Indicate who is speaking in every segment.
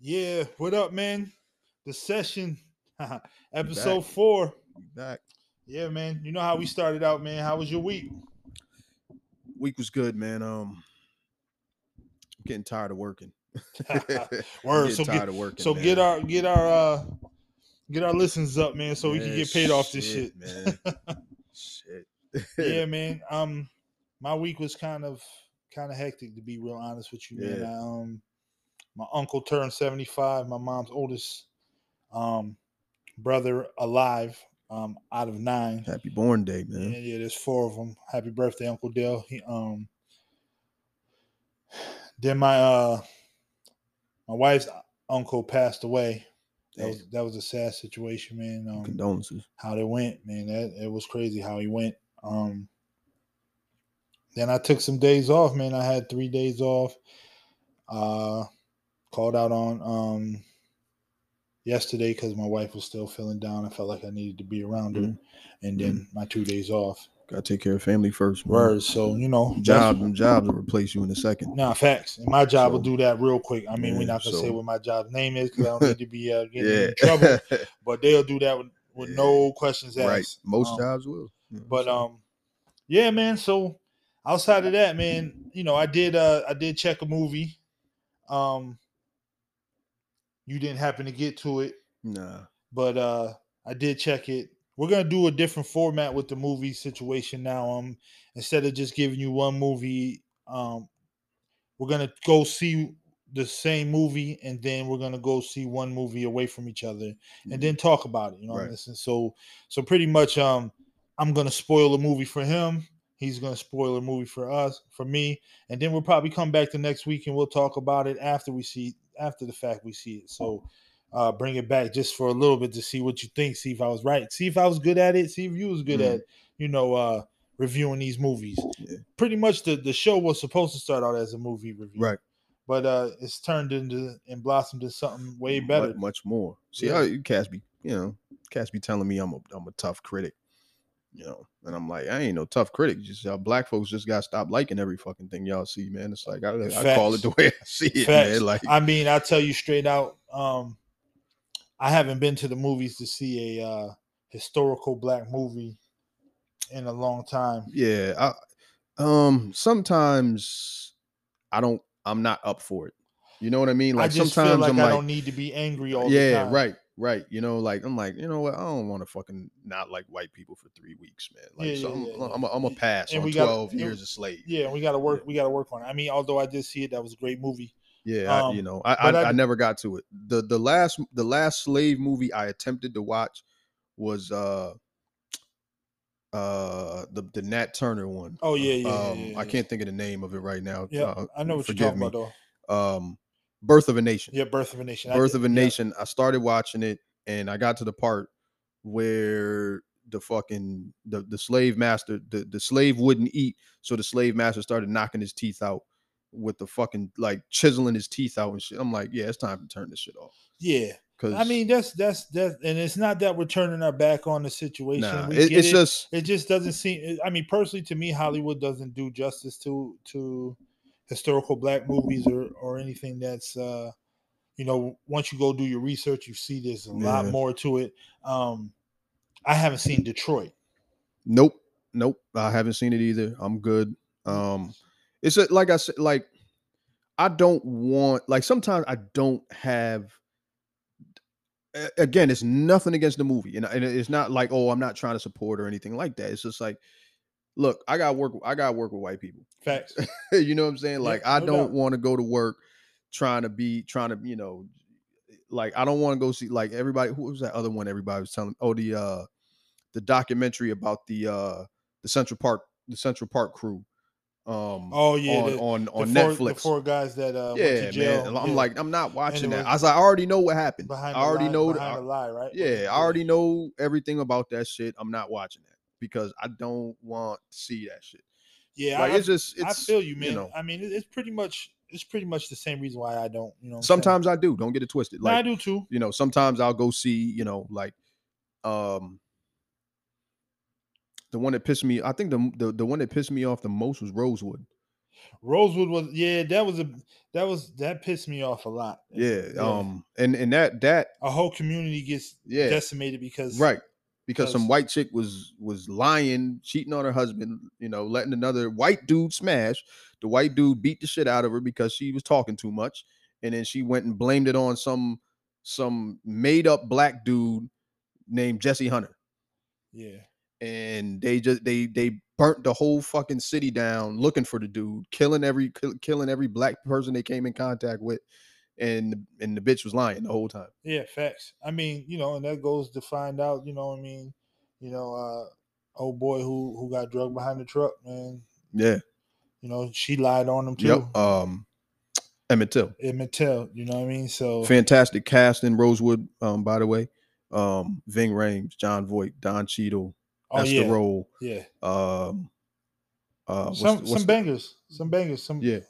Speaker 1: Yeah, what up, man? The session, episode four.
Speaker 2: Back.
Speaker 1: Yeah, man. You know how we started out, man. How was your week?
Speaker 2: Week was good, man. Um, I'm getting tired of working.
Speaker 1: Word.
Speaker 2: Getting
Speaker 1: So
Speaker 2: tired
Speaker 1: get,
Speaker 2: of working.
Speaker 1: so
Speaker 2: man.
Speaker 1: get our get our uh get our listens up, man, so we can
Speaker 2: Man,
Speaker 1: get paid off this shit.
Speaker 2: man. shit.
Speaker 1: yeah, man. Um, my week was kind of kind of hectic to be real honest with you, man.
Speaker 2: Yeah.
Speaker 1: I, um, my uncle turned seventy five. My mom's oldest um brother alive um out of nine.
Speaker 2: Happy born day, man.
Speaker 1: Yeah, yeah, there's four of them. Happy birthday, Uncle Dale. He um then my uh my wife's uncle passed away. That was that was a sad situation, man.
Speaker 2: Damn.
Speaker 1: Um,
Speaker 2: Condolences.
Speaker 1: how they went, man. That it was crazy how he went. Um then I took some days off, man. I had three days off. Uh called out on um yesterday because my wife was still feeling down. I felt like I needed to be around her. And then my two days off.
Speaker 2: Gotta take care of family first. man.
Speaker 1: Word. So, you know,
Speaker 2: Job, them Mm. jobs will replace you in a second.
Speaker 1: Nah, facts. And my job will do
Speaker 2: So-
Speaker 1: that real quick. I mean, we're
Speaker 2: Yeah,
Speaker 1: not gonna say
Speaker 2: so-
Speaker 1: what my job's name is because I don't need to be uh, getting
Speaker 2: Yeah.
Speaker 1: in trouble. But they'll do that with, with
Speaker 2: Yeah.
Speaker 1: no questions asked.
Speaker 2: right. Most
Speaker 1: Um,
Speaker 2: jobs will. You know what
Speaker 1: But
Speaker 2: I'm
Speaker 1: um, yeah, man. So outside of that, man, you know, I did uh I did check a movie. Um, you didn't happen to get to it,
Speaker 2: saying? nah.
Speaker 1: but uh, I did check it. We're gonna do a different format with the movie situation now. Um, instead of just giving you one movie, um, we're gonna go see the same movie and then we're gonna go see one movie away from each other and then talk about it. You know what I'm
Speaker 2: Right.
Speaker 1: saying? So so pretty much um I'm gonna spoil a movie for him. He's gonna spoil a movie for us, for me, and then we'll probably come back the next week and we'll talk about it after we see after the fact we see it. So uh bring it back just for a little bit to see what you think, see if I was right, see if I was good at it, see if you was good
Speaker 2: Mhm.
Speaker 1: at, you know, uh reviewing these movies.
Speaker 2: Yeah.
Speaker 1: Pretty much the, the show was supposed to start out as a movie review
Speaker 2: Right.
Speaker 1: but uh it's turned into and blossomed into something way
Speaker 2: mu-
Speaker 1: better.
Speaker 2: Mm, Much, more. See,
Speaker 1: Yeah.
Speaker 2: I, you cats be, you know, cats be telling me I'm a I'm a tough critic, you know, and I'm like, I ain't no tough critic. Just y'all black folks just gotta stop liking every fucking thing y'all see, man. It's like I, I call
Speaker 1: Facts.
Speaker 2: it the way I see it,
Speaker 1: Facts.
Speaker 2: man. Like,
Speaker 1: I mean, I'll tell you straight out, um I haven't been to the movies to see a uh historical black movie in a long time.
Speaker 2: yeah, I, um, sometimes I don't, I'm not up for it. You know what I mean? Like
Speaker 1: I just feel
Speaker 2: sometimes
Speaker 1: like
Speaker 2: I'm
Speaker 1: I
Speaker 2: like,
Speaker 1: don't need to be angry all the
Speaker 2: yeah,
Speaker 1: time.
Speaker 2: right, right. You know, like I'm like, you know what? I don't want to fucking not like white people for three weeks, man. Like,
Speaker 1: Yeah,
Speaker 2: so
Speaker 1: yeah,
Speaker 2: I'm,
Speaker 1: yeah, yeah.
Speaker 2: I'm, a, I'm a pass
Speaker 1: And
Speaker 2: on
Speaker 1: we gotta-
Speaker 2: 12
Speaker 1: and-
Speaker 2: years a slave.
Speaker 1: Yeah, we gotta work we gotta work on it. I mean, although I did see it, that was a great movie.
Speaker 2: Yeah, I, you
Speaker 1: Um,
Speaker 2: know, I,
Speaker 1: but
Speaker 2: I,
Speaker 1: I-
Speaker 2: I never got to it. the the last The last slave movie I attempted to watch was uh uh the the Nat Turner one.
Speaker 1: Oh, yeah, yeah, yeah,
Speaker 2: Um,
Speaker 1: yeah,
Speaker 2: I
Speaker 1: yeah.
Speaker 2: can't think of the name of it right now.
Speaker 1: Yeah,
Speaker 2: uh,
Speaker 1: I know what you're
Speaker 2: forgive
Speaker 1: talking
Speaker 2: me.
Speaker 1: about though.
Speaker 2: Um, Birth of a Nation.
Speaker 1: Yeah, Birth of a Nation. I
Speaker 2: Birth
Speaker 1: did-
Speaker 2: of a
Speaker 1: yeah.
Speaker 2: Nation. I started watching it and I got to the part where the fucking the, the slave master the, the slave wouldn't eat, so the slave master started knocking his teeth out with the fucking like chiseling his teeth out and shit. I'm like, yeah, it's time to turn this shit off.
Speaker 1: Yeah.
Speaker 2: Cause
Speaker 1: I mean, that's that's that and it's not that we're turning our back on the situation.
Speaker 2: nah,
Speaker 1: we
Speaker 2: it-
Speaker 1: get
Speaker 2: it's
Speaker 1: it.
Speaker 2: just
Speaker 1: it just doesn't seem it- i mean personally to me hollywood doesn't do justice to to historical black movies or or anything that's uh you know once you go do your research you see there's a lot
Speaker 2: Yeah.
Speaker 1: more to it um i haven't seen detroit
Speaker 2: nope, nope. I haven't seen it either. I'm good. Um, it's a, like I said, like I don't want like sometimes I don't have. a- Again, it's nothing against the movie, and, and it's not like oh I'm not trying to support or anything like that. It's just like, look, I got work. I got work with white people.
Speaker 1: facts
Speaker 2: you know what I'm saying?
Speaker 1: Yeah,
Speaker 2: Like I
Speaker 1: no doubt.
Speaker 2: don't want to go to work trying to be trying to, you know, like I don't want to go see like everybody who was that other one everybody was telling oh the uh the documentary about the uh the Central Park the Central Park crew um
Speaker 1: oh yeah
Speaker 2: on
Speaker 1: the,
Speaker 2: on on
Speaker 1: the four,
Speaker 2: Netflix.
Speaker 1: the four guys that uh went
Speaker 2: yeah,
Speaker 1: to jail
Speaker 2: man. I'm
Speaker 1: yeah,
Speaker 2: like I'm not watching
Speaker 1: it
Speaker 2: that.
Speaker 1: was
Speaker 2: I was like I already know what happened.
Speaker 1: behind
Speaker 2: I
Speaker 1: the
Speaker 2: already
Speaker 1: lie,
Speaker 2: know
Speaker 1: behind
Speaker 2: I-
Speaker 1: the lie right Was it-
Speaker 2: yeah, I already know everything about that shit. I'm not watching that because I don't want to see that shit.
Speaker 1: yeah
Speaker 2: like
Speaker 1: I,
Speaker 2: it's just it's
Speaker 1: I feel you man
Speaker 2: know.
Speaker 1: i mean it- it's pretty much it's pretty much the same reason why i don't you know what I'm saying?
Speaker 2: sometimes I do. Don't get it twisted.
Speaker 1: Nah,
Speaker 2: Like
Speaker 1: i do too
Speaker 2: you know sometimes i'll go see you know like um the one that pissed me i think the the, the one that pissed me off the most was rosewood
Speaker 1: Rosewood was yeah, that was a that was that pissed me off a lot.
Speaker 2: Yeah, um, and and that that
Speaker 1: A whole community gets
Speaker 2: yeah,
Speaker 1: decimated because
Speaker 2: right because some
Speaker 1: because-
Speaker 2: white chick was was lying, cheating on her husband, you know, letting another white dude smash. The white dude beat the shit out of her because she was talking too much, and then she went and blamed it on some some made up black dude named Jesse Hunter.
Speaker 1: Yeah.
Speaker 2: and they just they they burnt the whole fucking city down looking for the dude, killing every kill- killing every black person they came in contact with, and and the bitch was lying the whole time.
Speaker 1: Yeah, facts. I mean, you know, and that goes to find out, you know, what I mean, you know, uh old boy who who got drugged behind the truck, man.
Speaker 2: Yeah.
Speaker 1: You know, she lied on him too.
Speaker 2: Yep. Um, Emmett Till,
Speaker 1: Emmett Till, you know what I mean? So
Speaker 2: fantastic cast in Rosewood. Um, by the way, um, Ving Rhames, John Voight, Don Cheadle,
Speaker 1: oh
Speaker 2: Esther
Speaker 1: yeah,
Speaker 2: Roll,
Speaker 1: yeah.
Speaker 2: um, uh, what's
Speaker 1: some
Speaker 2: the-
Speaker 1: some
Speaker 2: what's the-
Speaker 1: bangers, some bangers, some
Speaker 2: Yeah.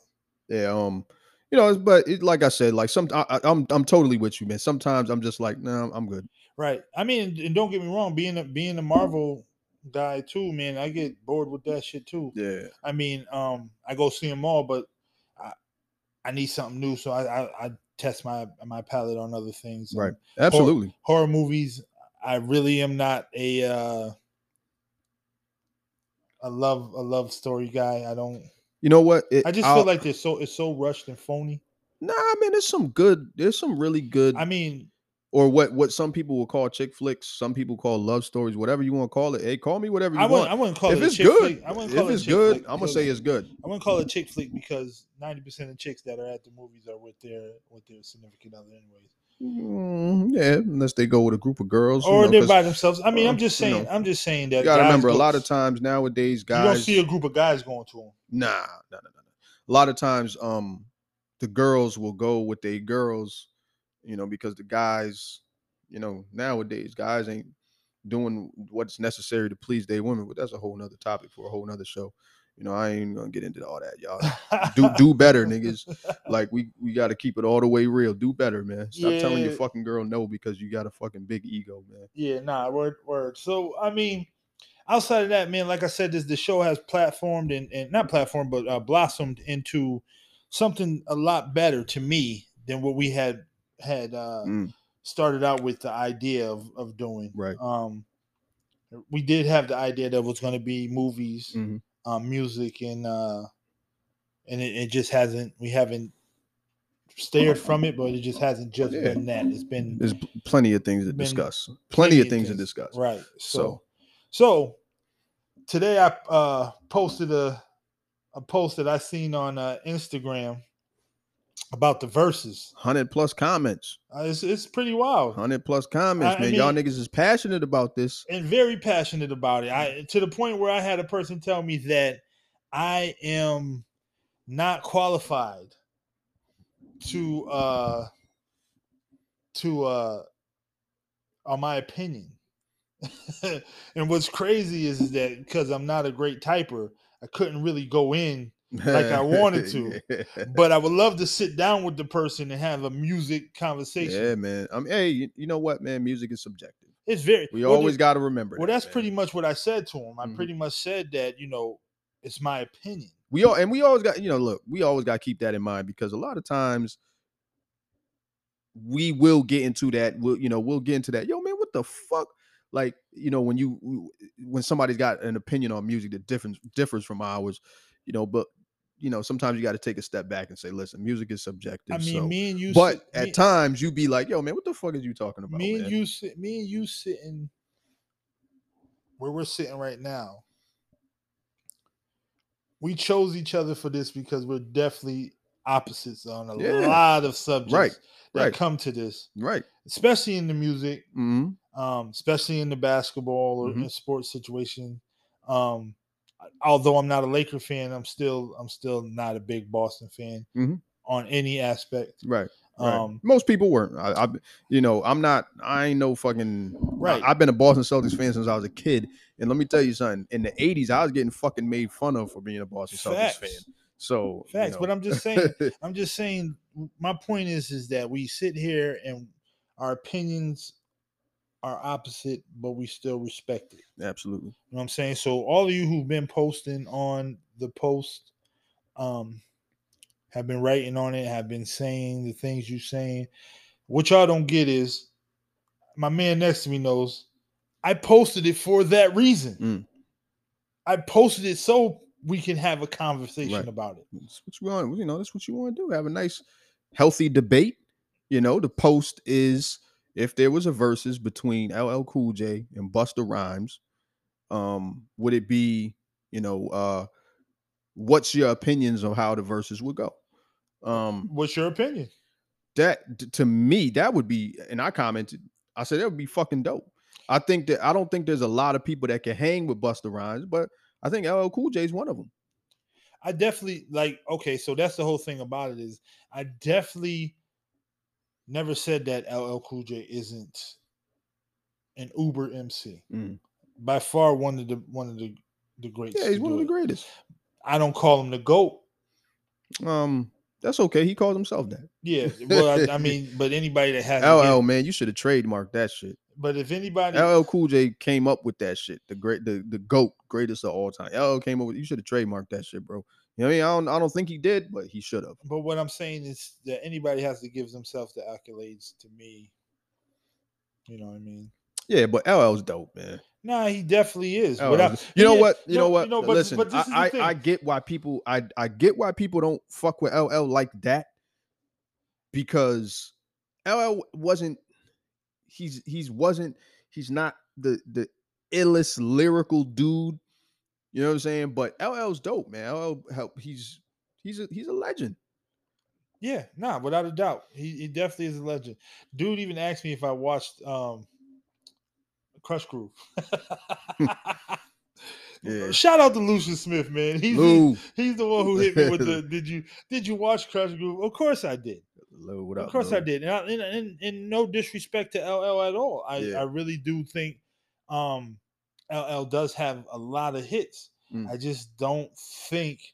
Speaker 2: Yeah. Um. You know, it's- but it, like I said, like some I, I- I'm I'm totally with you, man. Sometimes I'm just like, nah, I'm good.
Speaker 1: Right. I mean, and don't get me wrong, being a being a Marvel guy too, man, I get bored with that shit too.
Speaker 2: Yeah.
Speaker 1: I mean, um, I go see them all, but I I need something new, so I I, I test my my palate on other things.
Speaker 2: Right.
Speaker 1: And
Speaker 2: Absolutely.
Speaker 1: Horror movies, I really am not a uh a love a love story guy. I don't.
Speaker 2: You know what? It-
Speaker 1: I just
Speaker 2: I'll-
Speaker 1: feel like they're so it's so rushed and phony.
Speaker 2: nah, I mean, there's some good. There's some really good,
Speaker 1: I mean,
Speaker 2: or what what some people will call chick flicks. Some people call love stories. Whatever you want to call it. Hey, call me whatever you
Speaker 1: I wouldn't.
Speaker 2: want.
Speaker 1: I wouldn't call
Speaker 2: if
Speaker 1: it a
Speaker 2: it's
Speaker 1: chick
Speaker 2: good,
Speaker 1: flick. I wouldn't call
Speaker 2: if
Speaker 1: it a
Speaker 2: it's
Speaker 1: chick
Speaker 2: good,
Speaker 1: flick
Speaker 2: I'm gonna
Speaker 1: because-
Speaker 2: say it's good.
Speaker 1: I wouldn't call it chick flick because ninety percent of chicks that are at the movies are with their with their significant other, anyways,
Speaker 2: Mm, yeah, unless they go with a group of girls. you
Speaker 1: or
Speaker 2: know,
Speaker 1: they're
Speaker 2: 'cause
Speaker 1: by themselves. I mean,
Speaker 2: uh,
Speaker 1: I'm just
Speaker 2: you know,
Speaker 1: saying, I'm just saying
Speaker 2: you
Speaker 1: that.
Speaker 2: gotta
Speaker 1: guys
Speaker 2: remember, a
Speaker 1: go-
Speaker 2: lot of times nowadays, guys.
Speaker 1: you don't see a group of guys going to them.
Speaker 2: Nah, nah, nah, nah. nah. A lot of times, um, the girls will go with their girls, you know, because the guys, you know, nowadays guys ain't doing what's necessary to please their women. But that's a whole nother topic for a whole nother show. You know, I ain't even gonna get into all that, y'all. Do do better, niggas. Like we we gotta keep it all the way real. Do better, man. Stop telling your
Speaker 1: Yeah.
Speaker 2: fucking girl no because you got a fucking big ego, man.
Speaker 1: Yeah, nah, word, word. So I mean, outside of that, man, like I said, this the show has platformed and, and not platformed, but uh, blossomed into something a lot better to me than what we had had uh,
Speaker 2: Mm.
Speaker 1: started out with the idea of of doing.
Speaker 2: Right.
Speaker 1: Um, we did have the idea that it was going to be movies,
Speaker 2: Mhm.
Speaker 1: um, music, and uh, and it, it just hasn't. We haven't stared from it, but it just hasn't just
Speaker 2: Yeah.
Speaker 1: been that. It's been
Speaker 2: There's pl- plenty of things to
Speaker 1: Been
Speaker 2: discuss. Plenty of things to discuss.
Speaker 1: Right.
Speaker 2: So,
Speaker 1: So, so today I uh, posted a a post that I seen on uh, Instagram about the verses.
Speaker 2: hundred plus comments.
Speaker 1: Uh, it's it's pretty wild
Speaker 2: Hundred plus comments,
Speaker 1: I- I
Speaker 2: man. Y'all
Speaker 1: mean-
Speaker 2: niggas is passionate about this.
Speaker 1: and very passionate about it. I to the point where I had a person tell me that I am not qualified to uh to uh on my opinion. and what's crazy is that because I'm not a great typer, I couldn't really go in Like I wanted to.
Speaker 2: yeah.
Speaker 1: but I would love to sit down with the person and have a music conversation.
Speaker 2: Yeah, man. I'm hey, you, you know what, man? Music is subjective.
Speaker 1: It's very
Speaker 2: We
Speaker 1: well, the-
Speaker 2: always got to remember.
Speaker 1: Well,
Speaker 2: that,
Speaker 1: that's
Speaker 2: man.
Speaker 1: pretty much what I said to him. I
Speaker 2: Mhm.
Speaker 1: pretty much said that you know it's my opinion.
Speaker 2: We all and we always got you know. Look, we always got to keep that in mind because a lot of times we will get into that. We'll you know we'll get into that. Yo, man, what the fuck? Like you know when you when somebody's got an opinion on music that different differs from ours, you know. But you know sometimes you got to take a step back and say, listen, music is subjective.
Speaker 1: I mean,
Speaker 2: so-
Speaker 1: me and you,
Speaker 2: But
Speaker 1: sit-
Speaker 2: at
Speaker 1: me,
Speaker 2: times you be like, "Yo, man, what the fuck is you talking about?"
Speaker 1: me
Speaker 2: man?"
Speaker 1: and you, sit, me and you sitting where we're sitting right now. We chose each other for this because we're definitely opposites on a
Speaker 2: Yeah.
Speaker 1: lot of subjects that
Speaker 2: right.
Speaker 1: come to this,
Speaker 2: right?
Speaker 1: especially in the music.
Speaker 2: hmm
Speaker 1: um, especially in the basketball or in
Speaker 2: Mhm.
Speaker 1: a sports situation. Um, I- although I'm not a Laker fan, I'm still I'm still not a big Boston fan
Speaker 2: Mhm.
Speaker 1: on any aspect.
Speaker 2: Right. Right.
Speaker 1: Um,
Speaker 2: Most people weren't. I, I, you know, I'm not. I ain't no fucking.
Speaker 1: Right.
Speaker 2: I, have been a Boston Celtics fan since I was a kid, and let me tell you something. In the '80s, I was getting fucking made fun of for being a Boston
Speaker 1: facts,
Speaker 2: Celtics fan. So you
Speaker 1: facts.
Speaker 2: know,
Speaker 1: But I'm just saying, I'm just saying. My point is, is that we sit here and our opinions are opposite, but we still respect it.
Speaker 2: absolutely.
Speaker 1: You know what I'm saying? So all of you who've been posting on the post um have been writing on it, have been saying the things you saying. What y'all don't get is my man next to me knows I posted it for that reason.
Speaker 2: Mm.
Speaker 1: I posted it so we can have a conversation
Speaker 2: Right.
Speaker 1: about it.
Speaker 2: That's what you want. You know, that's what you want to do. Have a nice, healthy debate. You know, the post is if there was a versus between LL Cool J and Busta Rhymes, um, would it be, you know, uh, what's your opinions on how the verses would go? Um,
Speaker 1: What's your opinion?
Speaker 2: that t- to me that would be and i commented i said that would be fucking dope i think that i don't think there's a lot of people that can hang with buster rhymes but i think ll cool j is one of them
Speaker 1: I definitely like okay, so that's the whole thing about it is I definitely never said that LL Cool J isn't an Uber MC.
Speaker 2: Mm.
Speaker 1: By far one of the one of the the greats.
Speaker 2: yeah he's
Speaker 1: to
Speaker 2: one
Speaker 1: do
Speaker 2: of the
Speaker 1: it.
Speaker 2: greatest
Speaker 1: I don't call him the GOAT.
Speaker 2: um that's okay he calls himself that
Speaker 1: Yeah. Well, I, I mean, but anybody that has
Speaker 2: ll man you should have trademarked that shit
Speaker 1: but if anybody
Speaker 2: ll cool j came up with that shit the great the, the goat greatest of all time ll came up with you should have trademarked that shit bro you know what i mean i don't, I don't think he did but he should have
Speaker 1: but what I'm saying is that anybody has to give themselves the accolades to me. You know what I mean?
Speaker 2: yeah but ll's dope man
Speaker 1: Nah, he definitely is.
Speaker 2: Oh,
Speaker 1: But I-
Speaker 2: you know
Speaker 1: yeah,
Speaker 2: what? You know
Speaker 1: no,
Speaker 2: what?
Speaker 1: no, but-
Speaker 2: Listen,
Speaker 1: but this is the
Speaker 2: I,
Speaker 1: thing.
Speaker 2: I, I get why people I I get why people don't fuck with LL like that because LL wasn't he's he's wasn't he's not the the illest lyrical dude. You know what I'm saying? But LL's dope, man. LL help he's he's a he's a legend.
Speaker 1: Yeah, nah, without a doubt. He, he definitely is a legend. Dude even asked me if I watched um Crush Groove.
Speaker 2: Yeah.
Speaker 1: Shout out to Lucian Smith, man. He's he's,
Speaker 2: Lou.
Speaker 1: he's the one who hit me with the did you did you watch Crush Groove? Of course I did.
Speaker 2: Lou, what up?
Speaker 1: of course
Speaker 2: Lou?
Speaker 1: I did. And, I, and, and and no disrespect to LL at all. I,
Speaker 2: Yeah.
Speaker 1: I really do think um LL does have a lot of hits.
Speaker 2: Mm.
Speaker 1: I just don't think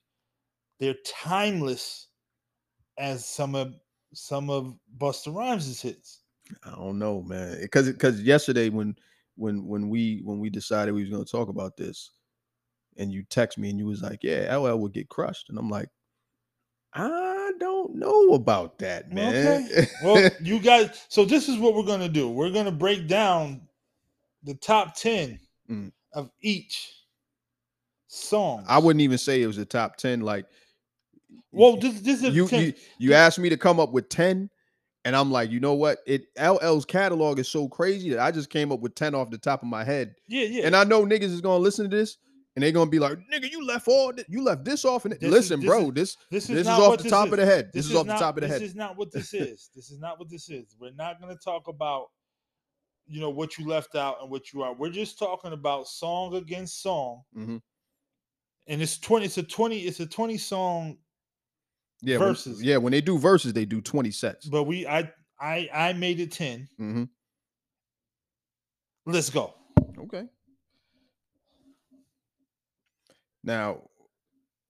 Speaker 1: they're timeless as some of some of Buster Rhymes' hits.
Speaker 2: I don't know, man. Because because yesterday when when when we when we decided we was going to talk about this, and you text me and you was like, "Yeah, LL would get crushed," and I'm like, "I don't know about that, man."
Speaker 1: Okay. Well, you guys, so this is what we're gonna do. We're gonna break down the top ten
Speaker 2: Mm.
Speaker 1: of each song.
Speaker 2: I wouldn't even say it was the top ten. Like,
Speaker 1: Well, this this is
Speaker 2: you
Speaker 1: 10.
Speaker 2: you, you asked me to come up with ten, and I'm like, you know what? It LL's catalog is so crazy that I just came up with ten off the top of my head.
Speaker 1: yeah, yeah.
Speaker 2: And I know niggas is gonna listen to this and they're gonna be like, nigga, you left all thi- you left this off and it
Speaker 1: This is-
Speaker 2: listen,
Speaker 1: this
Speaker 2: bro,
Speaker 1: is-
Speaker 2: this
Speaker 1: this is
Speaker 2: this is
Speaker 1: not
Speaker 2: off
Speaker 1: what
Speaker 2: the
Speaker 1: this
Speaker 2: top
Speaker 1: is.
Speaker 2: of the head. This, is off the top of the
Speaker 1: this
Speaker 2: head.
Speaker 1: is not what this is. This is not what this is. We're not going to talk about, you know, what you left out and what you are. We're just talking about song against song,
Speaker 2: Mhm.
Speaker 1: and it's twenty. It's a twenty. It's a twenty song.
Speaker 2: Yeah, when-
Speaker 1: verses.
Speaker 2: yeah, when they do verses, they do 20 sets.
Speaker 1: But we, I, I, I made it ten.
Speaker 2: hmm
Speaker 1: Let's go.
Speaker 2: Okay. Now,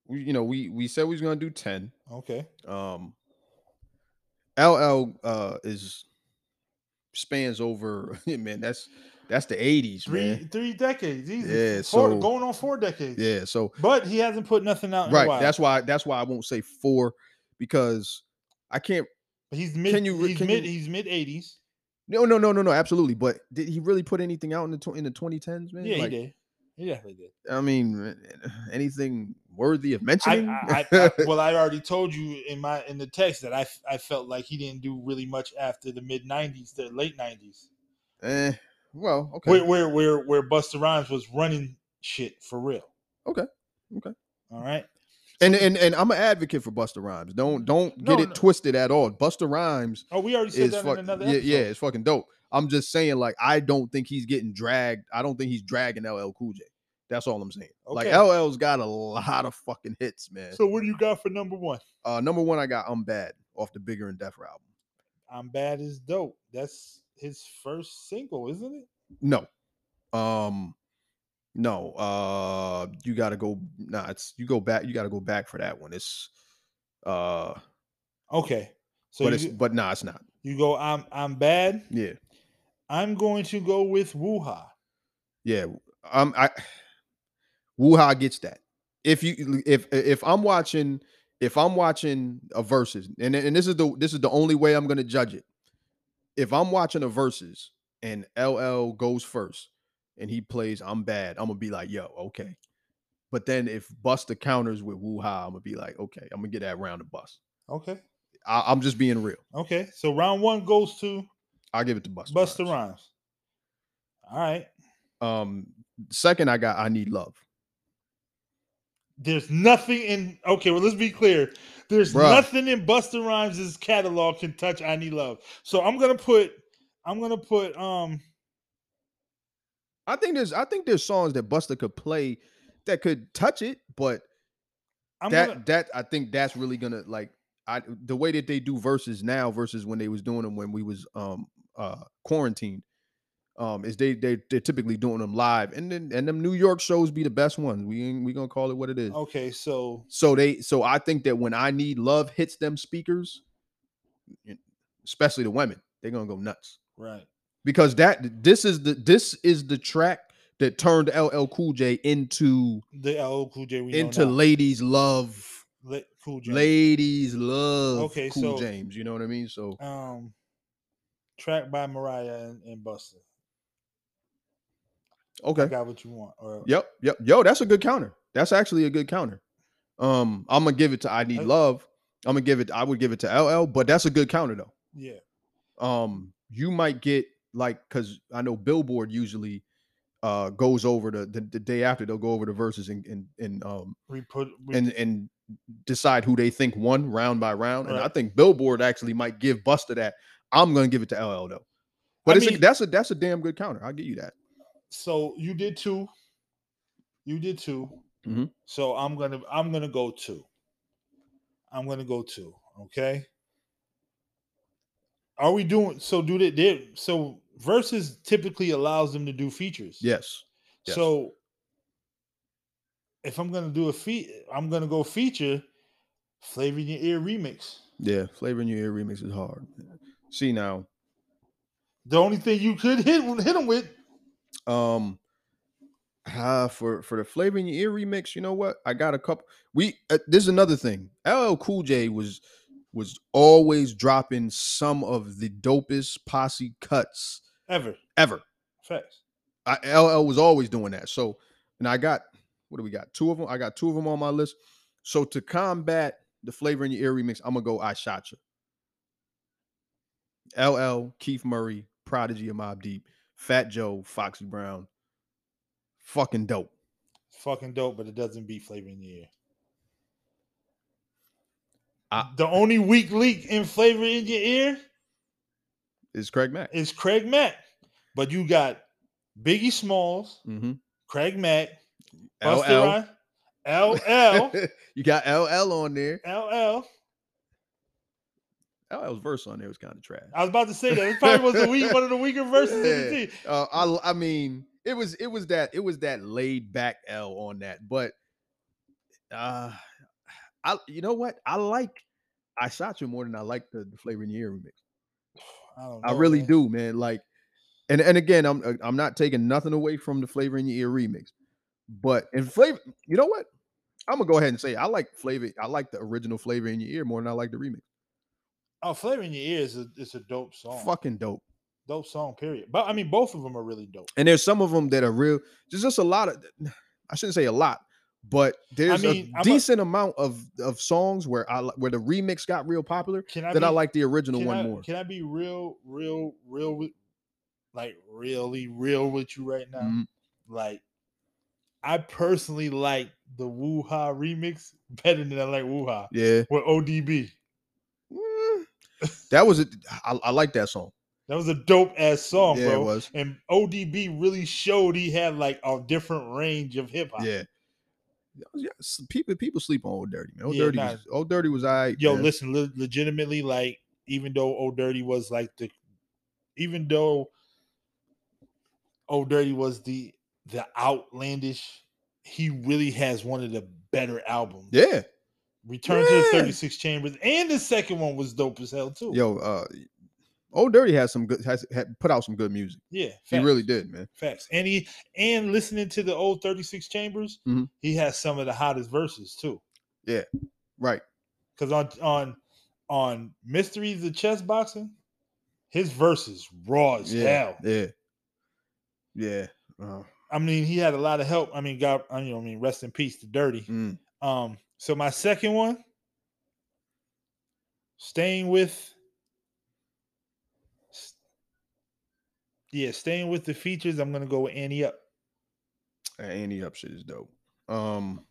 Speaker 2: we, you know, we we said we was gonna do 10.
Speaker 1: Okay.
Speaker 2: Um LL uh is spans over man, that's that's the 80s,
Speaker 1: Three,
Speaker 2: man.
Speaker 1: three decades. Easy.
Speaker 2: Yeah,
Speaker 1: Four,
Speaker 2: so-
Speaker 1: going on four decades.
Speaker 2: Yeah, so
Speaker 1: But he hasn't put nothing out. In a
Speaker 2: right.
Speaker 1: while.
Speaker 2: That's why. That's why I won't say four because I can't.
Speaker 1: he's mid.
Speaker 2: can you re-
Speaker 1: he's
Speaker 2: can
Speaker 1: mid.
Speaker 2: you-
Speaker 1: He's mid eighties.
Speaker 2: No, no, no, no, no. Absolutely. But did he really put anything out in the tw- in the twenty tens, man?
Speaker 1: Yeah,
Speaker 2: Like,
Speaker 1: he did. He definitely did.
Speaker 2: I mean, eh, anything worthy of
Speaker 1: I,
Speaker 2: mentioning?
Speaker 1: I, I, I- well, I already told you in my in the text that I, f- I felt like he didn't do really much after the mid '90s, the late '90s,
Speaker 2: Eh, well, okay.
Speaker 1: where where where where Buster Rhymes was running shit for real.
Speaker 2: Okay, okay.
Speaker 1: all right.
Speaker 2: and and and I'm an advocate for Buster Rhymes. Don't don't get
Speaker 1: No,
Speaker 2: it
Speaker 1: no.
Speaker 2: twisted at all. Buster Rhymes
Speaker 1: Oh, we already said
Speaker 2: is
Speaker 1: that
Speaker 2: fuck,
Speaker 1: in another
Speaker 2: yeah,
Speaker 1: episode.
Speaker 2: yeah, it's fucking dope. I'm just saying, like, I don't think he's getting dragged. I don't think he's dragging LL Cool J. That's all I'm saying.
Speaker 1: Okay.
Speaker 2: Like LL's got a lot of fucking hits, man.
Speaker 1: So what do you got for number one?
Speaker 2: Uh, number one, I got "I'm Bad" off the Bigger and Deafer album.
Speaker 1: I'm bad as dope. That's his first single, isn't it?
Speaker 2: No, um, no. Uh, you gotta go. Nah, it's you go back. You gotta go back for that one. It's uh,
Speaker 1: Okay. So
Speaker 2: but
Speaker 1: you,
Speaker 2: it's
Speaker 1: go-
Speaker 2: but nah, it's not.
Speaker 1: you go. I'm I'm bad.
Speaker 2: Yeah,
Speaker 1: I'm going to go with Wuha.
Speaker 2: yeah. Um, I Wuha gets that. If you if if I'm watching if I'm watching a versus, and and this is the this is the only way I'm gonna judge it. If I'm watching a versus and LL goes first and he plays I'm bad, I'm gonna be like, yo, okay. But then if Buster counters with Wu Ha, I'm gonna be like, okay, I'm gonna get that round of Bust.
Speaker 1: Okay.
Speaker 2: I, I'm just being real.
Speaker 1: Okay. So round one goes to
Speaker 2: I'll give it to Buster.
Speaker 1: Buster
Speaker 2: Rhymes.
Speaker 1: Rhymes. All right.
Speaker 2: Um, second, I got I need love.
Speaker 1: There's nothing in okay. Well, let's be clear. There's
Speaker 2: Bruh.
Speaker 1: nothing in Buster Rhymes' catalog can touch I Need Love. So I'm gonna put I'm gonna put um
Speaker 2: I think there's I think there's songs that Buster could play that could touch it, but
Speaker 1: I'm
Speaker 2: that
Speaker 1: gonna,
Speaker 2: that I think that's really gonna like I the way that they do verses now versus when they was doing them when we was um uh quarantined um is they they they're typically doing them live and then and them New York shows be the best ones. We ain't we gonna call it what it is.
Speaker 1: okay. So
Speaker 2: So they so I think that when I need love hits them speakers, especially the women, they're gonna go nuts
Speaker 1: right.
Speaker 2: because that this is the this is the track that turned LL Cool J into
Speaker 1: The LL Cool J we know
Speaker 2: into
Speaker 1: now.
Speaker 2: ladies love
Speaker 1: La- Cool J.
Speaker 2: ladies love
Speaker 1: Okay,
Speaker 2: Cool
Speaker 1: so-
Speaker 2: James. You know what I mean? So
Speaker 1: um track by Mariah and, and Buster. I
Speaker 2: okay,
Speaker 1: got what you want. Or
Speaker 2: yep, yep, yo, that's a good counter. That's actually a good counter. Um, I'm gonna give it to I Need
Speaker 1: I-
Speaker 2: Love. I'm gonna give it. I would give it to LL, but that's a good counter though.
Speaker 1: yeah.
Speaker 2: um you might get like because i know billboard usually uh goes over the, the the day after they'll go over the verses and and and um
Speaker 1: We put we,
Speaker 2: and and decide who they think won round by round and i
Speaker 1: Right.
Speaker 2: think billboard actually might give buster that i'm gonna give it to ll though but it's a,
Speaker 1: mean-
Speaker 2: that's a that's a damn good counter i'll give you that
Speaker 1: so you did two. You did 2
Speaker 2: Mhm.
Speaker 1: So I'm gonna I'm gonna go two. I'm gonna go two. Okay. Are we doing so? Do they, they so versus typically allows them to do features.
Speaker 2: yes yes.
Speaker 1: So if I'm gonna do a feat, I'm gonna go feature Flavor in Your Ear remix.
Speaker 2: yeah flavor in your ear remix is hard see now
Speaker 1: The only thing you could hit hit him with
Speaker 2: Um, ah, for for the flavor in your ear remix, you know what? I got a couple. We uh, this is another thing. LL Cool J was was always dropping some of the dopest posse cuts
Speaker 1: ever.
Speaker 2: ever.
Speaker 1: Facts.
Speaker 2: I, LL was always doing that. So, and I got what do we got? Two of them. I got two of them on my list. So to combat the flavor in your ear remix, I'm gonna go I Shot You. LL, Keith Murray, Prodigy, and Mob Deep, Fat Joe, Foxy Brown. Fucking dope.
Speaker 1: Fucking dope, but it doesn't beat Flavor in Your Ear.
Speaker 2: I-
Speaker 1: the only weak link in Flavor in Your Ear
Speaker 2: Is Craig Mack.
Speaker 1: is Craig Mack. But you got Biggie Smalls,
Speaker 2: Mm-hmm.
Speaker 1: Craig Mack,
Speaker 2: LL.
Speaker 1: Busta Rhymes,
Speaker 2: you got LL on there.
Speaker 1: LL, LL.
Speaker 2: LL's verse on there was kind of trash.
Speaker 1: I was about to say that. It probably was the weak, one of the weaker verses in the
Speaker 2: Yeah.
Speaker 1: team.
Speaker 2: Uh, I l- I mean, it was it was that it was that laid back L on that, but uh I you know what? I like I shot you more than I like the, the flavor in your ear remix.
Speaker 1: I, don't
Speaker 2: I
Speaker 1: know,
Speaker 2: really
Speaker 1: man.
Speaker 2: do, man. Like and and again, I'm uh, I'm not taking nothing away from the flavor in your ear remix. But in flavor, you know what? I'm gonna go ahead and say I like flavor. I like the original flavor in your ear more than I like the remix.
Speaker 1: Oh, Flavor in Your Ear is a, it's a dope song.
Speaker 2: Fucking dope.
Speaker 1: Dope song, period. But I mean, both of them are really dope.
Speaker 2: and there's some of them that are real. There's just a lot of, I shouldn't say a lot, but there's
Speaker 1: mean,
Speaker 2: a
Speaker 1: I'm a-
Speaker 2: decent amount of of songs where I li- where the remix got real popular
Speaker 1: Can I
Speaker 2: that I
Speaker 1: be-
Speaker 2: like the original
Speaker 1: can
Speaker 2: one
Speaker 1: I,
Speaker 2: more.
Speaker 1: Can I be real, real, real with like really real with you right now?
Speaker 2: Mhm.
Speaker 1: Like I personally like the Woo Ha remix better than I like Woo Ha
Speaker 2: Yeah,
Speaker 1: with ODB.
Speaker 2: Mm. that was it. I, I like that song.
Speaker 1: That was a dope ass song,
Speaker 2: yeah, it
Speaker 1: bro.
Speaker 2: was.
Speaker 1: And ODB really showed he had like a different range of hip hop.
Speaker 2: Yeah. Yeah, s- people people sleep on Old Dirty man. Old
Speaker 1: Yeah,
Speaker 2: Dirty,
Speaker 1: nah.
Speaker 2: was, Old Dirty was I.
Speaker 1: Yo, listen, le- legitimately, like even though Old Dirty was like the, even though Old Dirty was the the outlandish, he really has one of the better albums.
Speaker 2: Yeah,
Speaker 1: Return to the
Speaker 2: Yeah.
Speaker 1: 36 Chambers, and the second one was dope as hell too.
Speaker 2: yo, uh, Old Dirty has some good has had put out some good music.
Speaker 1: yeah,
Speaker 2: He
Speaker 1: facts,
Speaker 2: really did, man.
Speaker 1: facts. And he and listening to the old 36 Chambers,
Speaker 2: Mhm.
Speaker 1: he has some of the hottest verses too.
Speaker 2: Right.
Speaker 1: Because on on on Mysteries of Chess Boxing, his verses raw as
Speaker 2: yeah,
Speaker 1: hell.
Speaker 2: Yeah. Yeah. Uh,
Speaker 1: I mean, he had a lot of help. I mean, God, I mean, I mean, rest in peace to Dirty.
Speaker 2: mm,
Speaker 1: Um, so my second one, staying with, s- yeah, staying with the features. I'm gonna go with Annie up.
Speaker 2: that Andy Up shit is dope. Um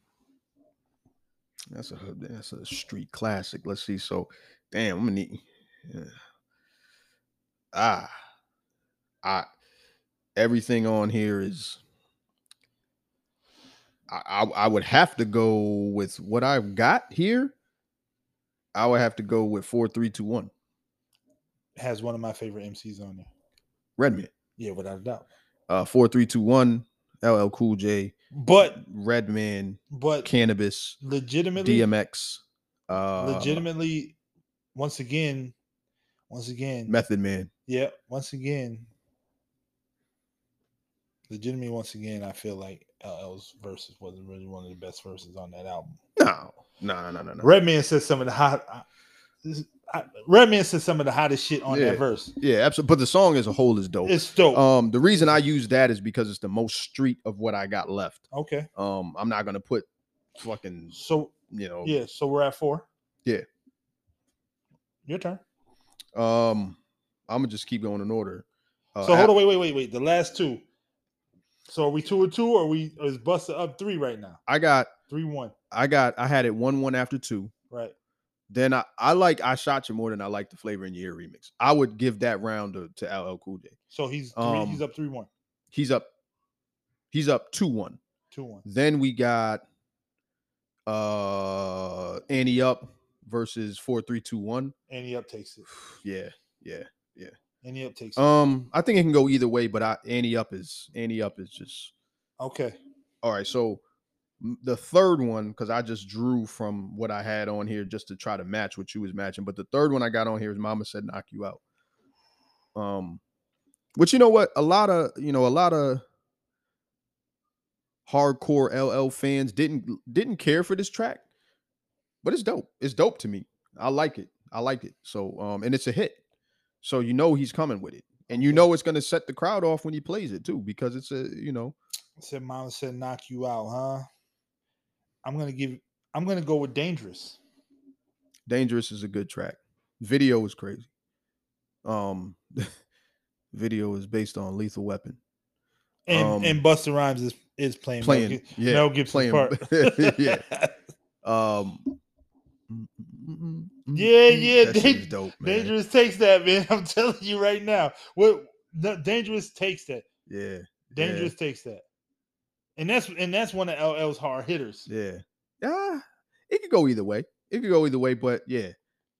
Speaker 2: that's a that's a street classic. Let's see. So damn, I'm gonna need yeah. ah I everything on here is I, I I would have to go with what I've got here. I would have to go with four three two one
Speaker 1: Has one of my favorite MCs on there.
Speaker 2: Redman.
Speaker 1: Yeah, without a doubt.
Speaker 2: Uh four three two one LL Cool J
Speaker 1: But
Speaker 2: Redman
Speaker 1: but
Speaker 2: Cannabis
Speaker 1: legitimately,
Speaker 2: DMX, uh,
Speaker 1: legitimately, once again, once again,
Speaker 2: Method Man.
Speaker 1: yeah, once again, legitimately, once again, I feel like LL's verses wasn't really one of the best verses on that album.
Speaker 2: No, no, no, no, no.
Speaker 1: Redman said some of the hot. I, this- I, Redman said some of the hottest shit on
Speaker 2: Yeah.
Speaker 1: that verse.
Speaker 2: Yeah, absolutely. But the song as a whole is dope.
Speaker 1: It's dope.
Speaker 2: um, the reason I use that is because it's the most street of what I got left.
Speaker 1: okay,
Speaker 2: Um, I'm not gonna put fucking
Speaker 1: so
Speaker 2: you know.
Speaker 1: yeah, so we're at four.
Speaker 2: Yeah.
Speaker 1: your turn.
Speaker 2: Um, I'm gonna just keep going in order. Uh,
Speaker 1: so hold
Speaker 2: ap-
Speaker 1: on, wait, wait, wait, wait. The last two. So are we two or two, or we or is Buster up three right now?
Speaker 2: I got,
Speaker 1: Three one,
Speaker 2: I got, I had it one one after two.
Speaker 1: right?
Speaker 2: Then I, I like I shot you more than I like the flavor in your remix. I would give that round to, to LL Cool J.
Speaker 1: So he's three,
Speaker 2: Um,
Speaker 1: he's up three one,
Speaker 2: He's up, he's up two one.
Speaker 1: two one.
Speaker 2: Then we got uh Annie up versus four three two one.
Speaker 1: And he up takes it.
Speaker 2: Yeah, yeah.
Speaker 1: And he up takes it.
Speaker 2: Um, I think it can go either way, but I Annie up is Annie up is just
Speaker 1: Okay,
Speaker 2: all right. So m- the third one, because I just drew from what I had on here just to try to match what you was matching. But the third one I got on here is Mama said knock you out. Um, which you know what? A lot of you know a lot of hardcore LL fans didn't didn't care for this track, but it's dope. It's dope to me. I like it. I like it. So um, and it's a hit. So you know he's coming with it, and you
Speaker 1: Okay.
Speaker 2: know it's gonna set the crowd off when he plays it too, because it's a you know
Speaker 1: said Mama said knock you out, huh? I'm gonna give. I'm gonna go with dangerous.
Speaker 2: Dangerous is a good track. Video is crazy. Um, video is based on Lethal Weapon.
Speaker 1: And
Speaker 2: Um,
Speaker 1: and Buster Rhymes is is playing Mel
Speaker 2: Playing,
Speaker 1: Gib-
Speaker 2: yeah,
Speaker 1: Mel Gibson's
Speaker 2: playing,
Speaker 1: part.
Speaker 2: yeah. Um, mm, mm, mm, mm,
Speaker 1: Yeah,
Speaker 2: mm,
Speaker 1: yeah,
Speaker 2: that shit is
Speaker 1: Dan-
Speaker 2: dope, man.
Speaker 1: Dangerous takes that, man. I'm telling you right now. What no, Dangerous takes that.
Speaker 2: Yeah,
Speaker 1: Dangerous takes that. And that's and that's one of LL's hard hitters.
Speaker 2: yeah, yeah. It could go either way. It could go either way, but yeah,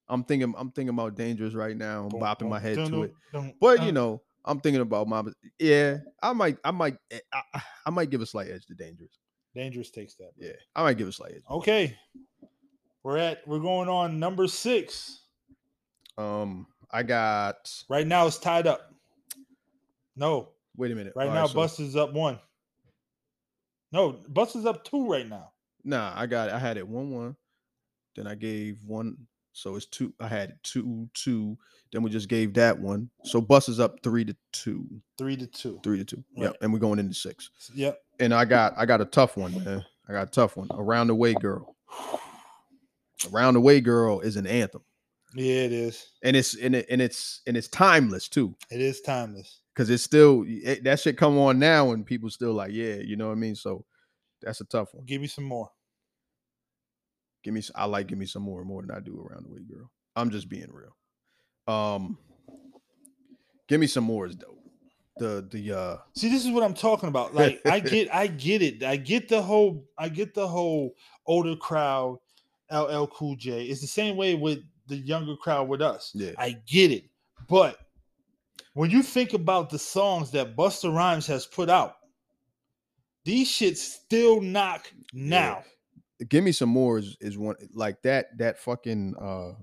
Speaker 2: I'm thinking, I'm thinking about Dangerous right now. I'm
Speaker 1: Boom,
Speaker 2: bopping
Speaker 1: boom, Uh,
Speaker 2: my head
Speaker 1: dun,
Speaker 2: to
Speaker 1: dun,
Speaker 2: it.
Speaker 1: dun,
Speaker 2: But
Speaker 1: dun.
Speaker 2: you know, I'm thinking about Mama. Yeah, I might, I might, eh, I, I- I might give a slight edge to Dangerous.
Speaker 1: Dangerous takes that.
Speaker 2: Yeah, I might give a slight edge.
Speaker 1: Okay. We're at we're going on number six.
Speaker 2: Um, I got.
Speaker 1: Right now it's tied up. No,
Speaker 2: Wait a minute.
Speaker 1: right
Speaker 2: All
Speaker 1: now
Speaker 2: so-
Speaker 1: Buster's up one. No, Buster's up two right now.
Speaker 2: Nah, I got. it. I had it one one. Then I gave one. So it's two. I had two two. Then we just gave that one. So bus is up three to two.
Speaker 1: Three to two.
Speaker 2: Three to two.
Speaker 1: Right.
Speaker 2: Yep. And we're going into six.
Speaker 1: Yep.
Speaker 2: And I got. I got a tough one, man. I got a tough one. Around the way, girl. Around the way, girl is an anthem,
Speaker 1: Yeah, it is.
Speaker 2: and it's and it, and it's and it's timeless too.
Speaker 1: It is timeless.
Speaker 2: Cause it's still it, that shit come on now, and people still like, yeah, you know what I mean. So that's a tough one.
Speaker 1: Give me some more.
Speaker 2: Give me, s- I like give me some more more than I do around the way, girl. I'm just being real. Um, give me some more is dope. The the uh
Speaker 1: See, this is what I'm talking about. Like, I get, I get it. I get the whole, I get the whole older crowd. LL Cool J. It's the same way with the younger crowd with us.
Speaker 2: Yeah.
Speaker 1: I get it, but when you think about the songs that Buster Rhymes has put out, these shits still knock now.
Speaker 2: give me some more is is one like that that fucking uh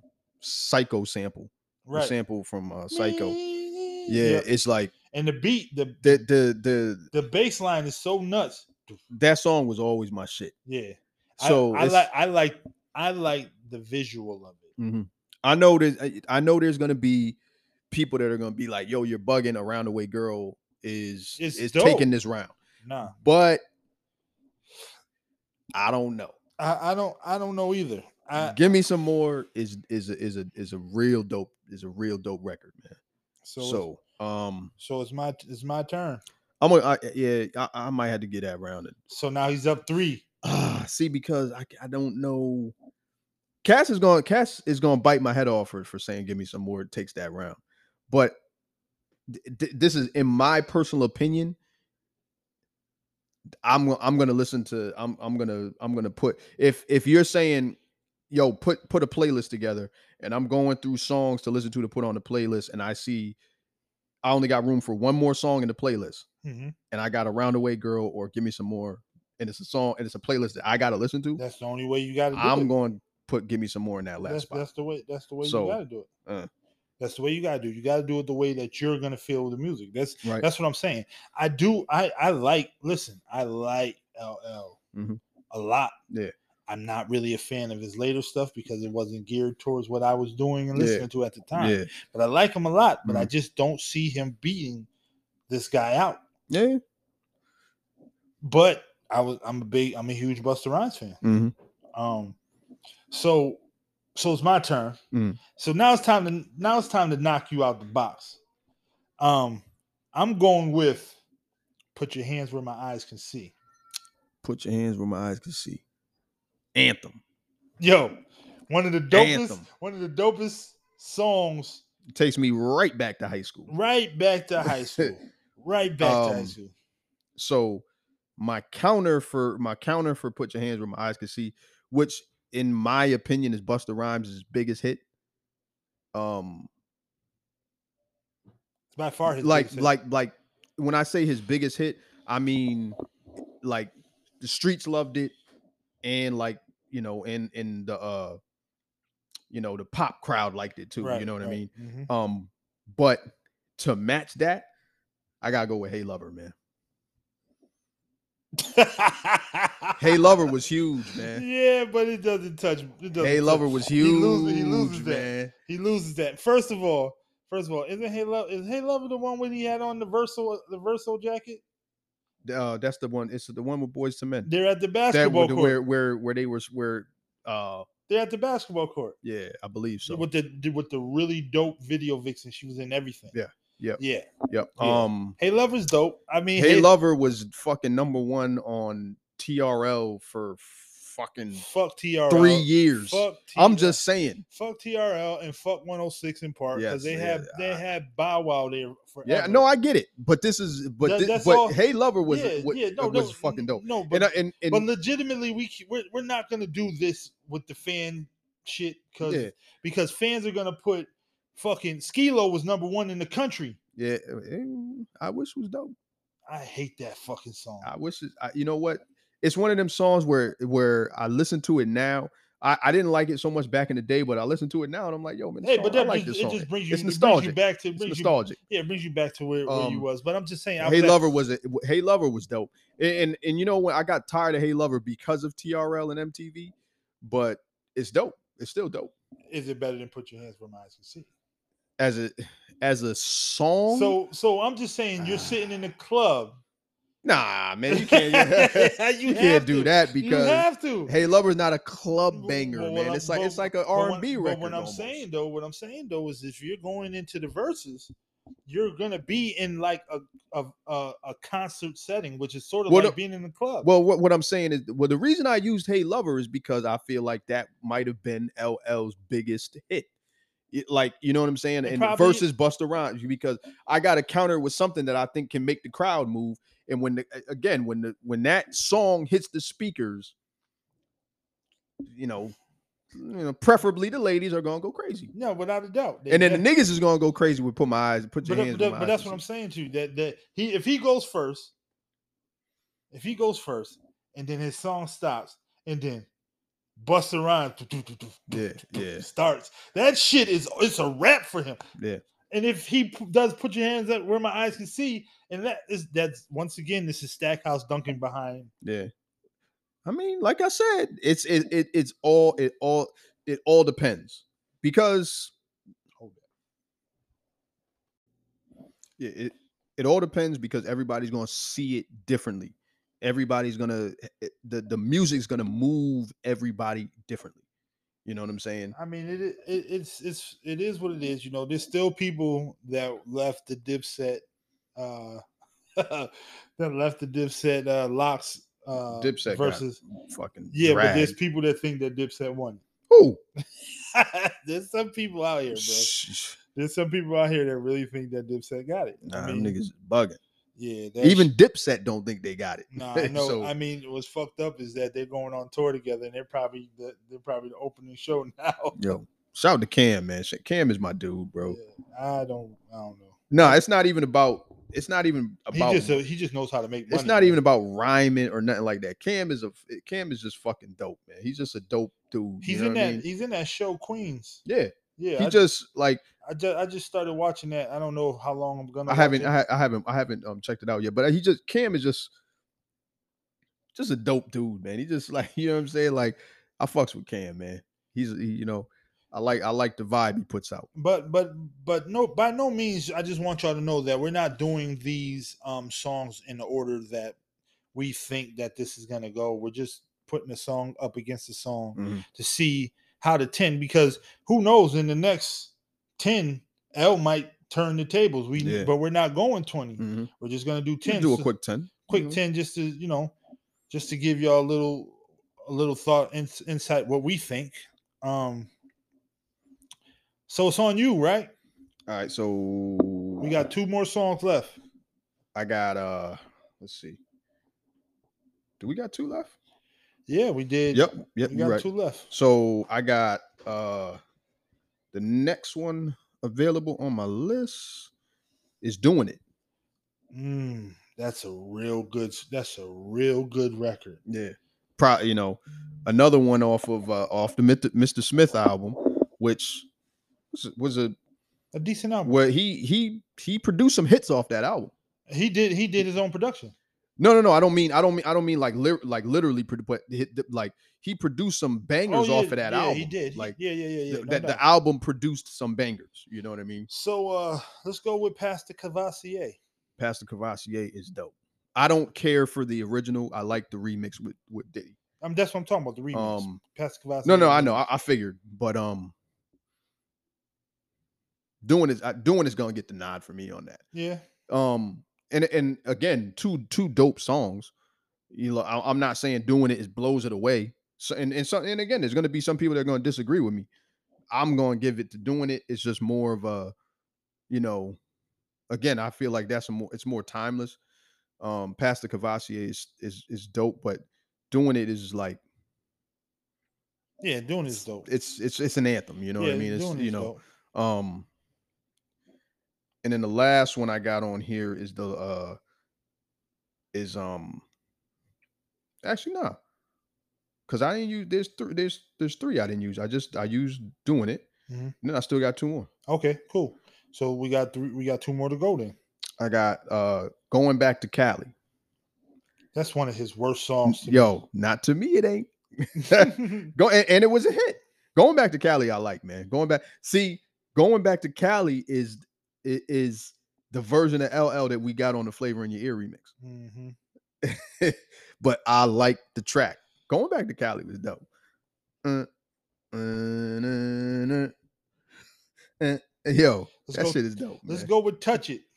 Speaker 2: psycho sample the
Speaker 1: Right.
Speaker 2: sample from uh psycho. Yeah,
Speaker 1: Yep.
Speaker 2: it's like
Speaker 1: And the beat, the
Speaker 2: the the the
Speaker 1: the bass line is so nuts.
Speaker 2: that song was always my shit.
Speaker 1: Yeah.
Speaker 2: So
Speaker 1: I, I
Speaker 2: it's-
Speaker 1: like I like I like the visual of it.
Speaker 2: Mhm. I know there's I- I know there's gonna be people that are gonna be like, yo, you're bugging around the way girl is
Speaker 1: It's
Speaker 2: is
Speaker 1: dope.
Speaker 2: taking this round.
Speaker 1: Nah,
Speaker 2: But I don't know.
Speaker 1: I, I don't I don't know either. I,
Speaker 2: Give me some more is is a, is a is a real dope is a real dope record, man.
Speaker 1: so
Speaker 2: So,
Speaker 1: it's-
Speaker 2: um
Speaker 1: so it's my it's my turn.
Speaker 2: I'm gonna I, yeah, I, I might have to get that rounded.
Speaker 1: So now he's up three.
Speaker 2: Ah, see, because I, c- I don't know. Cass is going. Cass is going to bite my head off for, for saying give me some more. It takes that round, but th- th- this is in my personal opinion. I'm go- I'm going to listen to. I'm I'm going to I'm going to put if if you're saying, yo, put put a playlist together, and I'm going through songs to listen to to put on the playlist, and I see, I only got room for one more song in the playlist
Speaker 1: Mhm.
Speaker 2: and I got a roundaway girl or give me some more and it's a song and it's a playlist that I gotta listen to,
Speaker 1: That's the only way you got to do
Speaker 2: I'm
Speaker 1: it.
Speaker 2: going to put give me some more in that last
Speaker 1: that's,
Speaker 2: spot.
Speaker 1: that's the way. That's the way
Speaker 2: So,
Speaker 1: you got to do it.
Speaker 2: uh.
Speaker 1: that's the way you got to do. it. You got to do it the way that you're gonna feel the music. That's
Speaker 2: right.
Speaker 1: That's what I'm saying. I do. I I like. Listen, I like LL
Speaker 2: Mhm.
Speaker 1: a lot.
Speaker 2: Yeah.
Speaker 1: I'm not really a fan of his later stuff because it wasn't geared towards what I was doing and
Speaker 2: Yeah.
Speaker 1: listening to at the time.
Speaker 2: yeah. Mm-hmm.
Speaker 1: But I like him a lot. But I just don't see him beating this guy out.
Speaker 2: Yeah.
Speaker 1: But I was. I'm a big. I'm a huge Buster Rhymes fan.
Speaker 2: hmm
Speaker 1: Um. So. So it's my turn.
Speaker 2: Mhm.
Speaker 1: So now it's time to now it's time to knock you out the box. Um, I'm going with put your hands where my eyes can see.
Speaker 2: Put your hands where my eyes can see. Anthem.
Speaker 1: Yo, one of the dopest,
Speaker 2: Anthem.
Speaker 1: one of the dopest songs.
Speaker 2: Takes me right back to high school.
Speaker 1: Right back to high school. right back to high
Speaker 2: Um,
Speaker 1: school.
Speaker 2: So my counter for my counter for put your hands where my eyes can see, which in my opinion is Buster Rhymes' biggest hit. Um
Speaker 1: It's by far his
Speaker 2: like
Speaker 1: biggest hit.
Speaker 2: like like when I say his biggest hit, I mean like the streets loved it, and like you know, and and the uh, you know, the pop crowd liked it too.
Speaker 1: Right,
Speaker 2: you know what I
Speaker 1: right.
Speaker 2: mean?
Speaker 1: Mhm.
Speaker 2: Um, but to match that, I gotta go with Hey Lover, man. Hey Lover was huge, man.
Speaker 1: Mm-hmm. yeah, but it doesn't touch. It doesn't
Speaker 2: Hey
Speaker 1: touch-
Speaker 2: Lover was huge,
Speaker 1: He loses. He loses that.
Speaker 2: man.
Speaker 1: He loses that. First of all, first of all, isn't Hey Love? Is Hey Lover the one when he had on the Verso the Verso jacket?
Speaker 2: Uh, that's the one. It's the one with Boys to Men.
Speaker 1: They're at the
Speaker 2: That
Speaker 1: basketball
Speaker 2: where,
Speaker 1: court.
Speaker 2: where where where they were where uh
Speaker 1: They're at the basketball court.
Speaker 2: yeah I believe so.
Speaker 1: with the with the really dope video vixen. She was in everything.
Speaker 2: Yeah, yep.
Speaker 1: Yeah.
Speaker 2: Yep.
Speaker 1: yeah.
Speaker 2: Um.
Speaker 1: Hey Lover's dope. I mean
Speaker 2: Hey Lover was fucking number one on TRL for fucking
Speaker 1: fuck TRL.
Speaker 2: three years.
Speaker 1: Fuck TRL.
Speaker 2: I'm just saying.
Speaker 1: fuck TRL and fuck 106 in part because
Speaker 2: Yes,
Speaker 1: they
Speaker 2: yeah,
Speaker 1: have they
Speaker 2: I-
Speaker 1: had Bow Wow there forever.
Speaker 2: Yeah, no, I get it, but this is but
Speaker 1: That-
Speaker 2: thi-
Speaker 1: that's
Speaker 2: but
Speaker 1: all-
Speaker 2: Hey Lover was
Speaker 1: yeah,
Speaker 2: wa-
Speaker 1: yeah, no,
Speaker 2: was
Speaker 1: no,
Speaker 2: fucking dope.
Speaker 1: No, but
Speaker 2: And I- and and,
Speaker 1: but legitimately we c- we're, we're not gonna do this with the fan shit because
Speaker 2: Yeah.
Speaker 1: because fans are gonna put fucking Skilo was number one in the country.
Speaker 2: yeah, eh, I wish it was dope.
Speaker 1: I hate that fucking song.
Speaker 2: I wish it, I, you know what? It's one of them songs where where I listen to it now. I, I didn't like it so much back in the day, but I listen to it now and I'm like, yo, man, this
Speaker 1: Hey,
Speaker 2: song-
Speaker 1: but
Speaker 2: I
Speaker 1: that
Speaker 2: like
Speaker 1: just,
Speaker 2: this
Speaker 1: it
Speaker 2: song.
Speaker 1: just brings you,
Speaker 2: it's
Speaker 1: it brings you
Speaker 2: nostalgic.
Speaker 1: back to
Speaker 2: It's
Speaker 1: brings you
Speaker 2: nostalgic.
Speaker 1: Yeah, it brings you back to where, where you
Speaker 2: Um,
Speaker 1: was. But I'm just saying, I'm
Speaker 2: Hey
Speaker 1: glad-
Speaker 2: Lover was a w- Hey Lover was dope, and, and and you know when I got tired of Hey Lover because of TRL and MTV, but it's dope. It's still dope
Speaker 1: Is it better than put your hands where my eyes can see?
Speaker 2: as a as a song.
Speaker 1: So, so I'm just saying, you're sitting in the club.
Speaker 2: nah, ah. man, you can't you,
Speaker 1: have
Speaker 2: can't do
Speaker 1: to.
Speaker 2: that
Speaker 1: you
Speaker 2: because
Speaker 1: have to.
Speaker 2: Hey Lover's not a club
Speaker 1: Well,
Speaker 2: banger,
Speaker 1: well,
Speaker 2: man.
Speaker 1: I'm-
Speaker 2: It's like
Speaker 1: but-
Speaker 2: it's like an
Speaker 1: but
Speaker 2: R
Speaker 1: what-
Speaker 2: and B
Speaker 1: but
Speaker 2: record.
Speaker 1: what I'm
Speaker 2: almost.
Speaker 1: saying though, what I'm saying though is, if you're going into the verses, you're gonna be in like a a a, a concert setting, which is sort of
Speaker 2: Well,
Speaker 1: like
Speaker 2: no-
Speaker 1: being in the club.
Speaker 2: Well, what, what I'm saying is, well, the reason I used "Hey Lover" is because I feel like that might have been LL's biggest hit. It- like, you know what I'm saying?
Speaker 1: It
Speaker 2: And
Speaker 1: probably-
Speaker 2: versus Buster Rhymes, because I got to counter with something that I think can make the crowd move. And when the, a- again, when the when that song hits the speakers, you know, you know, preferably the ladies are gonna go crazy,
Speaker 1: no, without a doubt. They
Speaker 2: and then the
Speaker 1: def-
Speaker 2: niggas is gonna go crazy with "Put My Eyes, Put Your
Speaker 1: but, that-
Speaker 2: Hands."
Speaker 1: but,
Speaker 2: Where
Speaker 1: that-
Speaker 2: My
Speaker 1: but
Speaker 2: Eyes
Speaker 1: that's
Speaker 2: Can
Speaker 1: what I'm
Speaker 2: See."
Speaker 1: saying to you. That that he if he goes first, if he goes first, and then his song stops, and then Busta Rhymes do, do, do, do,
Speaker 2: Yeah,
Speaker 1: do, do,
Speaker 2: yeah.
Speaker 1: starts. That shit is it's a wrap for him.
Speaker 2: Yeah.
Speaker 1: And if he p- does put your hands up where my eyes can see, and that is that's once again this is Stackhouse dunking behind.
Speaker 2: Yeah. I mean, like I said, it's it, it it's all it all it all depends because hold it. Yeah, it it all depends because everybody's gonna see it differently. Everybody's gonna it- the the music's gonna move everybody differently. You know what I'm saying?
Speaker 1: I mean, it, i- it it's it's it is what it is. You know, there's still people that left the Dipset, uh, that left the Dipset uh, locks uh,
Speaker 2: Dipset got
Speaker 1: versus
Speaker 2: Fucking
Speaker 1: yeah, but
Speaker 2: drag.
Speaker 1: there's people that think that Dipset won.
Speaker 2: Ooh.
Speaker 1: there's some people out here, bro.
Speaker 2: Shh.
Speaker 1: There's some people out here that really think that Dipset got it.
Speaker 2: Nah, them niggas is bugging.
Speaker 1: yeah, that's-
Speaker 2: Even Dipset don't think they got it.
Speaker 1: Nah, I know.
Speaker 2: So-
Speaker 1: I mean, what's fucked up is that they're going on tour together, and they're probably the, they're probably the opening show now.
Speaker 2: Yo, shout out to Cam, man. Shit, Cam is my dude, bro.
Speaker 1: Yeah, I don't, I don't know.
Speaker 2: No, it's not even about. It's not even about.
Speaker 1: he just uh, he just knows how to make money.
Speaker 2: it's not
Speaker 1: man.
Speaker 2: even about rhyming or nothing like that. Cam is a Cam is just fucking dope, man. He's just a dope dude.
Speaker 1: He's
Speaker 2: you know
Speaker 1: in
Speaker 2: what I
Speaker 1: that
Speaker 2: mean?
Speaker 1: he's in that show Queens.
Speaker 2: Yeah,
Speaker 1: Yeah,
Speaker 2: he
Speaker 1: I,
Speaker 2: just like
Speaker 1: I just I just started watching that. I don't know how long I'm gonna.
Speaker 2: I
Speaker 1: watch
Speaker 2: haven't
Speaker 1: it.
Speaker 2: I, ha- I haven't I haven't um checked it out yet, but he just Cam is just just a dope dude, man. He just like you know what I'm saying. Like I fucks with Cam, man. He's he, you know I like I like the vibe he puts out.
Speaker 1: but but but no, by no means. I just want y'all to know that we're not doing these um songs in the order that we think that this is gonna go. We're just putting a song up against a song to see how to 10 because who knows in the next 10 L might turn the tables we
Speaker 2: Yeah.
Speaker 1: but we're not going 20
Speaker 2: Mhm.
Speaker 1: we're just going to do
Speaker 2: You
Speaker 1: 10
Speaker 2: do a
Speaker 1: so-
Speaker 2: quick ten. Mm-hmm.
Speaker 1: quick
Speaker 2: you know?
Speaker 1: 10 just to you know just to give y'all a little a little thought ins insight what we think um so it's on you right
Speaker 2: All right, so
Speaker 1: we got two more songs left
Speaker 2: I got uh let's see. Do we got two left?
Speaker 1: yeah we did
Speaker 2: Yep, yep,
Speaker 1: we
Speaker 2: you're
Speaker 1: got
Speaker 2: right.
Speaker 1: two left
Speaker 2: So I got uh the next one available on my list is doing it.
Speaker 1: mm, that's a real good s- that's a real good record
Speaker 2: Yeah. Pro you know, another one off of uh off the Mr. Mr. Smith album, which was a, was a
Speaker 1: a decent album
Speaker 2: where he he he produced some hits off that album.
Speaker 1: he did he did his own production
Speaker 2: No, no, no. I don't mean. I don't mean. I don't mean like lit like literally. produ- But hit, the- like he produced some
Speaker 1: Oh,
Speaker 2: bangers
Speaker 1: yeah,
Speaker 2: off of that
Speaker 1: yeah,
Speaker 2: album.
Speaker 1: He did. He-
Speaker 2: Like
Speaker 1: yeah, yeah, yeah, yeah.
Speaker 2: th-
Speaker 1: no
Speaker 2: that
Speaker 1: doubt.
Speaker 2: the album produced some bangers. You know what I mean?
Speaker 1: so uh let's go with Pastor Cavassier.
Speaker 2: Pastor Cavassier is dope. I don't care for the original. I like the remix with with Diddy.
Speaker 1: I mean, that's what I'm talking about. The remix.
Speaker 2: Um,
Speaker 1: Pastor Cavassier.
Speaker 2: no, no, I know. I, I figured, but um, doing is I, doing is gonna get the nod for me on that.
Speaker 1: Yeah.
Speaker 2: um and and again two two dope songs you know I, i'm not saying doing it is blows it away so and and, so, and again there's going to be some people that are going to disagree with me i'm going to give it to doing it it's just more of a you know again i feel like that's a more it's more timeless um pastor cavassier is is is dope but doing it is like
Speaker 1: Yeah, doing is dope.
Speaker 2: it's it's it's an anthem you know
Speaker 1: yeah,
Speaker 2: what i mean it's
Speaker 1: Doing
Speaker 2: you
Speaker 1: is
Speaker 2: know
Speaker 1: dope.
Speaker 2: Um, and then the last one I got on here is the uh is um actually nah. Cause I didn't use there's three there's there's three I didn't use. I just I used doing it.
Speaker 1: Mhm.
Speaker 2: And then I still got two more.
Speaker 1: Okay, cool. So we got three. We got two more to go. Then
Speaker 2: I got uh going back to Cali.
Speaker 1: that's one of his worst songs. To
Speaker 2: Yo, not to me it ain't.
Speaker 1: me.
Speaker 2: Go and, and it was a hit. Going back to Cali, I like man. Going back, see, going back to Cali is i- is the version of LL that we got on the Flavor in Your Ear remix.
Speaker 1: Mhm.
Speaker 2: but I like the track. Going back to Cali was dope. Uh, uh, na, na, uh, yo,
Speaker 1: Let's
Speaker 2: that
Speaker 1: go-
Speaker 2: shit is dope.
Speaker 1: Let's
Speaker 2: man.
Speaker 1: go with Touch It.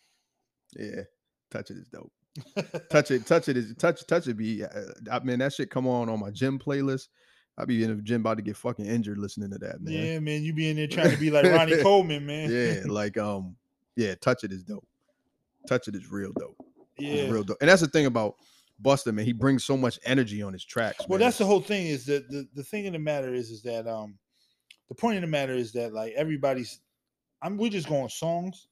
Speaker 2: Yeah, touch it is dope. Touch it, touch it is touch, touch it be. Uh, I mean, that shit come on on my gym playlist. I be in the gym about to get fucking injured listening to that, man.
Speaker 1: yeah, man, you be in there trying to be like Ronnie Coleman, man.
Speaker 2: yeah like um, yeah, touch it is dope. Touch it is real dope. It's
Speaker 1: yeah.
Speaker 2: real dope. And that's the thing about Buster, man. He brings so much energy on his tracks.
Speaker 1: Well,
Speaker 2: man.
Speaker 1: that's the whole thing. Is that the, the thing of the matter is is that um, the point of the matter is that like everybody's, I'm we're just going songs,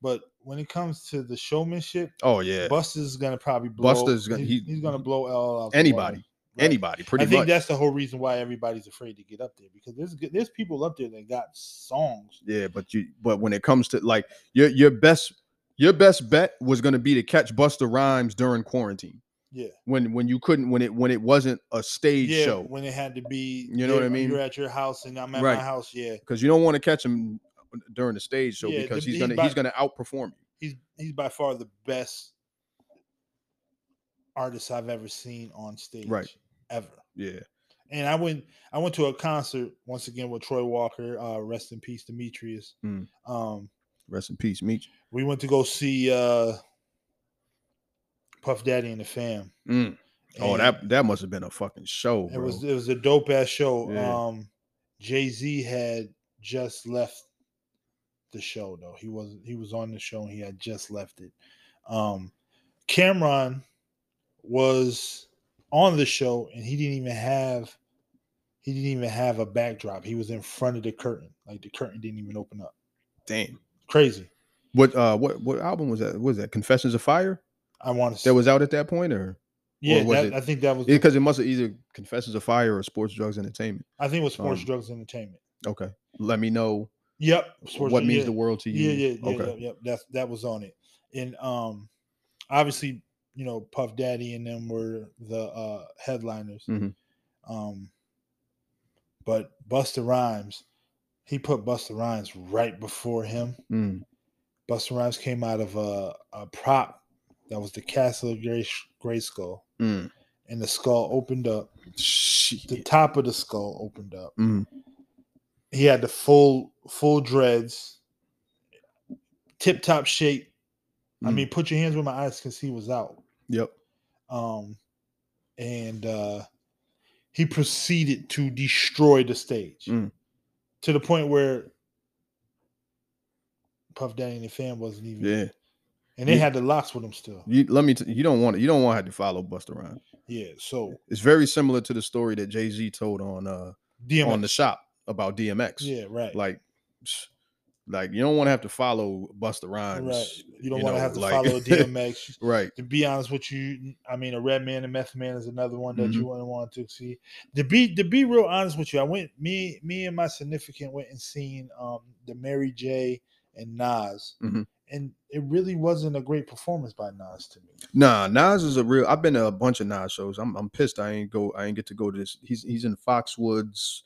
Speaker 1: but when it comes to the showmanship,
Speaker 2: oh yeah.
Speaker 1: Buster's gonna probably blow.
Speaker 2: Busta's gonna-
Speaker 1: he's,
Speaker 2: he-
Speaker 1: he's gonna blow LL out the water.
Speaker 2: anybody,
Speaker 1: Right.
Speaker 2: anybody, pretty
Speaker 1: I think
Speaker 2: much.
Speaker 1: that's the whole reason why everybody's afraid to get up there because there's good- there's people up there that got songs.
Speaker 2: yeah, but you, but when it comes to like your your best your best bet was going to be to catch Buster Rhymes during quarantine.
Speaker 1: Yeah.
Speaker 2: when when you couldn't when it when it wasn't a stage
Speaker 1: yeah,
Speaker 2: show
Speaker 1: when it had to be,
Speaker 2: You know what I
Speaker 1: yeah,
Speaker 2: mean?
Speaker 1: You're at your house and I'm at
Speaker 2: Right.
Speaker 1: my house. Yeah,
Speaker 2: because you don't want to catch him during the stage show
Speaker 1: Yeah,
Speaker 2: because
Speaker 1: the-
Speaker 2: he's
Speaker 1: he's
Speaker 2: gonna
Speaker 1: about-
Speaker 2: he's gonna outperform you.
Speaker 1: he's he's by far the best artist I've ever seen on stage, Ever.
Speaker 2: Yeah,
Speaker 1: And I went I went to a concert once again with Troy Walker. Uh, rest in peace, Demetrius.
Speaker 2: Mm.
Speaker 1: Um,
Speaker 2: rest in peace, Meech.
Speaker 1: we went to go see uh, Puff Daddy and the Fam.
Speaker 2: Mm. Oh,
Speaker 1: and
Speaker 2: that that must have been a fucking show.
Speaker 1: it
Speaker 2: Bro.
Speaker 1: was it was a dope ass show.
Speaker 2: Yeah.
Speaker 1: Um, Jay Z had just left the show though. He was he was on the show and he had just left it. Um, Cameron was on the show and he didn't even have he didn't even have a backdrop. He was in front of the curtain, like the curtain didn't even open up.
Speaker 2: Damn.
Speaker 1: Crazy.
Speaker 2: What uh what what album was that? What was that Confessions of Fire
Speaker 1: I want to.
Speaker 2: that was out at that point or
Speaker 1: yeah,
Speaker 2: was
Speaker 1: that,
Speaker 2: it-
Speaker 1: I think that was.
Speaker 2: because it must have either Confessions of Fire or Sports Drugs Entertainment.
Speaker 1: I think it was sports,
Speaker 2: um,
Speaker 1: drugs, entertainment.
Speaker 2: Okay, let me know
Speaker 1: Yep. Sports,
Speaker 2: what means
Speaker 1: yeah.
Speaker 2: the world to you.
Speaker 1: Yeah, yeah, yeah,
Speaker 2: okay,
Speaker 1: yep, yep. That's that was on it. And um obviously, you know, Puff Daddy and them were the uh headliners.
Speaker 2: Mhm.
Speaker 1: Um but Buster Rhymes, he put Buster Rhymes right before him.
Speaker 2: Mm.
Speaker 1: Buster Rhymes came out of a, a prop that was the Castle of Gray, Gray Skull,
Speaker 2: Mm.
Speaker 1: and the skull opened up. The
Speaker 2: Shit.
Speaker 1: top of the skull opened up
Speaker 2: Mm.
Speaker 1: he had the full full dreads, tip top shape. I
Speaker 2: Mm.
Speaker 1: mean, put your hands where my eyes because he was out.
Speaker 2: Yep.
Speaker 1: Um, and uh, he proceeded to destroy the stage
Speaker 2: Mm.
Speaker 1: to the point where Puff Daddy and the fan wasn't even.
Speaker 2: Yeah.
Speaker 1: And they
Speaker 2: Yeah.
Speaker 1: had the locks with him still.
Speaker 2: You let me. T- you don't want to. You don't want to have to follow Buster Rhymes.
Speaker 1: Yeah. So
Speaker 2: It's very similar to the story that Jay Z told on uh
Speaker 1: DMX.
Speaker 2: on the shop about DMX.
Speaker 1: yeah. Right.
Speaker 2: Like, psh, like you don't want to have to follow Buster Rhymes.
Speaker 1: right. You don't
Speaker 2: you
Speaker 1: want to
Speaker 2: know,
Speaker 1: have to
Speaker 2: like-
Speaker 1: follow DMX.
Speaker 2: Right.
Speaker 1: to be honest with you, I mean, a Red Man and Meth Man is another one that
Speaker 2: Mhm.
Speaker 1: you wouldn't want to see. To be to be real honest with you, I went me me and my significant went and seen um the Mary J and Nas,
Speaker 2: Mhm.
Speaker 1: and it really wasn't a great performance by Nas to me.
Speaker 2: Nah, Nas is a real. I've been to a bunch of Nas shows. I'm I'm pissed. I ain't go. I ain't get to go to this. He's he's in Foxwoods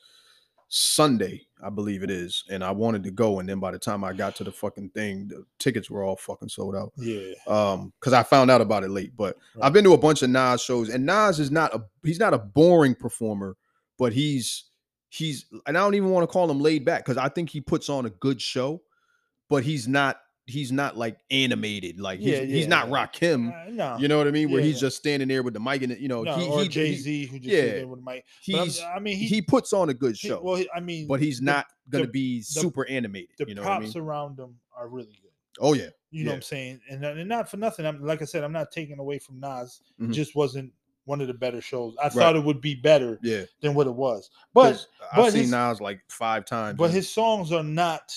Speaker 2: Sunday, I believe it is, and I wanted to go. And then by the time I got to the fucking thing, the tickets were all fucking sold out.
Speaker 1: Yeah,
Speaker 2: um because i found out about it late but i've been to a bunch of nas shows and nas is not a he's not a boring performer but he's he's and i don't even want to call him laid back because i think he puts on a good show but he's not he's not like animated like he's,
Speaker 1: Yeah,
Speaker 2: he's not
Speaker 1: yeah.
Speaker 2: Rakim.
Speaker 1: Uh, no,
Speaker 2: Mm. you know what i mean where
Speaker 1: yeah,
Speaker 2: he's
Speaker 1: yeah.
Speaker 2: just standing there with the mic and it- you know
Speaker 1: no,
Speaker 2: he,
Speaker 1: or
Speaker 2: he,
Speaker 1: Jay Z who just
Speaker 2: yeah.
Speaker 1: yeah, with Mike.
Speaker 2: he, he's,
Speaker 1: I mean,
Speaker 2: he,
Speaker 1: he,
Speaker 2: puts on a good
Speaker 1: he-
Speaker 2: show
Speaker 1: well, he- I mean,
Speaker 2: but he's
Speaker 1: the-
Speaker 2: not gonna
Speaker 1: the-
Speaker 2: be super animated
Speaker 1: The
Speaker 2: you know what i
Speaker 1: props
Speaker 2: mean
Speaker 1: around him are really good.
Speaker 2: oh yeah
Speaker 1: You know
Speaker 2: Yeah.
Speaker 1: what I'm saying? And, not- and not for nothing. I'm like I said, I'm not taking away from Nas.
Speaker 2: Mhm.
Speaker 1: It just wasn't one of the better shows. I thought it would be better
Speaker 2: yeah
Speaker 1: than what it was. But
Speaker 2: 'Cause
Speaker 1: but
Speaker 2: i've seen
Speaker 1: his-
Speaker 2: nas like five times
Speaker 1: but
Speaker 2: and-
Speaker 1: his songs are not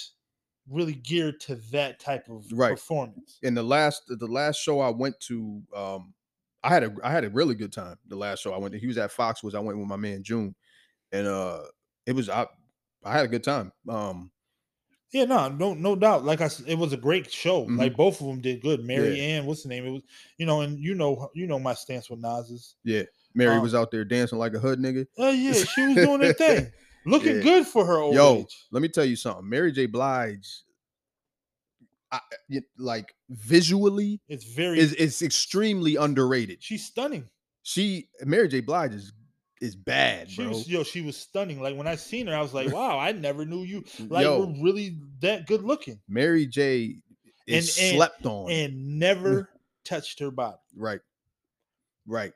Speaker 1: really geared to that type of
Speaker 2: Right.
Speaker 1: performance.
Speaker 2: in the last the last show I went to, um, I had a I had a really good time. The last show I went to, he was at Foxwoods. I went with my man June, and uh, it was I I had a good time. Um,
Speaker 1: Yeah, no, no, no doubt. Like I said, it was a great show.
Speaker 2: Mhm.
Speaker 1: Like both of them did good. Mary
Speaker 2: Yeah.
Speaker 1: Ann, what's the name? It was, you know, and you know, you know my stance with Nas is,
Speaker 2: Mary
Speaker 1: Um,
Speaker 2: was out there dancing like a hood nigga.
Speaker 1: oh yeah, she was doing her thing, looking
Speaker 2: Yeah.
Speaker 1: good for her old
Speaker 2: Yo,
Speaker 1: age.
Speaker 2: let me tell you something. Mary J. Blige, I, I- y- like visually,
Speaker 1: It's very,
Speaker 2: is is extremely underrated.
Speaker 1: she's stunning.
Speaker 2: She Mary J. Blige is is bad,
Speaker 1: She
Speaker 2: bro.
Speaker 1: was yo, she was stunning. Like when I seen her, I was like, wow, I never knew you like
Speaker 2: Yo,
Speaker 1: were really that good looking.
Speaker 2: Mary J. is
Speaker 1: And- and-
Speaker 2: slept on.
Speaker 1: And never touched her body.
Speaker 2: Right. Right.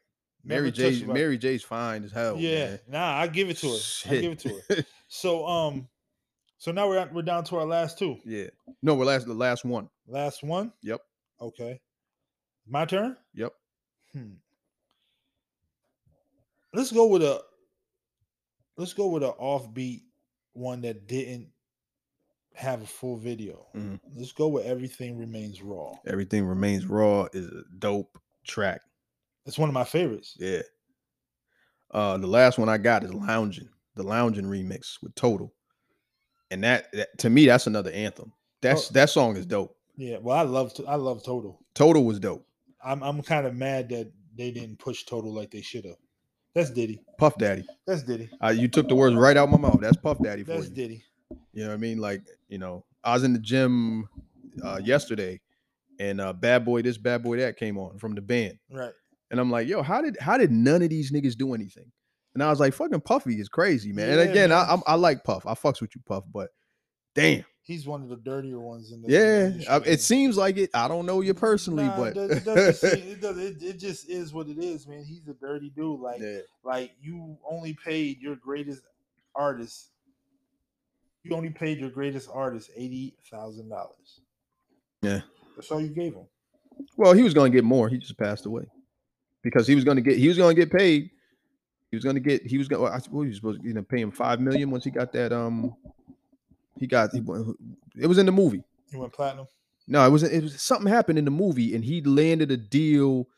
Speaker 1: Never
Speaker 2: Mary
Speaker 1: touched
Speaker 2: J's
Speaker 1: her body.
Speaker 2: Mary J's fine as hell.
Speaker 1: yeah,
Speaker 2: man.
Speaker 1: nah, I give it to her. I give it to her.
Speaker 2: Shit.
Speaker 1: So um, so now we're at, we're down to our last two.
Speaker 2: yeah. No, we're last the last one.
Speaker 1: Last one.
Speaker 2: Yep.
Speaker 1: Okay. My turn.
Speaker 2: Yep.
Speaker 1: Hmm. Let's go with a. Let's go with an offbeat one that didn't have a full video.
Speaker 2: Mhm.
Speaker 1: Let's go with everything remains raw.
Speaker 2: Everything remains raw is a dope track.
Speaker 1: It's one of my favorites.
Speaker 2: Yeah. Uh the last one I got is Loungin', the Loungin' remix with Total. And that, that to me that's another anthem. That's
Speaker 1: Oh.
Speaker 2: that song is dope.
Speaker 1: Yeah, well, I love I love Total.
Speaker 2: Total was dope.
Speaker 1: I'm I'm kind of mad that they didn't push total like they should have. That's Diddy.
Speaker 2: Puff Daddy.
Speaker 1: That's Diddy.
Speaker 2: Uh, you took the words right out my mouth. That's Puff Daddy for
Speaker 1: That's
Speaker 2: you.
Speaker 1: Diddy.
Speaker 2: You know what I mean? Like, you know, I was in the gym uh, yesterday and uh, bad boy this, bad boy that came on from the band.
Speaker 1: Right.
Speaker 2: And I'm like, yo, how did how did none of these niggas do anything? And I was like, fucking Puffy is crazy, man. and
Speaker 1: Yeah,
Speaker 2: again,
Speaker 1: man.
Speaker 2: I I'm, I like Puff. I fucks with you, Puff, but damn,
Speaker 1: He's one of the dirtier ones in the
Speaker 2: yeah, I-
Speaker 1: industry.
Speaker 2: it seems like it. I don't know you personally,
Speaker 1: Nah,
Speaker 2: but
Speaker 1: it, does- it doesn't seem- it, does- it- it just is what it is, man. He's a dirty dude. Like
Speaker 2: yeah,
Speaker 1: like you only paid your greatest artist. You only paid your greatest artist eighty thousand dollars.
Speaker 2: Yeah.
Speaker 1: that's all you gave him.
Speaker 2: Well, he was going to get more. He just passed away because he was going to get he was going to get paid. He was going to get he was going. I suppose he was supposed to you know, pay him five million once he got that. Um, he got he, wa- it was in the movie.
Speaker 1: You went platinum.
Speaker 2: No, it was it was something happened in the movie, and he landed a deal.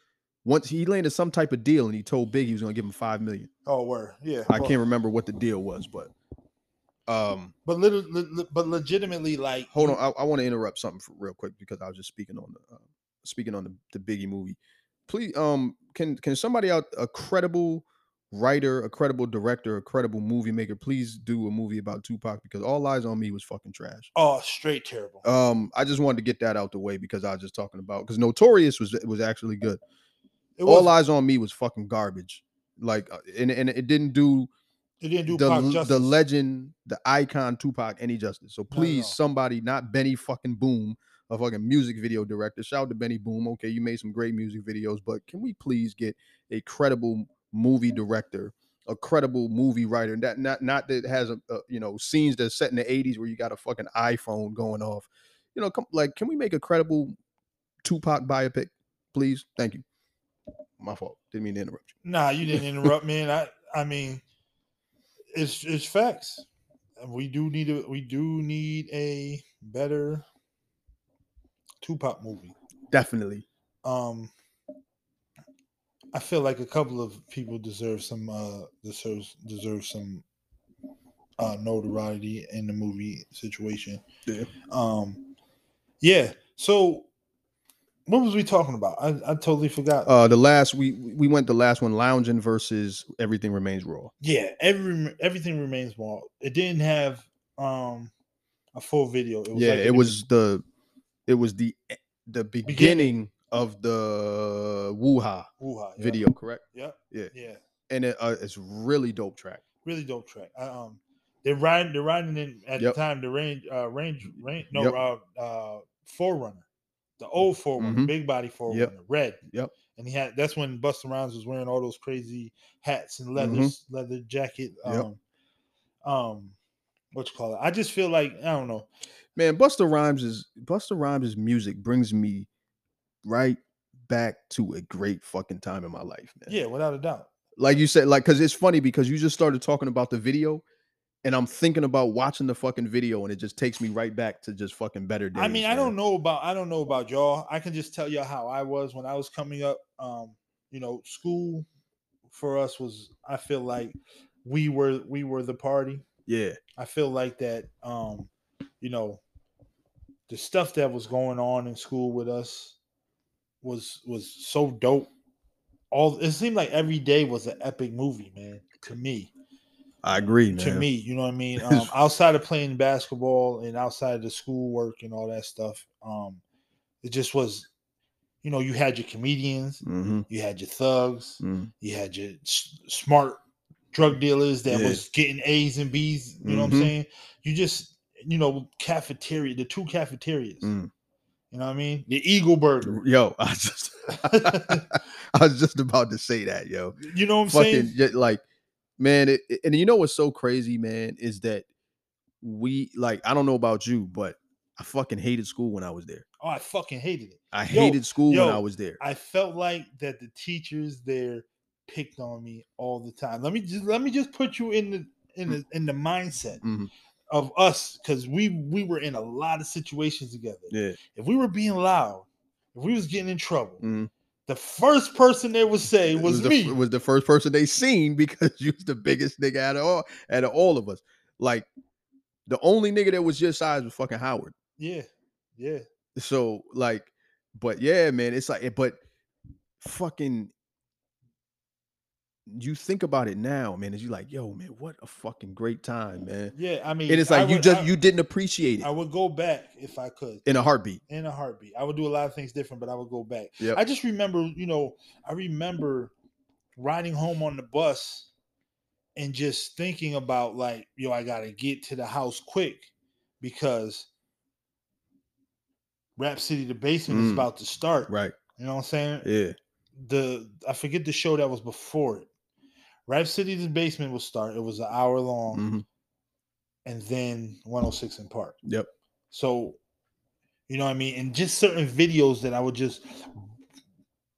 Speaker 2: Once he landed some type of deal, and he told Big he was going to give him five million.
Speaker 1: Oh, were yeah.
Speaker 2: I
Speaker 1: but-
Speaker 2: can't remember what the deal was, but um,
Speaker 1: But little, li- li- but legitimately, like
Speaker 2: hold on
Speaker 1: you-
Speaker 2: i, I want to interrupt something for, real quick because i was just speaking on the uh, speaking on the, the biggie movie please um can can somebody out a credible writer a credible director a credible movie maker please do a movie about tupac because all eyes on me was fucking trash
Speaker 1: Oh, straight terrible.
Speaker 2: um i just wanted to get that out the way because i was just talking about because notorious was was actually good
Speaker 1: it
Speaker 2: all
Speaker 1: was,
Speaker 2: eyes on me was fucking garbage like uh, and and it didn't do
Speaker 1: it didn't do
Speaker 2: the,
Speaker 1: Pac
Speaker 2: l-
Speaker 1: justice.
Speaker 2: the legend, the icon Tupac any justice. So
Speaker 1: no,
Speaker 2: please,
Speaker 1: no.
Speaker 2: somebody, not Benny fucking Boom, a fucking music video director. Shout out to Benny Boom. Okay, you made some great music videos, but can we please get a credible movie director, a credible movie writer? Not not not that has a, a you know scenes that's set in the 80s where you got a fucking iPhone going off. You know, come like can we make a credible Tupac biopic, please? Thank you. My fault. Didn't mean to interrupt you.
Speaker 1: Nah, you didn't interrupt, man. I I mean, it's it's facts. And We do need a we do need a better Tupac movie.
Speaker 2: Definitely.
Speaker 1: Um, I feel like a couple of people deserve some uh deserves deserve some uh notoriety in the movie situation.
Speaker 2: Yeah.
Speaker 1: Um, yeah. So, what was we talking about? I I totally forgot.
Speaker 2: Uh, the last we we went the last one lounging versus everything remains raw.
Speaker 1: Yeah, every everything remains small. It didn't have um a full video. It
Speaker 2: yeah,
Speaker 1: like
Speaker 2: it
Speaker 1: an-
Speaker 2: was the it was the e- the beginning,
Speaker 1: Beginning.
Speaker 2: of the Wuha
Speaker 1: Wuha, yeah,
Speaker 2: video, correct?
Speaker 1: Yep.
Speaker 2: Yeah.
Speaker 1: Yeah.
Speaker 2: And it, uh, it's really dope track.
Speaker 1: Really dope track. I, um, they're riding. They're riding in at
Speaker 2: Yep.
Speaker 1: the time the range. Uh, range. Range. No.
Speaker 2: Yep.
Speaker 1: Uh, uh. Forerunner. The old forerunner,
Speaker 2: Mhm.
Speaker 1: big body forerunner, red.
Speaker 2: Yep.
Speaker 1: And he had. That's when Busta Rhymes was wearing all those crazy hats and leathers, leather jacket.
Speaker 2: Mm-hmm. Yep.
Speaker 1: Um, um, what you call it? I just feel like I don't know.
Speaker 2: Man, Buster Rhymes is Buster Rhymes' music brings me right back to a great fucking time in my life, man.
Speaker 1: Yeah, without a doubt.
Speaker 2: like you said, like because it's funny because you just started talking about the video, and I'm thinking about watching the fucking video, and it just takes me right back to just fucking better days.
Speaker 1: I mean, I
Speaker 2: man.
Speaker 1: don't know about I don't know about y'all. I can just tell y'all how I was when I was coming up. Um, you know, school for us was I feel like we were we were the party.
Speaker 2: Yeah,
Speaker 1: I feel like that um, you know, the stuff that was going on in school with us was was so dope. All it seemed like every day was an epic movie, man, to me
Speaker 2: I agree, man.
Speaker 1: to me. You know what I mean? Um, outside of playing basketball and outside of the schoolwork and all that stuff, um, it just was. You know, you had your comedians,
Speaker 2: Mhm,
Speaker 1: you had your thugs,
Speaker 2: mhm.
Speaker 1: you had your s- smart drug dealers that
Speaker 2: Yeah.
Speaker 1: was getting A's and B's. You know what I'm
Speaker 2: Mhm.
Speaker 1: saying? You just, you know, cafeteria, the two cafeterias.
Speaker 2: Mm.
Speaker 1: You know what I mean? The Eagle Burger.
Speaker 2: Yo, I just, I was just about to say that, yo.
Speaker 1: You know what I'm
Speaker 2: fucking
Speaker 1: saying?
Speaker 2: yeah, like man it, it- and you know what's so crazy man is that we like i don't know about you but i fucking hated school when i was there
Speaker 1: Oh, I fucking hated it.
Speaker 2: i
Speaker 1: Yo,
Speaker 2: hated school when i
Speaker 1: yo,
Speaker 2: was there
Speaker 1: I felt like that the teachers there picked on me all the time. Let me just let me just put you in the
Speaker 2: Mm.
Speaker 1: in the in the mindset
Speaker 2: Mhm.
Speaker 1: of us because we we were in a lot of situations together.
Speaker 2: yeah
Speaker 1: If we were being loud, if we was getting in trouble,
Speaker 2: Mhm.
Speaker 1: the first person they would say
Speaker 2: It
Speaker 1: was,
Speaker 2: the,
Speaker 1: me.
Speaker 2: it was the first person they seen because you was the biggest nigga out of all out of all of us like the only nigga that was your size was fucking howard
Speaker 1: yeah, yeah.
Speaker 2: so like but yeah man it's like but eh, fucking you think about it now, man, is you like, yo, man, what a fucking great time, man.
Speaker 1: Yeah, I mean,
Speaker 2: And it's
Speaker 1: I
Speaker 2: like you
Speaker 1: would-
Speaker 2: just
Speaker 1: I-
Speaker 2: you didn't appreciate it
Speaker 1: I would go back if I could
Speaker 2: in a heartbeat.
Speaker 1: in a heartbeat. I would do a lot of things different, but I would go back.
Speaker 2: Yep.
Speaker 1: I just remember, you know, I remember riding home on the bus and just thinking about like, yo, I gotta get to the house quick because Rap City the basement is
Speaker 2: Mm.
Speaker 1: about to start.
Speaker 2: Right.
Speaker 1: You know what I'm saying?
Speaker 2: Yeah.
Speaker 1: The I forget the show that was before it. Rap City the basement will start. It was an hour long
Speaker 2: hmm
Speaker 1: and then 106 in Park.
Speaker 2: Yep.
Speaker 1: So, you know what I mean? And just certain videos that I would just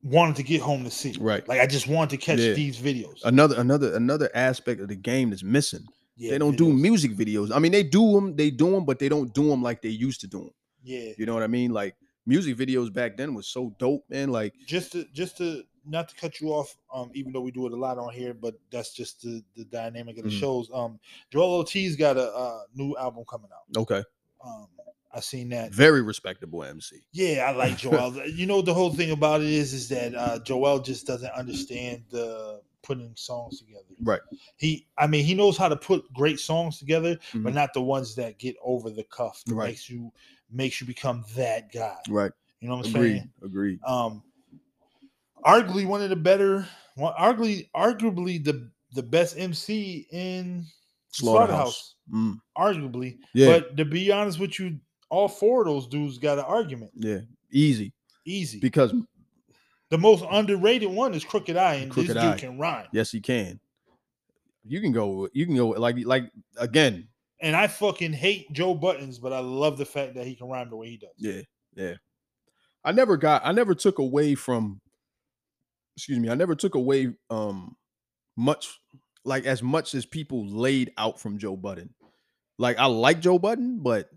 Speaker 1: wanted to get home to see.
Speaker 2: Right.
Speaker 1: Like I just wanted to catch
Speaker 2: Yeah. Uh,
Speaker 1: these videos.
Speaker 2: Another another another aspect of the game that's missing.
Speaker 1: Yeah,
Speaker 2: they don't do
Speaker 1: videos.
Speaker 2: music videos. I mean, they do them, they do them, but they don't do them like they used to do them.
Speaker 1: Yeah.
Speaker 2: You know what I mean? Like music videos back then was so dope, man. Like
Speaker 1: Just to just to not to cut you off, um, even though we do it a lot on here, but that's just the, the dynamic of the
Speaker 2: Mhm.
Speaker 1: shows. Um Joel Ortiz got a uh, new album coming out.
Speaker 2: okay,
Speaker 1: Um I seen that.
Speaker 2: very respectable MC.
Speaker 1: Yeah, I like Joel. you know the whole thing about it is is that uh Joel just doesn't understand the putting songs together.
Speaker 2: Right.
Speaker 1: He I mean he knows how to put great songs together, but
Speaker 2: Mhm.
Speaker 1: not the ones that get over the cuff that
Speaker 2: Right.
Speaker 1: makes you makes you become that guy.
Speaker 2: Right.
Speaker 1: You know what I'm
Speaker 2: Agreed.
Speaker 1: saying?
Speaker 2: Agreed.
Speaker 1: Um arguably one of the better one arguably arguably the the best MC in Slaughterhouse.
Speaker 2: Slaughterhouse. Mm.
Speaker 1: arguably.
Speaker 2: Yeah.
Speaker 1: But to be honest with you, all four of those dudes got an argument.
Speaker 2: yeah. Easy.
Speaker 1: Easy.
Speaker 2: Because
Speaker 1: The most underrated one is Crooked Eye, and
Speaker 2: Crooked
Speaker 1: this dude
Speaker 2: Eye.
Speaker 1: can rhyme.
Speaker 2: yes, he can. You can go. with- You can go with- like like again.
Speaker 1: And I fucking hate Joe Buttons, but I love the fact that he can rhyme the way he does.
Speaker 2: Yeah. Yeah. I never got. I never took away from. Excuse me. I never took away um much like as much as people laid out from Joe Budden. Like I like Joe Budden, but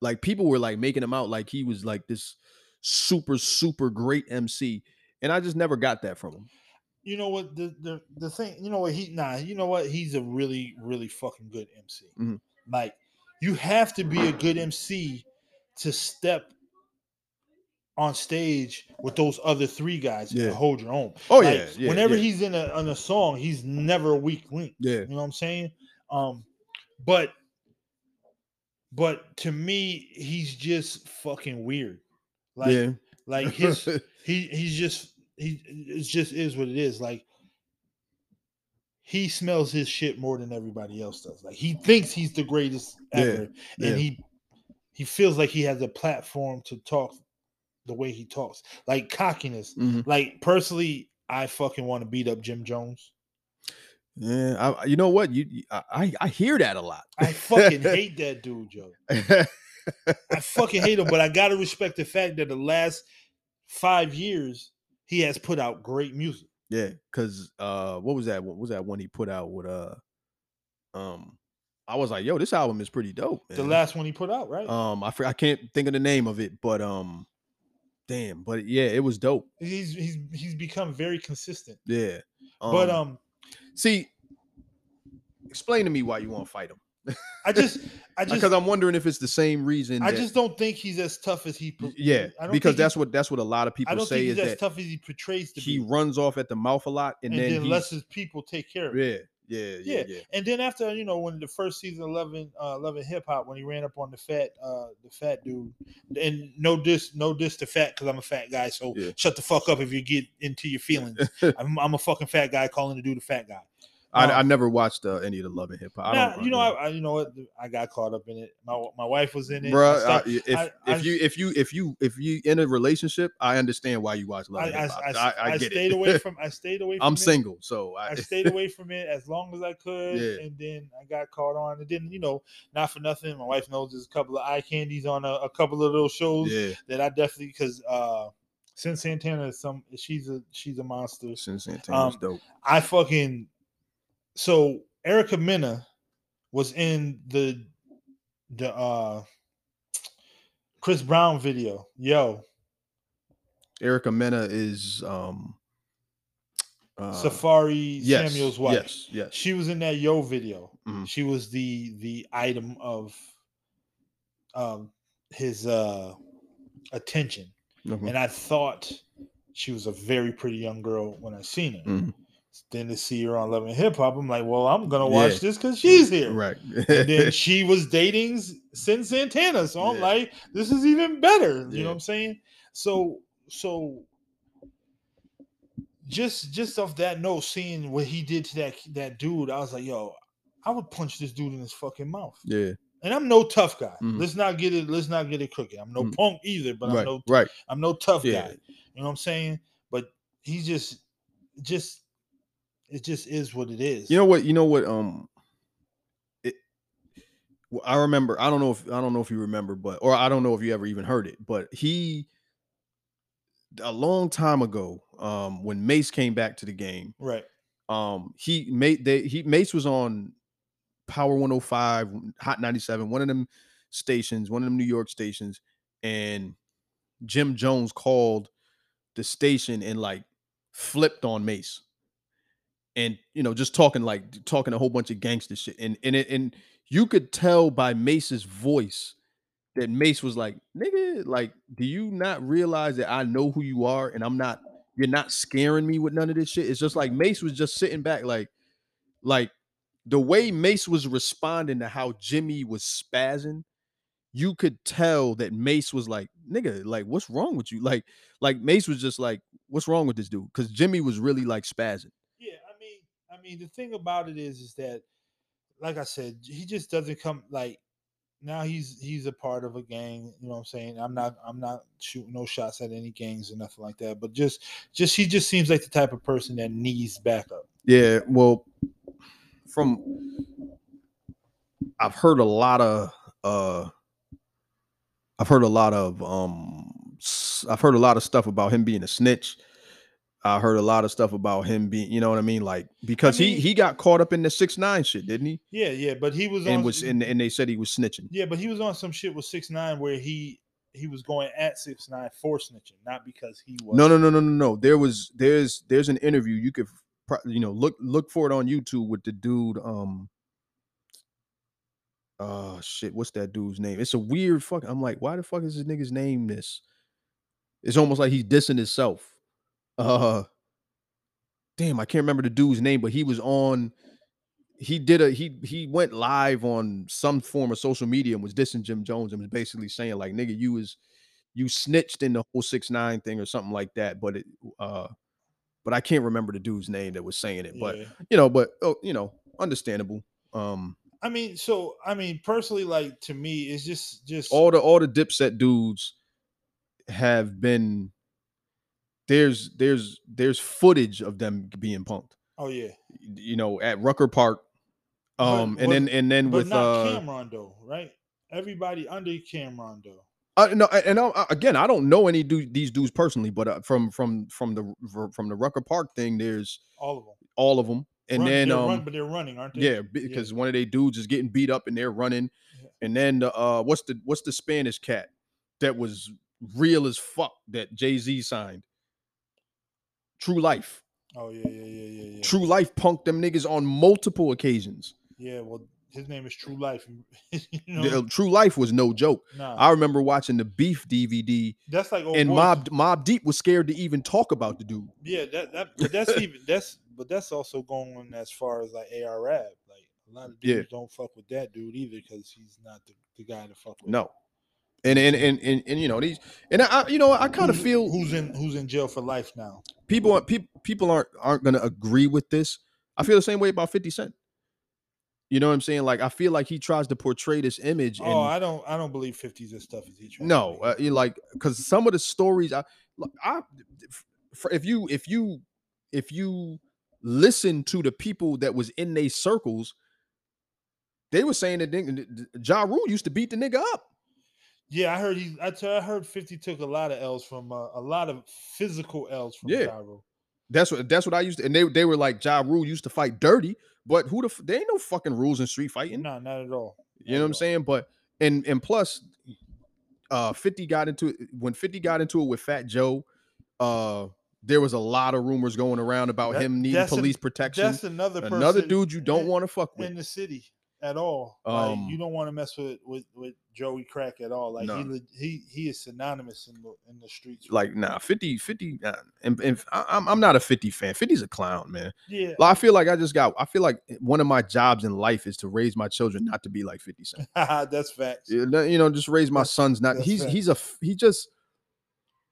Speaker 2: like people were like making him out like he was like this super super great MC, and I just never got that from him.
Speaker 1: You know what the, the the thing? You know what he? Nah, you know what? He's a really really fucking good MC.
Speaker 2: Mhm.
Speaker 1: Like you have to be a good MC to step on stage with those other three guys
Speaker 2: Yeah.
Speaker 1: and hold your own.
Speaker 2: Oh
Speaker 1: Like,
Speaker 2: yeah, yeah,
Speaker 1: whenever
Speaker 2: yeah,
Speaker 1: he's in a on a song, he's never a weak link.
Speaker 2: yeah,
Speaker 1: You know what I'm saying? Um, but but to me, he's just fucking weird. Like
Speaker 2: yeah.
Speaker 1: like his he he's just he it just is what it is. Like he smells his shit more than everybody else does. Like he thinks he's the greatest
Speaker 2: Yeah,
Speaker 1: ever,
Speaker 2: yeah.
Speaker 1: and he he feels like he has a platform to talk the way he talks, like cockiness.
Speaker 2: Mhm.
Speaker 1: Like personally, I fucking want to beat up Jim Jones.
Speaker 2: yeah. I, I- you know what? You, you- I, I- I hear that a lot.
Speaker 1: I fucking hate that dude, yo. I fucking hate him, but I gotta respect the fact that the last five years he has put out great music.
Speaker 2: yeah, because uh, what was that? What was that one he put out with uh, um, I was like, yo, this album is pretty dope.
Speaker 1: The
Speaker 2: man.
Speaker 1: last one he put out, right?
Speaker 2: um, I for, I can't think of the name of it, but um, damn, but yeah, it was dope.
Speaker 1: he's he's he's become very consistent.
Speaker 2: Yeah,
Speaker 1: but um,
Speaker 2: see, explain to me why you want to fight him
Speaker 1: I just I just
Speaker 2: because I'm wondering if it's the same reason.
Speaker 1: I
Speaker 2: that-
Speaker 1: just don't think he's as tough as he. pro-
Speaker 2: yeah,
Speaker 1: I don't
Speaker 2: because
Speaker 1: think
Speaker 2: that's
Speaker 1: he,
Speaker 2: what that's what a lot of
Speaker 1: I
Speaker 2: people
Speaker 1: don't think
Speaker 2: say
Speaker 1: he's
Speaker 2: is
Speaker 1: as
Speaker 2: that
Speaker 1: tough as he portrays to
Speaker 2: he
Speaker 1: be.
Speaker 2: runs off at the mouth a lot, and,
Speaker 1: And then,
Speaker 2: then, he,
Speaker 1: lets his people take care of it.
Speaker 2: yeah, yeah, yeah,
Speaker 1: Yeah.
Speaker 2: yeah,
Speaker 1: And then after you know when the first season of loving uh, loving hip hop when he ran up on the fat uh the fat dude and no dis no dis to fat because I'm a fat guy so
Speaker 2: Yeah.
Speaker 1: shut the fuck up if you get into your feelings I'm, I'm a fucking fat guy calling the dude a fat guy
Speaker 2: I,
Speaker 1: Um,
Speaker 2: I never watched uh, any of the Love and Hip Hop. I
Speaker 1: nah,
Speaker 2: don't-
Speaker 1: you know
Speaker 2: yeah.
Speaker 1: I, I you know what I got caught up in it my my wife was in it and
Speaker 2: Bruh,
Speaker 1: stuff.
Speaker 2: I- if
Speaker 1: I- I
Speaker 2: if you if you if you if you in a relationship, I understand why you watch Love
Speaker 1: I,
Speaker 2: and
Speaker 1: I,
Speaker 2: Hip
Speaker 1: I,
Speaker 2: Hop. I, I,
Speaker 1: I
Speaker 2: get
Speaker 1: stayed
Speaker 2: it.
Speaker 1: away from I stayed away from
Speaker 2: I'm
Speaker 1: it.
Speaker 2: single, so I,
Speaker 1: I stayed away from it as long as I could
Speaker 2: Yeah.
Speaker 1: and then I got caught on and then you know not for nothing my wife knows there's a couple of eye candies on a, a couple of those shows
Speaker 2: yeah,
Speaker 1: that I definitely because uh since Santana is some she's a she's a monster
Speaker 2: since Santana's
Speaker 1: Um,
Speaker 2: dope.
Speaker 1: I fucking so Erica Mena was in the the uh Chris Brown video yo
Speaker 2: Erica Mena is um uh,
Speaker 1: Safari
Speaker 2: yes,
Speaker 1: Samuel's wife
Speaker 2: Yes, yes.
Speaker 1: She was in that Yo video.
Speaker 2: Mhm.
Speaker 1: She was the the item of um his uh attention.
Speaker 2: Mhm.
Speaker 1: And I thought she was a very pretty young girl when I seen her.
Speaker 2: Mhm.
Speaker 1: Then to see her on Love and Hip Hop, I'm like, well, I'm gonna watch this because she's here.
Speaker 2: Right.
Speaker 1: and then she was dating Sin Santana. So I'm
Speaker 2: Yeah.
Speaker 1: like, this is even better. You
Speaker 2: Yeah.
Speaker 1: know what I'm saying? So so just just off that note, seeing what he did to that that dude, I was like, yo, I would punch this dude in his fucking mouth.
Speaker 2: yeah.
Speaker 1: And I'm no tough guy.
Speaker 2: Mhm.
Speaker 1: Let's not get it. Let's not get it crooked. I'm no
Speaker 2: Mm.
Speaker 1: punk either, but I'm
Speaker 2: right.
Speaker 1: no
Speaker 2: right.
Speaker 1: I'm no tough
Speaker 2: Yeah.
Speaker 1: guy. You know what I'm saying? But he just just it just is what it is.
Speaker 2: You know what? You know what? Um, it. well, I remember. I don't know if I don't know if you remember, but or I don't know if you ever even heard it, but he a long time ago, um, when Mace came back to the game,
Speaker 1: right.
Speaker 2: um, he made they he Mace was on Power 105, Hot 97, one of them stations, one of them New York stations, and Jim Jones called the station and like flipped on Mace. And you know, just talking like talking a whole bunch of gangster shit. And and it, and you could tell by Mace's voice that Mace was like, nigga, like, do you not realize that I know who you are and I'm not you're not scaring me with none of this shit? It's just like Mace was just sitting back, like, like the way Mace was responding to how Jimmy was spazzing, you could tell that Mace was like, nigga, like, what's wrong with you? Like, like Mace was just like, what's wrong with this dude? Because Jimmy was really like spazzing.
Speaker 1: Yeah, I mean, I mean, the thing about it is, is that, like I said, he just doesn't come like. Now he's he's a part of a gang. You know what I'm saying? I'm not I'm not shooting no shots at any gangs or nothing like that. But just just he just seems like the type of person that needs backup.
Speaker 2: Yeah, well, from I've heard a lot of uh I've heard a lot of um s- I've heard a lot of stuff about him being a snitch. I heard a lot of stuff about him being, you know what I mean, like because
Speaker 1: mean-
Speaker 2: he he got caught up in the six nine shit, didn't he?
Speaker 1: Yeah, yeah. But he was
Speaker 2: And
Speaker 1: on
Speaker 2: was and, and they said he was snitching.
Speaker 1: yeah, but he was on some shit with six nine where he he was going at six nine for snitching, not because he was
Speaker 2: No, no, no, no, no, no. There was there's there's an interview you could pro- you know look look for it on YouTube with the dude um oh shit, what's that dude's name? It's a weird fuck. I'm like, why the fuck is this nigga's name this? It's almost like he's dissing himself. Uh damn, I can't remember the dude's name, but he was on he did a he he went live on some form of social media and was dissing Jim Jones and was basically saying like nigga you was you snitched in the whole six nine thing or something like that but it uh but I can't remember the dude's name that was saying it but
Speaker 1: Yeah.
Speaker 2: you know but oh, you know understandable um
Speaker 1: I mean, so I mean, personally, like to me, it's just just
Speaker 2: all the all the dipset dudes have been there's there's there's footage of them being punked
Speaker 1: oh yeah,
Speaker 2: you know at Rucker Park
Speaker 1: But
Speaker 2: um and
Speaker 1: was-
Speaker 2: then and then
Speaker 1: but
Speaker 2: with
Speaker 1: not
Speaker 2: uh
Speaker 1: Cameron though, right? Everybody under Cameron though.
Speaker 2: Uh, no, a- and I, again, I don't know any dude, these dudes personally, but uh, from from from the r- from the Rucker Park thing, there's
Speaker 1: All of them.
Speaker 2: all of them, and
Speaker 1: Run-
Speaker 2: then
Speaker 1: they're
Speaker 2: um,
Speaker 1: run, but they're running, aren't they?
Speaker 2: yeah, because one of their dudes is getting beat up and they're running,
Speaker 1: Yeah.
Speaker 2: and then the uh, what's the what's the Spanish cat that was real as fuck that Jay Z signed? True Life,
Speaker 1: Oh yeah, yeah, yeah, yeah, yeah.
Speaker 2: True Life punked them niggas on multiple occasions.
Speaker 1: Yeah, well, his name is True Life. and- you know,
Speaker 2: The- uh, True Life was no joke.
Speaker 1: nah,
Speaker 2: I remember watching the Beef DVD,
Speaker 1: that's like old
Speaker 2: and
Speaker 1: boys-
Speaker 2: Mob Mob Deep was scared to even talk about the dude.
Speaker 1: Yeah, that that but that's even that's but that's also going as far as like ARAB. Like a lot of
Speaker 2: Yeah.
Speaker 1: dudes don't fuck with that dude either because he's not the, the guy to fuck with.
Speaker 2: No. And and and and, and you know these and I you know I kind of
Speaker 1: Who's-
Speaker 2: feel
Speaker 1: who's in who's in jail for life now.
Speaker 2: people are people people aren't aren't gonna agree with this. I feel the same way about Fifty Cent. You know what I'm saying? Like I feel like he tries to portray this image and
Speaker 1: Oh, I don't I don't believe fifties and stuff is he trying to
Speaker 2: no,
Speaker 1: make.
Speaker 2: uh, you like because some of the stories I like, I for, if you if you if you listen to the people that was in they circles, they were saying that nigga- Ja Rule used to beat the nigga up.
Speaker 1: Yeah, I heard he. I tell- I heard Fifty took a lot of L's from uh, a lot of physical L's from
Speaker 2: Yeah.
Speaker 1: Cairo.
Speaker 2: That's what that's what I used to, and they they were like Ja Rule used to fight dirty, but who the f- they ain't no fucking rules in street fighting.
Speaker 1: No, not at all.
Speaker 2: you know what I'm saying? But and and plus, uh, Fifty got into it when Fifty got into it with Fat Joe. Uh, there was a lot of rumors going around about
Speaker 1: That-
Speaker 2: him needing
Speaker 1: that's an-
Speaker 2: police protection.
Speaker 1: That's another person
Speaker 2: Another dude you don't
Speaker 1: and-
Speaker 2: want to fuck with.
Speaker 1: in the city. at all. Like,
Speaker 2: Um,
Speaker 1: you don't want to mess with, with with Joey Crack at all. Like
Speaker 2: No.
Speaker 1: he le- he he is synonymous in the in the streets. with-
Speaker 2: Like nah, 50, 50, nah, and, and I- I'm I'm not a 50 fan. 50's a clown, man.
Speaker 1: yeah,
Speaker 2: Like, I feel like I just got. I feel like one of my jobs in life is to raise my children not to be like Fifty Cent.
Speaker 1: that's facts.
Speaker 2: You know, you know, just raise my
Speaker 1: That's-
Speaker 2: sons not.
Speaker 1: that's
Speaker 2: He's
Speaker 1: fact.
Speaker 2: he's a f- he just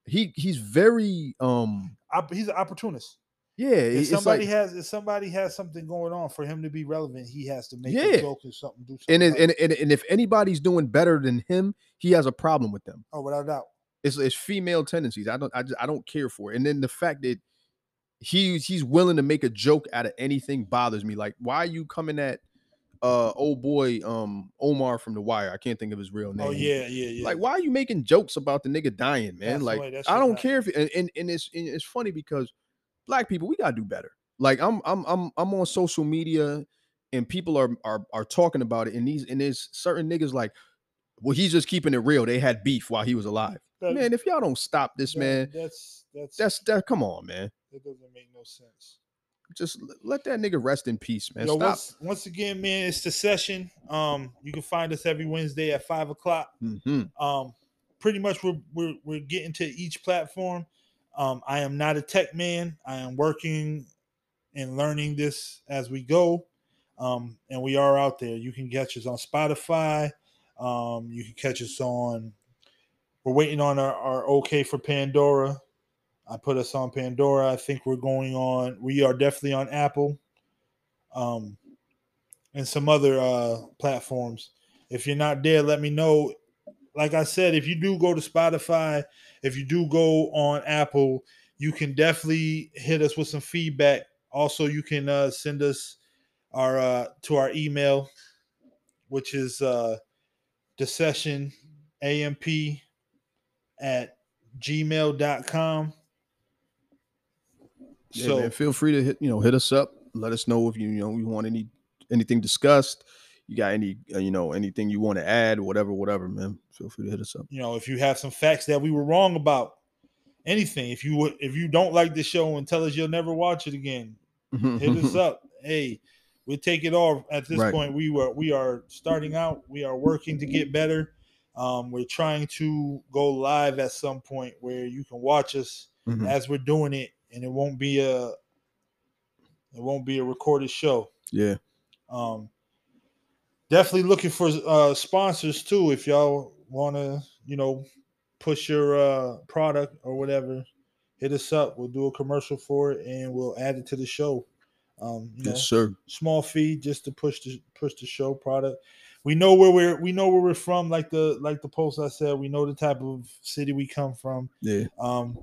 Speaker 2: he he's very um
Speaker 1: Op- he's an opportunist.
Speaker 2: yeah.
Speaker 1: If
Speaker 2: It's
Speaker 1: somebody
Speaker 2: like,
Speaker 1: has if somebody has something going on for him to be relevant, he has to make
Speaker 2: Yeah.
Speaker 1: a joke or something. Do something
Speaker 2: and, it,
Speaker 1: about
Speaker 2: and and and if anybody's doing better than him, he has a problem with them.
Speaker 1: oh, without a doubt,
Speaker 2: It's it's female tendencies. I don't I just I don't care for it. And then the fact that he's he's willing to make a joke out of anything bothers me. Like why are you coming at uh old boy um Omar from The Wire? I can't think of his real name.
Speaker 1: oh yeah, yeah, yeah.
Speaker 2: Like, why are you making jokes about the nigga dying, man?
Speaker 1: That's the
Speaker 2: like,
Speaker 1: way- that's
Speaker 2: I
Speaker 1: the
Speaker 2: don't
Speaker 1: fact.
Speaker 2: care if and, and and it's and it's funny because black people we gotta do better. Like, I'm I'm I'm I'm on social media and people are are are talking about it and these and there's certain niggas like, well, he's just keeping it real. They had beef while he was alive,
Speaker 1: That-
Speaker 2: man. If y'all don't stop this,
Speaker 1: that-
Speaker 2: man,
Speaker 1: that's that's
Speaker 2: that's that. Come on, man.
Speaker 1: that doesn't make no sense.
Speaker 2: Just l- let that nigga rest in peace, man.
Speaker 1: Yo,
Speaker 2: stop.
Speaker 1: once, once again, man, it's the session. Um, you can find us every Wednesday at five o'clock.
Speaker 2: Mhm.
Speaker 1: Um, pretty much we're we're, we're getting to each platform. Um, I am not a tech man. I am working and learning this as we go. Um, and we are out there. You can catch us on Spotify. Um, you can catch us on. We're waiting on our, our okay for Pandora. I put us on Pandora. I think we're going on. We are definitely on Apple um, and some other uh, platforms. If you're not there, let me know. Like I said, if you do go to Spotify, if you do go on Apple, you can definitely hit us with some feedback. Also, you can uh, send us our uh, to our email, which is uh, the session amp at gmail.com.
Speaker 2: Yeah,
Speaker 1: So,
Speaker 2: man, feel free to hit you know hit us up. Let us know if you you know you want any anything discussed. You got any uh, you know anything you want to add, whatever, whatever, man. Feel free to hit us up.
Speaker 1: you know if you have some facts that we were wrong about anything if you would if you don't like the show and tell us you'll never watch it again hit us up hey we'll take it all at this
Speaker 2: Mm-hmm. Right.
Speaker 1: point we were we are starting out we are working to get better um, we're trying to go live at some point where you can watch us
Speaker 2: Mhm.
Speaker 1: as we're doing it and it won't be a it won't be a recorded show
Speaker 2: Yeah,
Speaker 1: um, definitely looking for uh, sponsors too. If y'all want to, you know, push your uh, product or whatever, hit us up. We'll do a commercial for it and we'll add it to the show. Um, you know,
Speaker 2: yes, sir.
Speaker 1: small fee just to push the push the show product. We know where we're we know where we're from. Like the like the post I said, we know the type of city we come from.
Speaker 2: Yeah,
Speaker 1: Um,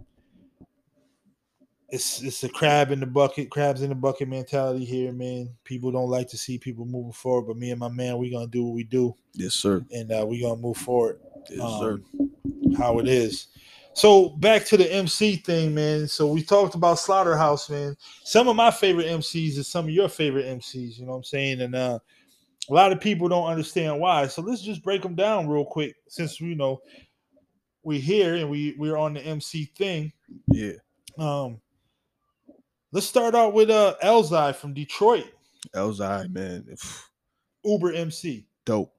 Speaker 1: it's it's a crab in the bucket, crabs in the bucket mentality here, man. People don't like to see people moving forward, but me and my man, we gonna do what we do,
Speaker 2: yes, sir.
Speaker 1: and uh, we gonna move forward.
Speaker 2: Yes, sir.
Speaker 1: um, How it is. So back to the MC thing, man. So we talked about Slaughterhouse, man. Some of my favorite MCs is some of your favorite MCs. You know what I'm saying? And uh, a lot of people don't understand why. So let's just break them down real quick, since you know we here and we we're on the MC thing.
Speaker 2: Yeah,
Speaker 1: Um, let's start out with uh Elzai from Detroit,
Speaker 2: Elzai, man, pff,
Speaker 1: Uber MC.
Speaker 2: dope,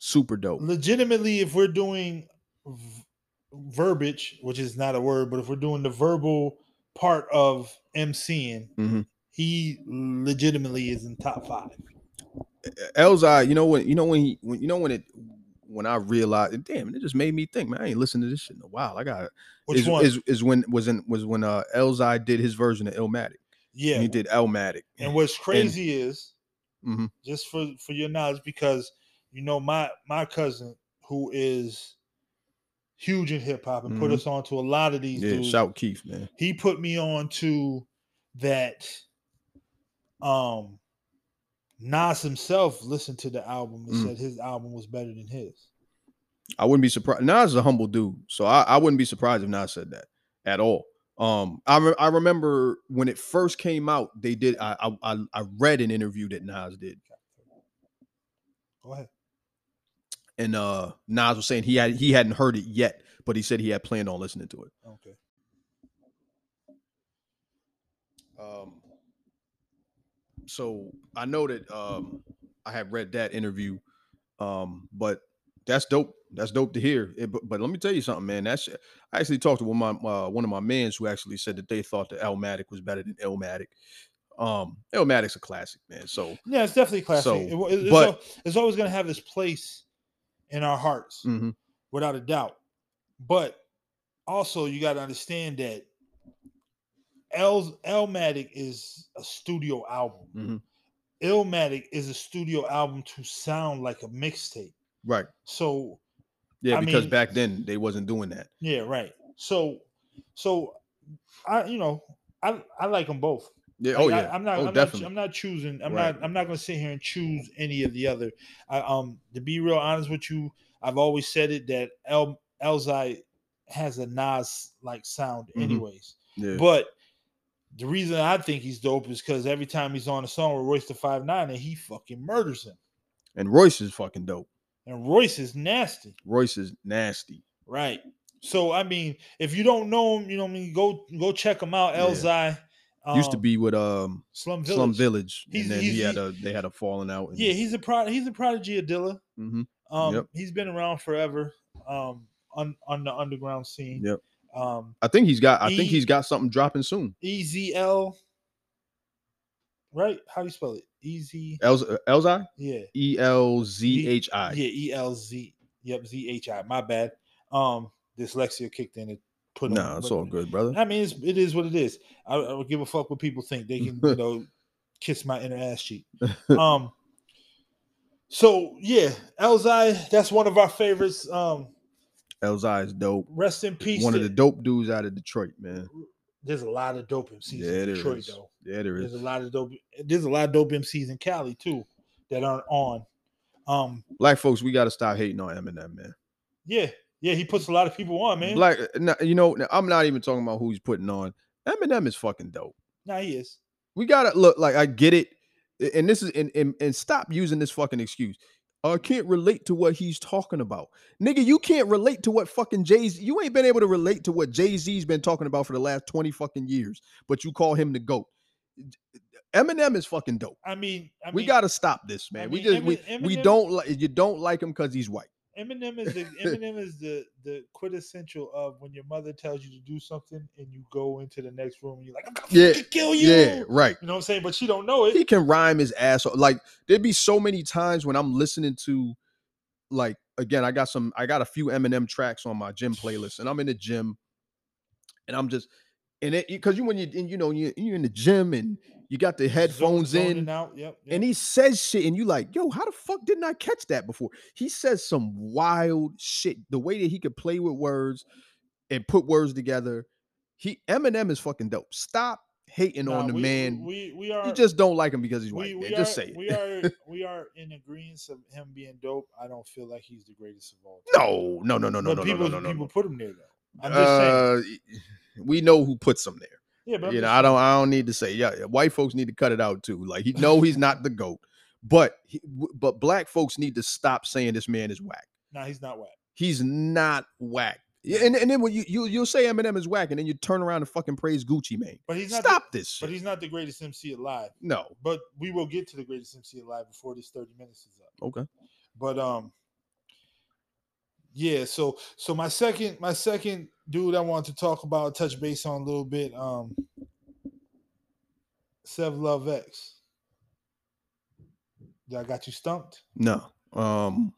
Speaker 2: super dope.
Speaker 1: Legitimately, if we're doing v- verbiage, which is not a word, but if we're doing the verbal part of MCing,
Speaker 2: Mhm.
Speaker 1: he legitimately is in top five.
Speaker 2: Elzai, you know when you know when he when you know when it when I realized, damn, it just made me think, man. I ain't listened to this shit in a while. I got
Speaker 1: Which
Speaker 2: is,
Speaker 1: one?
Speaker 2: is is when was in was when uh Elzai did his version of Illmatic.
Speaker 1: yeah.
Speaker 2: and he did Elmatic.
Speaker 1: And what's crazy is
Speaker 2: Mhm.
Speaker 1: just for for your knowledge, because you know my my cousin who is huge in hip hop and put
Speaker 2: Mhm.
Speaker 1: us on to a lot of these
Speaker 2: yeah,
Speaker 1: dudes.
Speaker 2: shout Keith, man.
Speaker 1: he put me on to that um Nas himself listened to the album and
Speaker 2: Mm.
Speaker 1: said his album was better than his.
Speaker 2: I wouldn't be surprised. Nas is a humble dude, so I, I wouldn't be surprised if Nas said that at all. Um, I re- I remember when it first came out, they did. I I- I I read an interview that Nas did,
Speaker 1: Go ahead.
Speaker 2: and uh Nas was saying he had he hadn't heard it yet, but he said he had planned on listening to it.
Speaker 1: Okay.
Speaker 2: Um, so I know that um, I had read that interview. Um, but that's dope. That's dope to hear. It, but, but let me tell you something, man. That's I actually talked to one of my uh, one of my mans who actually said that they thought that Elmatic was better than Elmatic. Um, Elmatic's a classic, man. So
Speaker 1: Yeah, it's definitely classic.
Speaker 2: So,
Speaker 1: It- it- it's,
Speaker 2: but-
Speaker 1: al- it's always going to have its place in our hearts,
Speaker 2: mhm.
Speaker 1: without a doubt. But also, you got to understand that L's Elmatic is a studio album.
Speaker 2: Mhm.
Speaker 1: Illmatic is a studio album to sound like a mixtape.
Speaker 2: right,
Speaker 1: So
Speaker 2: yeah,
Speaker 1: I
Speaker 2: because
Speaker 1: mean-
Speaker 2: back then they wasn't doing that.
Speaker 1: yeah, right. So so I you know I I like them both.
Speaker 2: Yeah, oh
Speaker 1: Like,
Speaker 2: yeah,
Speaker 1: I, am not.
Speaker 2: oh
Speaker 1: I'm
Speaker 2: definitely.
Speaker 1: not. I'm not choosing. I'm
Speaker 2: Right.
Speaker 1: not. I'm not going to sit here and choose any of the other. I, um, to be real honest with you, I've always said it that El Elzai has a Nas like sound,
Speaker 2: Mhm.
Speaker 1: anyways.
Speaker 2: yeah,
Speaker 1: But the reason I think he's dope is because every time he's on a song with Royce the Five Nine, and he fucking murders him.
Speaker 2: and Royce is fucking dope.
Speaker 1: And Royce is nasty,
Speaker 2: Royce is nasty.
Speaker 1: right? So I mean, if you don't know him, you know what I mean. Go go check him out,
Speaker 2: Yeah.
Speaker 1: Elzai. Um,
Speaker 2: Used to be with um
Speaker 1: Slum Village.
Speaker 2: Slum Village,
Speaker 1: He's-
Speaker 2: and then
Speaker 1: he's-
Speaker 2: he had
Speaker 1: he-
Speaker 2: a they had a falling out. And,
Speaker 1: Yeah, he's a prod. He's a prodigy of Dilla.
Speaker 2: hmm
Speaker 1: Um,
Speaker 2: Yep.
Speaker 1: he's been around forever. Um, on on the underground scene.
Speaker 2: Yep.
Speaker 1: Um,
Speaker 2: I think he's got. I think
Speaker 1: He-
Speaker 2: he's got something dropping soon.
Speaker 1: EZL. Right? How do you spell it? Easy.
Speaker 2: Elz uh, Elzi
Speaker 1: Yeah.
Speaker 2: E L Z H I.
Speaker 1: Yeah. E L Z. Yep. Z H I. My bad. Um, dyslexia kicked in. It put.
Speaker 2: Nah, it's all good, brother.
Speaker 1: I mean, it's, it is what it is. I, I don't give a fuck what people think. They can, you know, kiss my inner ass cheek. Um. So yeah, Elzai, that's one of our favorites. Um,
Speaker 2: Elzai is dope.
Speaker 1: rest in peace.
Speaker 2: One of
Speaker 1: to-
Speaker 2: the dope dudes out of Detroit, man.
Speaker 1: there's a lot of dope MCs
Speaker 2: Yeah,
Speaker 1: in
Speaker 2: there
Speaker 1: Detroit
Speaker 2: is.
Speaker 1: though.
Speaker 2: Yeah, there
Speaker 1: There's
Speaker 2: is.
Speaker 1: a lot of dope. There's a lot of dope MCs in Cali too that aren't on. Um,
Speaker 2: Black folks, we gotta stop hating on Eminem, man.
Speaker 1: yeah, yeah, he puts a lot of people on, man.
Speaker 2: Black, uh, nah, you know, nah, I'm not even talking about who he's putting on. Eminem is fucking dope.
Speaker 1: nah, he is.
Speaker 2: We gotta look like I get it, a- and this is and and, and stop using this fucking excuse. I can't relate to what he's talking about, nigga. You can't relate to what fucking Jay's. You ain't been able to relate to what Jay Z's been talking about for the last twenty fucking years, but you call him the goat. Eminem is fucking dope.
Speaker 1: I mean, I mean,
Speaker 2: we gotta stop this,
Speaker 1: I
Speaker 2: man. we
Speaker 1: mean,
Speaker 2: just
Speaker 1: Emin-
Speaker 2: we, we
Speaker 1: Eminem-
Speaker 2: don't like you. Don't like him because he's white.
Speaker 1: Eminem is the Eminem is the the quintessential of when your mother tells you to do something and you go into the next room and you're like, I'm gonna
Speaker 2: Yeah,
Speaker 1: fucking kill you.
Speaker 2: Yeah, right.
Speaker 1: You know what I'm saying? But she don't know
Speaker 2: he
Speaker 1: it.
Speaker 2: can rhyme his ass off. Like there'd be so many times when I'm listening to, like again, I got some, I got a few Eminem tracks on my gym playlist, and I'm in the gym, and I'm just, and it because you when you and you know you you're in the gym and you got the headphones
Speaker 1: Zone-
Speaker 2: in,
Speaker 1: zoning out. Yep. yep.
Speaker 2: and he says shit, and you like, yo, how the fuck didn't I catch that before? He says some wild shit. The way that he could play with words and put words together, he Eminem is fucking dope. Stop hating
Speaker 1: Nah,
Speaker 2: on the
Speaker 1: we-
Speaker 2: man.
Speaker 1: We we are
Speaker 2: You just don't like him because he's white. man. just
Speaker 1: are,
Speaker 2: say it.
Speaker 1: Uh, We are we are in agreement of him being dope. I don't feel like he's the greatest of all. time.
Speaker 2: no, no, no, no, no,
Speaker 1: But
Speaker 2: no,
Speaker 1: people,
Speaker 2: no, no, no,
Speaker 1: people
Speaker 2: no.
Speaker 1: put him there though. I'm just saying.
Speaker 2: Uh, we know who puts him there.
Speaker 1: Yeah, but I'm
Speaker 2: you know,
Speaker 1: just
Speaker 2: I
Speaker 1: saying.
Speaker 2: don't, I don't need to say. Yeah, yeah, white folks need to cut it out too. Like he know he's not the goat, but he, w- but black folks need to stop saying this man is whack.
Speaker 1: Nah, he's not whack.
Speaker 2: He's not whack. Yeah,
Speaker 1: No.
Speaker 2: and, and then when you, you you'll say Eminem is whack, and then you turn around and fucking praise Gucci Mane.
Speaker 1: But he's not. the-
Speaker 2: Stop this
Speaker 1: but
Speaker 2: shit.
Speaker 1: he's not the greatest MC alive.
Speaker 2: No.
Speaker 1: But we will get to the greatest MC alive before this 30 minutes is up.
Speaker 2: Okay.
Speaker 1: But um, yeah. So so my second my second dude I wanted to talk about touch base on a little bit um, Sev Love X. I got you stumped.
Speaker 2: No. Um.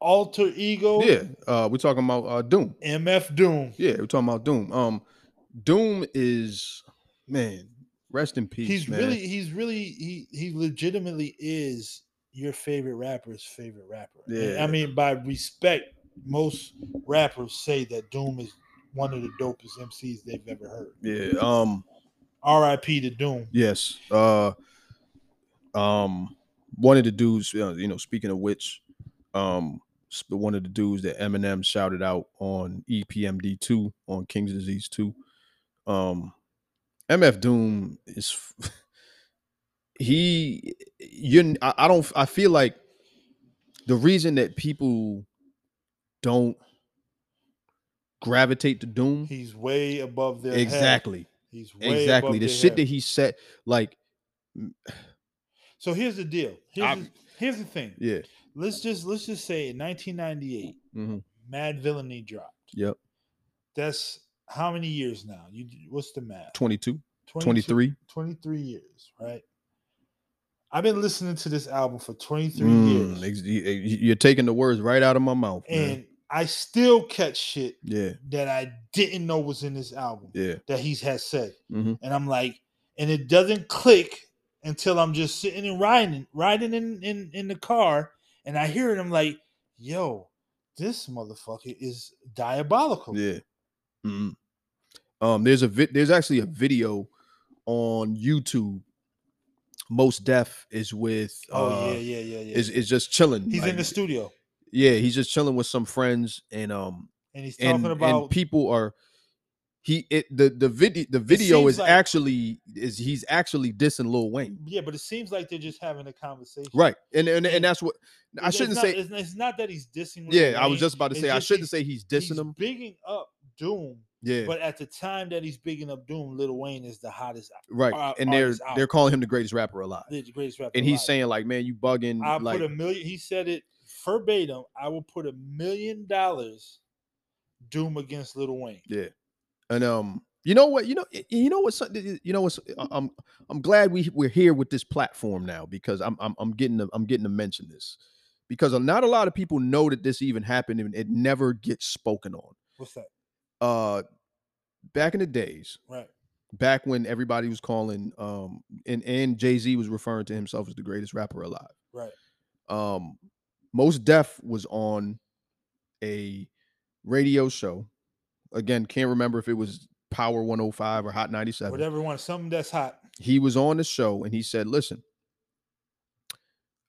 Speaker 1: alter ego
Speaker 2: Yeah. Uh. We're talking about uh Doom.
Speaker 1: mf doom
Speaker 2: Yeah, we're talking about Doom. Um, Doom is man. Rest in peace.
Speaker 1: he's
Speaker 2: man.
Speaker 1: really he's really he he legitimately is your favorite rapper's favorite rapper And
Speaker 2: Yeah.
Speaker 1: i mean by respect most rappers say that doom is one of the dopest mcs they've ever heard
Speaker 2: yeah. Um.
Speaker 1: rip to doom
Speaker 2: Yes. Uh. Um. One of the dudes. uh, You know. Speaking of which, um. sp- One of the dudes that Eminem shouted out on E EPMD two on King's Disease two. Um. MF Doom is. f- He, you, I, I don't. I feel like the reason that people don't gravitate to Doom
Speaker 1: he's way above their head.
Speaker 2: exactly
Speaker 1: he's way
Speaker 2: exactly
Speaker 1: above
Speaker 2: the
Speaker 1: their
Speaker 2: shit
Speaker 1: head.
Speaker 2: that he said like
Speaker 1: So here's the deal. Here's,
Speaker 2: I'm-
Speaker 1: the, here's the thing.
Speaker 2: Yeah.
Speaker 1: Let's just let's just say in 1998,
Speaker 2: hmm
Speaker 1: Mad Villainy dropped.
Speaker 2: Yep.
Speaker 1: That's how many years now? You what's the math?
Speaker 2: 22,
Speaker 1: 22
Speaker 2: 23.
Speaker 1: 23 years, right? I've been listening to this album for 23
Speaker 2: Mm,
Speaker 1: years,
Speaker 2: ex- y- y- you're taking the words right out of my mouth. man.
Speaker 1: and I still catch shit
Speaker 2: yeah.
Speaker 1: that I didn't know was in this album
Speaker 2: Yeah.
Speaker 1: that he's had said,
Speaker 2: Mhm.
Speaker 1: and I'm like, and it doesn't click until I'm just sitting and riding, riding in in in the car, and I hear it. I'm like, yo, this motherfucker is diabolical.
Speaker 2: Yeah. Mhm. Um, there's a vid. there's actually a video on YouTube. Most Def is with
Speaker 1: Oh
Speaker 2: uh,
Speaker 1: yeah, yeah, yeah, yeah.
Speaker 2: is is just chilling.
Speaker 1: he's in
Speaker 2: like,
Speaker 1: the studio
Speaker 2: Yeah, he's just chilling with some friends and um
Speaker 1: and he's talking
Speaker 2: and,
Speaker 1: about
Speaker 2: and people are he it the the video the video
Speaker 1: seems
Speaker 2: is
Speaker 1: like-
Speaker 2: actually is he's actually dissing Lil Wayne.
Speaker 1: yeah, but it seems like they're just having a conversation.
Speaker 2: Right. And and,
Speaker 1: And
Speaker 2: and that's what I
Speaker 1: It's- it's
Speaker 2: shouldn't
Speaker 1: not-
Speaker 2: say
Speaker 1: it's, it's not that he's dissing. Lil
Speaker 2: yeah, I
Speaker 1: Wayne,
Speaker 2: was just about to
Speaker 1: it's
Speaker 2: say I
Speaker 1: just
Speaker 2: shouldn't
Speaker 1: he's-
Speaker 2: say he's
Speaker 1: he's
Speaker 2: dissing him.
Speaker 1: bigging up Doom,
Speaker 2: Yeah.
Speaker 1: but at the time that he's bigging up Doom, Lil Wayne is the hottest,
Speaker 2: right.
Speaker 1: our
Speaker 2: and they're
Speaker 1: artist out.
Speaker 2: they're calling him the greatest rapper alive.
Speaker 1: the greatest rapper.
Speaker 2: And he's
Speaker 1: alive.
Speaker 2: saying like, man, you bugging
Speaker 1: I
Speaker 2: like
Speaker 1: put a million. He said it verbatim. I will put a million dollars Doom against Lil Wayne.
Speaker 2: and um you know what you know y- you know what's you know what's I- I'm I'm glad we we're here with this platform now because I'm I'm I'm getting to, I'm getting to mention this because not a lot of people know that this even happened and it never gets spoken on.
Speaker 1: What's that?
Speaker 2: Uh back in the days,
Speaker 1: Right.
Speaker 2: back when everybody was calling um and and Jay-Z was referring to himself as the greatest rapper alive.
Speaker 1: Right.
Speaker 2: Um Most Def was on a radio show. Again, can't remember if it was Power 105 or Hot 97
Speaker 1: Whatever one. Something that's hot.
Speaker 2: he was on the show and he said, "Listen,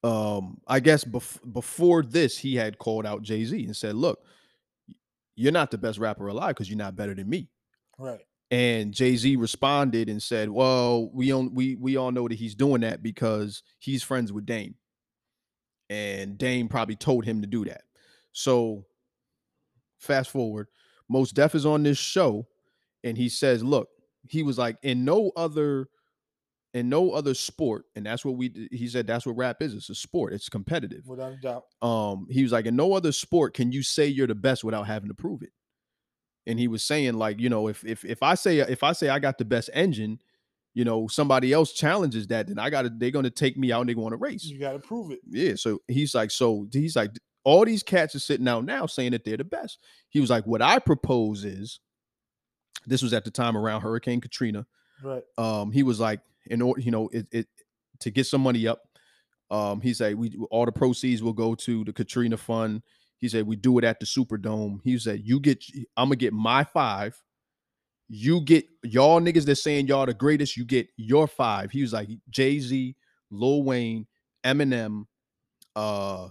Speaker 2: um, I guess bef- before this, he had called out Jay Z and said, "Look, y- you're not the best rapper alive because you're not better than me."
Speaker 1: Right.
Speaker 2: And Jay Z responded and said, "Well, we all we we all know that he's doing that because he's friends with Dame, and Dame probably told him to do that." So, fast forward, Most Def is on this show, and he says, "Look, he was like in no other." In no other sport, and that's what we d- he said. That's what rap is. It's a sport. It's competitive.
Speaker 1: Without a doubt.
Speaker 2: Um, he was like, in no other sport can you say you're the best without having to prove it and he was saying like you know if if if I say if I say I got the best engine, you know somebody else challenges that, then I got to they're gonna take me out and they want to race.
Speaker 1: You got to prove it.
Speaker 2: Yeah, so he's like so he's like all these cats are sitting out now saying that they're the best. He was like, what I propose is, this was at the time around Hurricane Katrina.
Speaker 1: Right.
Speaker 2: Um, he was like in order you know it, it to get some money up. Um, he said we all the proceeds will go to the Katrina fund. He said we do it at the Superdome. He said you get I'm gonna get my five. You get y'all niggas that saying y'all the greatest. You get your five. He was like Jay Z, Lil Wayne, Eminem. Uh,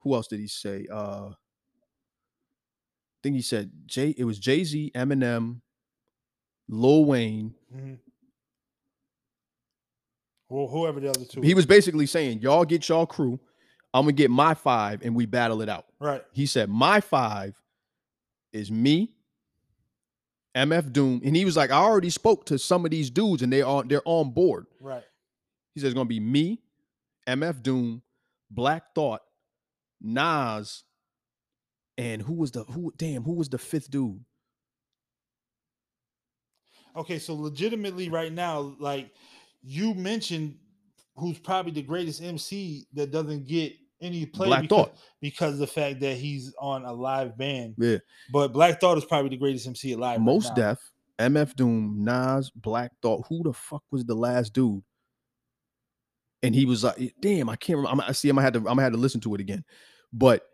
Speaker 2: who else did he say? Uh, I think he said Jay. It was Jay Z, Eminem, Lil Wayne.
Speaker 1: Mhm. Well, whoever the other two.
Speaker 2: He
Speaker 1: is.
Speaker 2: was basically saying y'all get y'all crew. I'm gonna get my five and we battle it out.
Speaker 1: right.
Speaker 2: He said, My five is me, MF Doom. And he was like, I already spoke to some of these dudes and they are they're on board.
Speaker 1: Right.
Speaker 2: He says it's gonna be me, MF Doom, Black Thought, Nas, and who was the who damn, who was the fifth dude?
Speaker 1: Okay, so legitimately right now, like you mentioned who's probably the greatest MC that doesn't get any play
Speaker 2: Black
Speaker 1: because,
Speaker 2: Thought.
Speaker 1: because of the fact that he's on a live band.
Speaker 2: Yeah.
Speaker 1: But Black Thought is probably the greatest MC alive.
Speaker 2: Most
Speaker 1: right now.
Speaker 2: Def, MF Doom, Nas, Black Thought. Who the fuck was the last dude? And he was like, "Damn, I can't remember." I'm, I see. I'm gonna have to. I'm gonna have to listen to it again. But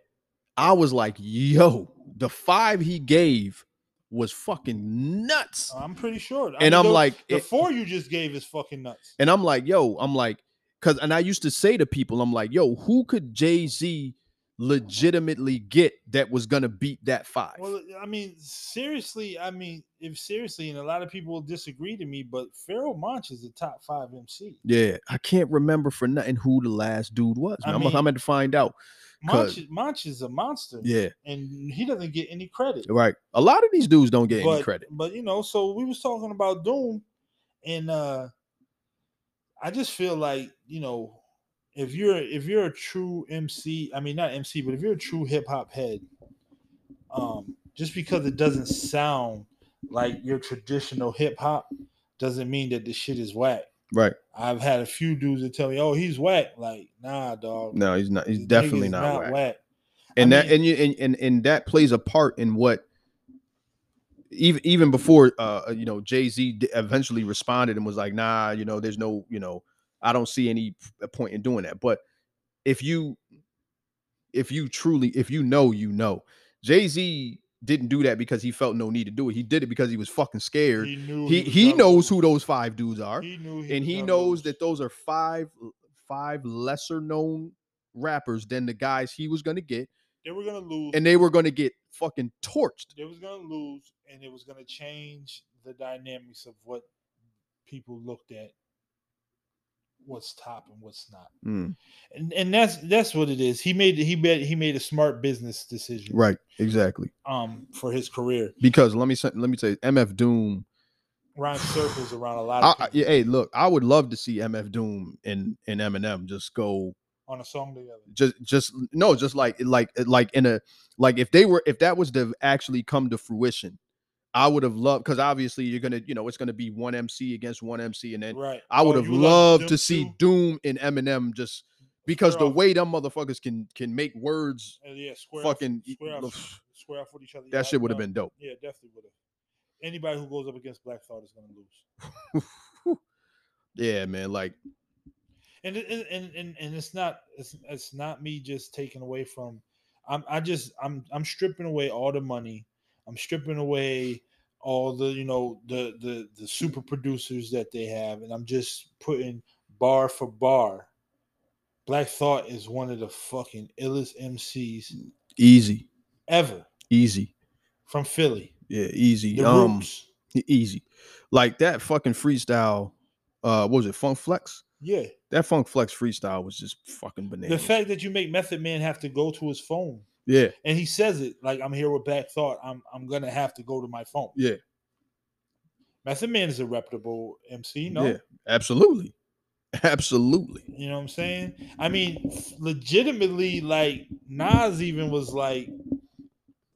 Speaker 2: I was like, "Yo, the five he gave was fucking nuts."
Speaker 1: I'm pretty sure. Uh, I mean,
Speaker 2: and I'm
Speaker 1: the-
Speaker 2: like,
Speaker 1: the
Speaker 2: it-
Speaker 1: four you just gave is fucking nuts.
Speaker 2: and I'm like, "Yo, I'm like, cause." And I used to say to people, "I'm like, yo, who could Jay Z legitimately get that was gonna beat that five?
Speaker 1: Well, I mean, seriously, I mean, if seriously, and a lot of people will disagree to me, but Pharaoh Monch is the top five MC.
Speaker 2: Yeah, I can't remember for nothing who the last dude was.
Speaker 1: I
Speaker 2: I'm,
Speaker 1: mean-
Speaker 2: I'm gonna find out.
Speaker 1: Monch,
Speaker 2: 'Cause-
Speaker 1: is- Monch is a monster,
Speaker 2: Yeah,
Speaker 1: and he doesn't get any credit.
Speaker 2: right. A lot of these dudes don't get
Speaker 1: but,
Speaker 2: any credit.
Speaker 1: But you know, so we was talking about Doom, and uh I just feel like you know, if you're if you're a true MC, I mean not MC, but if you're a true hip hop head, um, just because it doesn't sound like your traditional hip hop doesn't mean that the shit is whack.
Speaker 2: Right.
Speaker 1: I've had a few dudes that tell me, "Oh, he's whack." Like, nah, dog.
Speaker 2: No, he's not. He's
Speaker 1: This nigga
Speaker 2: definitely
Speaker 1: is
Speaker 2: not, whack.
Speaker 1: whack.
Speaker 2: And
Speaker 1: I
Speaker 2: that
Speaker 1: mean-
Speaker 2: and you and, and and that plays a part in what even even before uh you know Jay Z eventually responded and was like, nah, you know, there's no you know, I don't see any p- point in doing that. But if you if you truly if you know you know, Jay Z didn't do that because he felt no need to do it. He did it because he was fucking scared.
Speaker 1: He knew.
Speaker 2: He
Speaker 1: was
Speaker 2: he
Speaker 1: dumb.
Speaker 2: knows who those five dudes are
Speaker 1: He knew.
Speaker 2: and
Speaker 1: was
Speaker 2: he
Speaker 1: dumb.
Speaker 2: knows that those are five five lesser known rappers than the guys he was going to get
Speaker 1: they were gonna lose.
Speaker 2: and they were going to get fucking torched
Speaker 1: they was gonna lose, and it was gonna change the dynamics of what people looked at, what's top and what's not,
Speaker 2: Mm,
Speaker 1: and and that's that's what it is. He made he made he made a smart business decision,
Speaker 2: right exactly
Speaker 1: Um, for his career,
Speaker 2: because let me say- let me tell you mf doom
Speaker 1: Ryan circles around a lot
Speaker 2: I,
Speaker 1: of
Speaker 2: I-
Speaker 1: people
Speaker 2: yeah, hey look i would love to see mf doom and and eminem just go
Speaker 1: on a song together.
Speaker 2: just just no just like like like in a like if they were if that was to actually come to fruition i would have loved because obviously you're gonna you know it's gonna be one mc against one mc and then
Speaker 1: Right.
Speaker 2: I
Speaker 1: Oh,
Speaker 2: would have
Speaker 1: you
Speaker 2: loved
Speaker 1: them
Speaker 2: to see
Speaker 1: too?
Speaker 2: Doom and Eminem just because the
Speaker 1: off.
Speaker 2: way them motherfuckers can can make words,
Speaker 1: Uh, yeah, square
Speaker 2: fucking- e,
Speaker 1: off, square,
Speaker 2: oof.
Speaker 1: off, square off with each other.
Speaker 2: that
Speaker 1: Yeah, I
Speaker 2: shit would have
Speaker 1: know.
Speaker 2: been dope.
Speaker 1: Yeah, definitely would have. Anybody who goes up against Black Thought is gonna lose.
Speaker 2: Yeah, man. Like,
Speaker 1: and it- it- and and, and it's not it's, it's not me just taking away from i'm i just i'm i'm stripping away all the money i'm stripping away all the you know the the the super producers that they have and i'm just putting bar for bar black thought is one of the fucking illest mcs
Speaker 2: easy,
Speaker 1: ever
Speaker 2: easy.
Speaker 1: from philly
Speaker 2: Yeah, easy.
Speaker 1: the
Speaker 2: um,
Speaker 1: roots
Speaker 2: e- easy. Like that fucking freestyle. Uh, what was it? Funk Flex.
Speaker 1: yeah
Speaker 2: That Funk Flex freestyle was just fucking
Speaker 1: the
Speaker 2: bananas.
Speaker 1: fact that you make method man have to go to his phone
Speaker 2: yeah,
Speaker 1: and he says it like i'm here with black thought i'm i'm gonna have to go to my phone
Speaker 2: yeah,
Speaker 1: Method Man is a reputable MC, no?
Speaker 2: yeah. Absolutely, absolutely.
Speaker 1: You know what I'm saying? I mean, f- legitimately, like Nas even was like,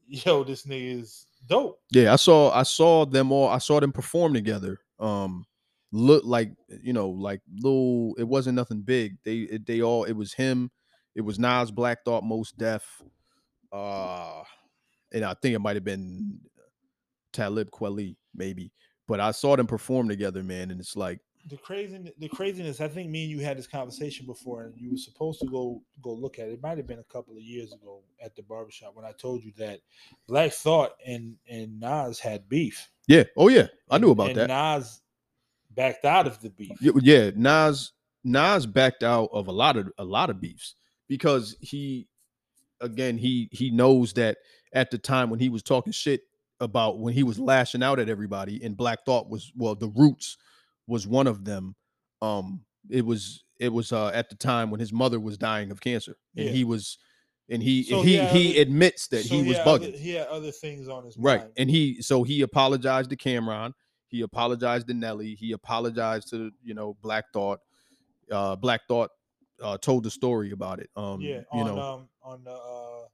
Speaker 1: "Yo, this nigga is dope."
Speaker 2: Yeah, I saw I saw them all. I saw them perform together. Um, look like you know, like little. It wasn't nothing big. They it, they all. It was him. It was Nas, Black Thought, Most Def, uh, and I think it might have been Talib Kweli, maybe. But I saw them perform together, man, and it's like,
Speaker 1: The crazy, the craziness. I think me and you had this conversation before, and you were supposed to go go look at it. It might have been a couple of years ago at the barbershop when I told you that Black Thought and and Nas had beef.
Speaker 2: yeah, oh yeah, I knew
Speaker 1: And-
Speaker 2: about
Speaker 1: and
Speaker 2: that.
Speaker 1: Nas backed out of the beef.
Speaker 2: Y- Yeah, Nas Nas backed out of a lot of a lot of beefs because he again he he knows that at the time when he was talking shit about when he was lashing out at everybody and Black Thought was well the Roots was one of them. Um it was it was uh at the time when his mother was dying of cancer and
Speaker 1: Yeah.
Speaker 2: he was and he
Speaker 1: So
Speaker 2: and he
Speaker 1: he had
Speaker 2: he
Speaker 1: other-
Speaker 2: admits that
Speaker 1: So
Speaker 2: he was
Speaker 1: had
Speaker 2: bugging.
Speaker 1: other- he had other things on his
Speaker 2: Right.
Speaker 1: mind.
Speaker 2: And he so he apologized to Cameron. He apologized to Nelly. He apologized to, you know, Black Thought. Uh Black Thought uh told the story about it. Um
Speaker 1: yeah,
Speaker 2: you
Speaker 1: on
Speaker 2: know,
Speaker 1: um on the uh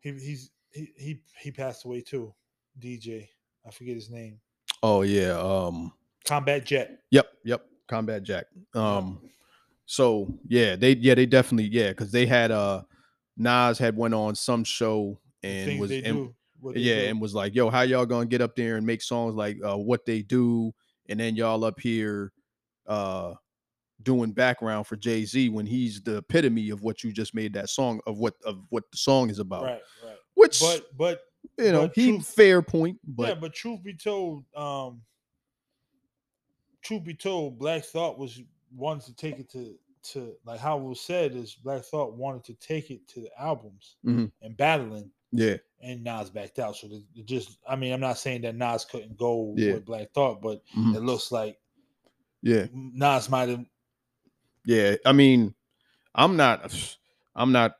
Speaker 1: he he's he he he passed away too. DJ, I forget his name.
Speaker 2: oh yeah, um
Speaker 1: Combat Jet.
Speaker 2: yep, yep, Combat Jack. Um so yeah, they yeah, they definitely yeah, cuz they had uh Nas had went on some show and
Speaker 1: things
Speaker 2: was
Speaker 1: they
Speaker 2: and,
Speaker 1: do. what they
Speaker 2: yeah,
Speaker 1: do.
Speaker 2: and was like, "Yo, how y'all gonna get up there and make songs like uh, what they do, and then y'all up here uh, doing background for Jay Z when he's the epitome of what you just made that song of what of what the song is about?"
Speaker 1: right, right.
Speaker 2: Which
Speaker 1: But but
Speaker 2: you know,
Speaker 1: but
Speaker 2: he
Speaker 1: truth-
Speaker 2: fair point,
Speaker 1: yeah,
Speaker 2: but
Speaker 1: but truth be told, um, truth be told, Black Thought was wanted to take it to to like how it was said is Black Thought wanted to take it to the albums
Speaker 2: Mhm.
Speaker 1: and battling.
Speaker 2: yeah,
Speaker 1: and Nas backed out. So it it just, I mean, I'm not saying that Nas couldn't go
Speaker 2: Yeah.
Speaker 1: with Black Thought, but
Speaker 2: mhm,
Speaker 1: it looks like
Speaker 2: yeah,
Speaker 1: Nas might have.
Speaker 2: yeah. I mean, I'm not, I'm not,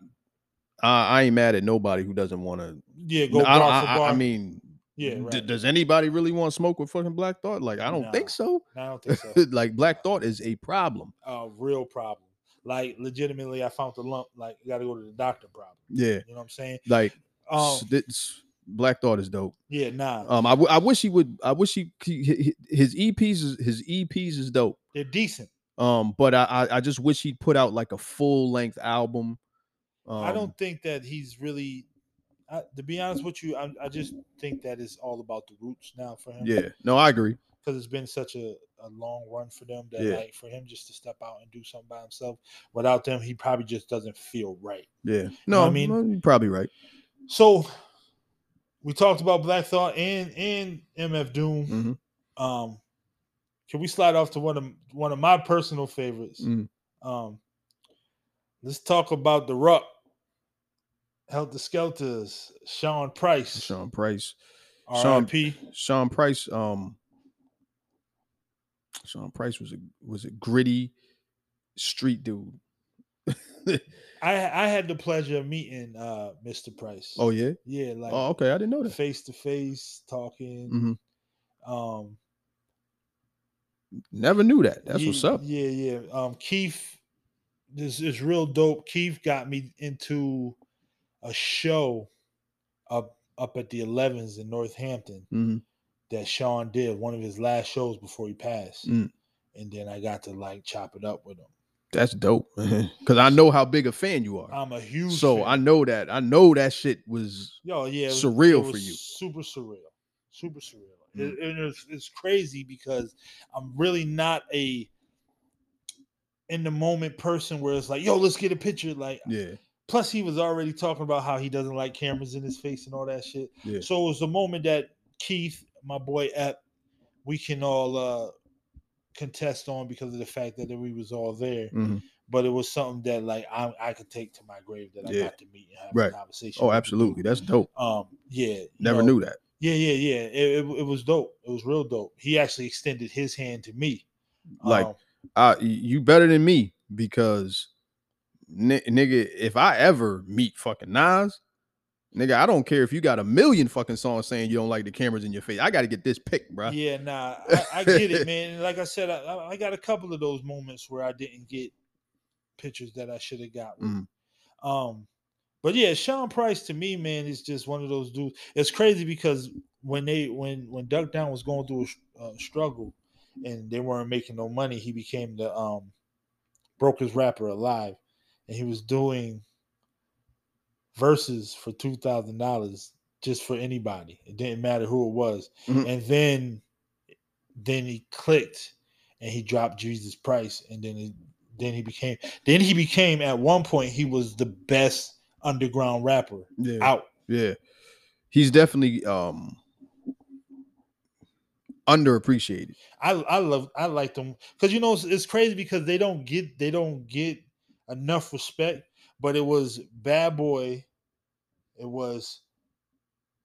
Speaker 2: I, I ain't mad at nobody who doesn't want to.
Speaker 1: Yeah, go bar
Speaker 2: I, don't- I,
Speaker 1: for
Speaker 2: I- I
Speaker 1: bar.
Speaker 2: mean,
Speaker 1: Yeah,
Speaker 2: D-
Speaker 1: right.
Speaker 2: does anybody really want to smoke with fucking Black Thought? Like, I don't
Speaker 1: No.
Speaker 2: think so.
Speaker 1: I don't think so.
Speaker 2: like, Black Thought is a problem.
Speaker 1: A real problem. Like legitimately, I found the lump. Like got to go to the doctor. Problem.
Speaker 2: Yeah,
Speaker 1: You know what I'm saying?
Speaker 2: like
Speaker 1: Um.
Speaker 2: s- it's- Black Thought is dope.
Speaker 1: Yeah. Nah.
Speaker 2: Um, I, w- I wish he would. I wish he, he he- his EPs is his EPs is dope.
Speaker 1: They're decent.
Speaker 2: Um, but I I, I just wish he'd put out like a full length album. Um,
Speaker 1: I don't think that he's really. I, to be honest with you, I, I just think that it's all about the roots now for him.
Speaker 2: Um, Yeah, no, I agree.
Speaker 1: because it's been such a, a long run for them that
Speaker 2: Yeah.
Speaker 1: like for him just to step out and do something by himself without them he probably just doesn't feel right
Speaker 2: Yeah,
Speaker 1: know
Speaker 2: no,
Speaker 1: what I
Speaker 2: I
Speaker 1: mean?
Speaker 2: mean you're probably right.
Speaker 1: so we talked about black thought and and mf doom
Speaker 2: Mhm.
Speaker 1: um can we slide off to one of one of my personal favorites
Speaker 2: Mm.
Speaker 1: um let's talk about the ruck helter skelters sean price
Speaker 2: Sean Price, Sean-
Speaker 1: rip
Speaker 2: Sean Price, um, Sean Price was a was a gritty street dude.
Speaker 1: i i had the pleasure of meeting uh mr price
Speaker 2: Oh yeah.
Speaker 1: yeah like
Speaker 2: Oh okay, I didn't know that.
Speaker 1: face to face talking.
Speaker 2: Mhm.
Speaker 1: Um,
Speaker 2: Never knew that. That's
Speaker 1: ye-
Speaker 2: what's up.
Speaker 1: Yeah, yeah. Um, Keith, this is real dope. Keith got me into a show up up at the 11s in Northampton
Speaker 2: hmm
Speaker 1: that Sean did one of his last shows before he passed,
Speaker 2: Mm.
Speaker 1: and then I got to like chop it up with him.
Speaker 2: That's dope. Because I know how big a fan you are.
Speaker 1: I'm a huge
Speaker 2: So
Speaker 1: fan.
Speaker 2: I know that. I know that shit was.
Speaker 1: Yo, yeah, it was-
Speaker 2: surreal
Speaker 1: it
Speaker 2: for
Speaker 1: was
Speaker 2: you.
Speaker 1: Super surreal, super surreal.
Speaker 2: Mm.
Speaker 1: It- and it's, it's crazy because I'm really not a in the moment person where it's like, yo, let's get a picture. Like,
Speaker 2: Yeah.
Speaker 1: plus he was already talking about how he doesn't like cameras in his face and all that shit.
Speaker 2: Yeah.
Speaker 1: So it was the moment that Keith, my boy, Ep, we can all uh contest on because of the fact that we was all there.
Speaker 2: Mhm.
Speaker 1: But it was something that like I, I could take to my grave that I
Speaker 2: Yeah.
Speaker 1: got to meet and have a
Speaker 2: Right.
Speaker 1: conversation.
Speaker 2: Oh,
Speaker 1: with the
Speaker 2: absolutely.
Speaker 1: dude.
Speaker 2: That's dope.
Speaker 1: Um, yeah, you
Speaker 2: Never
Speaker 1: know,
Speaker 2: knew that.
Speaker 1: yeah, yeah, yeah. It, it, it was dope. It was real dope. He actually extended his hand to me.
Speaker 2: Like-
Speaker 1: Um,
Speaker 2: I, you better than me because, ni- nigga, if I ever meet fucking Nas, nigga, I don't care if you got a million fucking songs saying you don't like the cameras in your face. I got to get this pick, bro.
Speaker 1: yeah, nah, I, I get it, man. And Like I said, I- I, I got a couple of those moments where I didn't get pictures that I should have got. with.
Speaker 2: Mhm.
Speaker 1: Um, but yeah, Sean Price to me, man, is just one of those dudes. It's crazy because when they when when Duck Down was going through a s- uh, struggle and they weren't making no money, he became the um brokest rapper alive, and he was doing verses for two thousand dollars just for anybody. It didn't matter who it was,
Speaker 2: Mhm.
Speaker 1: and then then he clicked and he dropped Jesus Price, and then he then he became then he became at one point he was the best underground rapper
Speaker 2: Yeah.
Speaker 1: out.
Speaker 2: Yeah. He's definitely um underappreciated.
Speaker 1: I I love I like them because you know it's, it's crazy because they don't get they don't get enough respect. But it was Bad Boy, it was,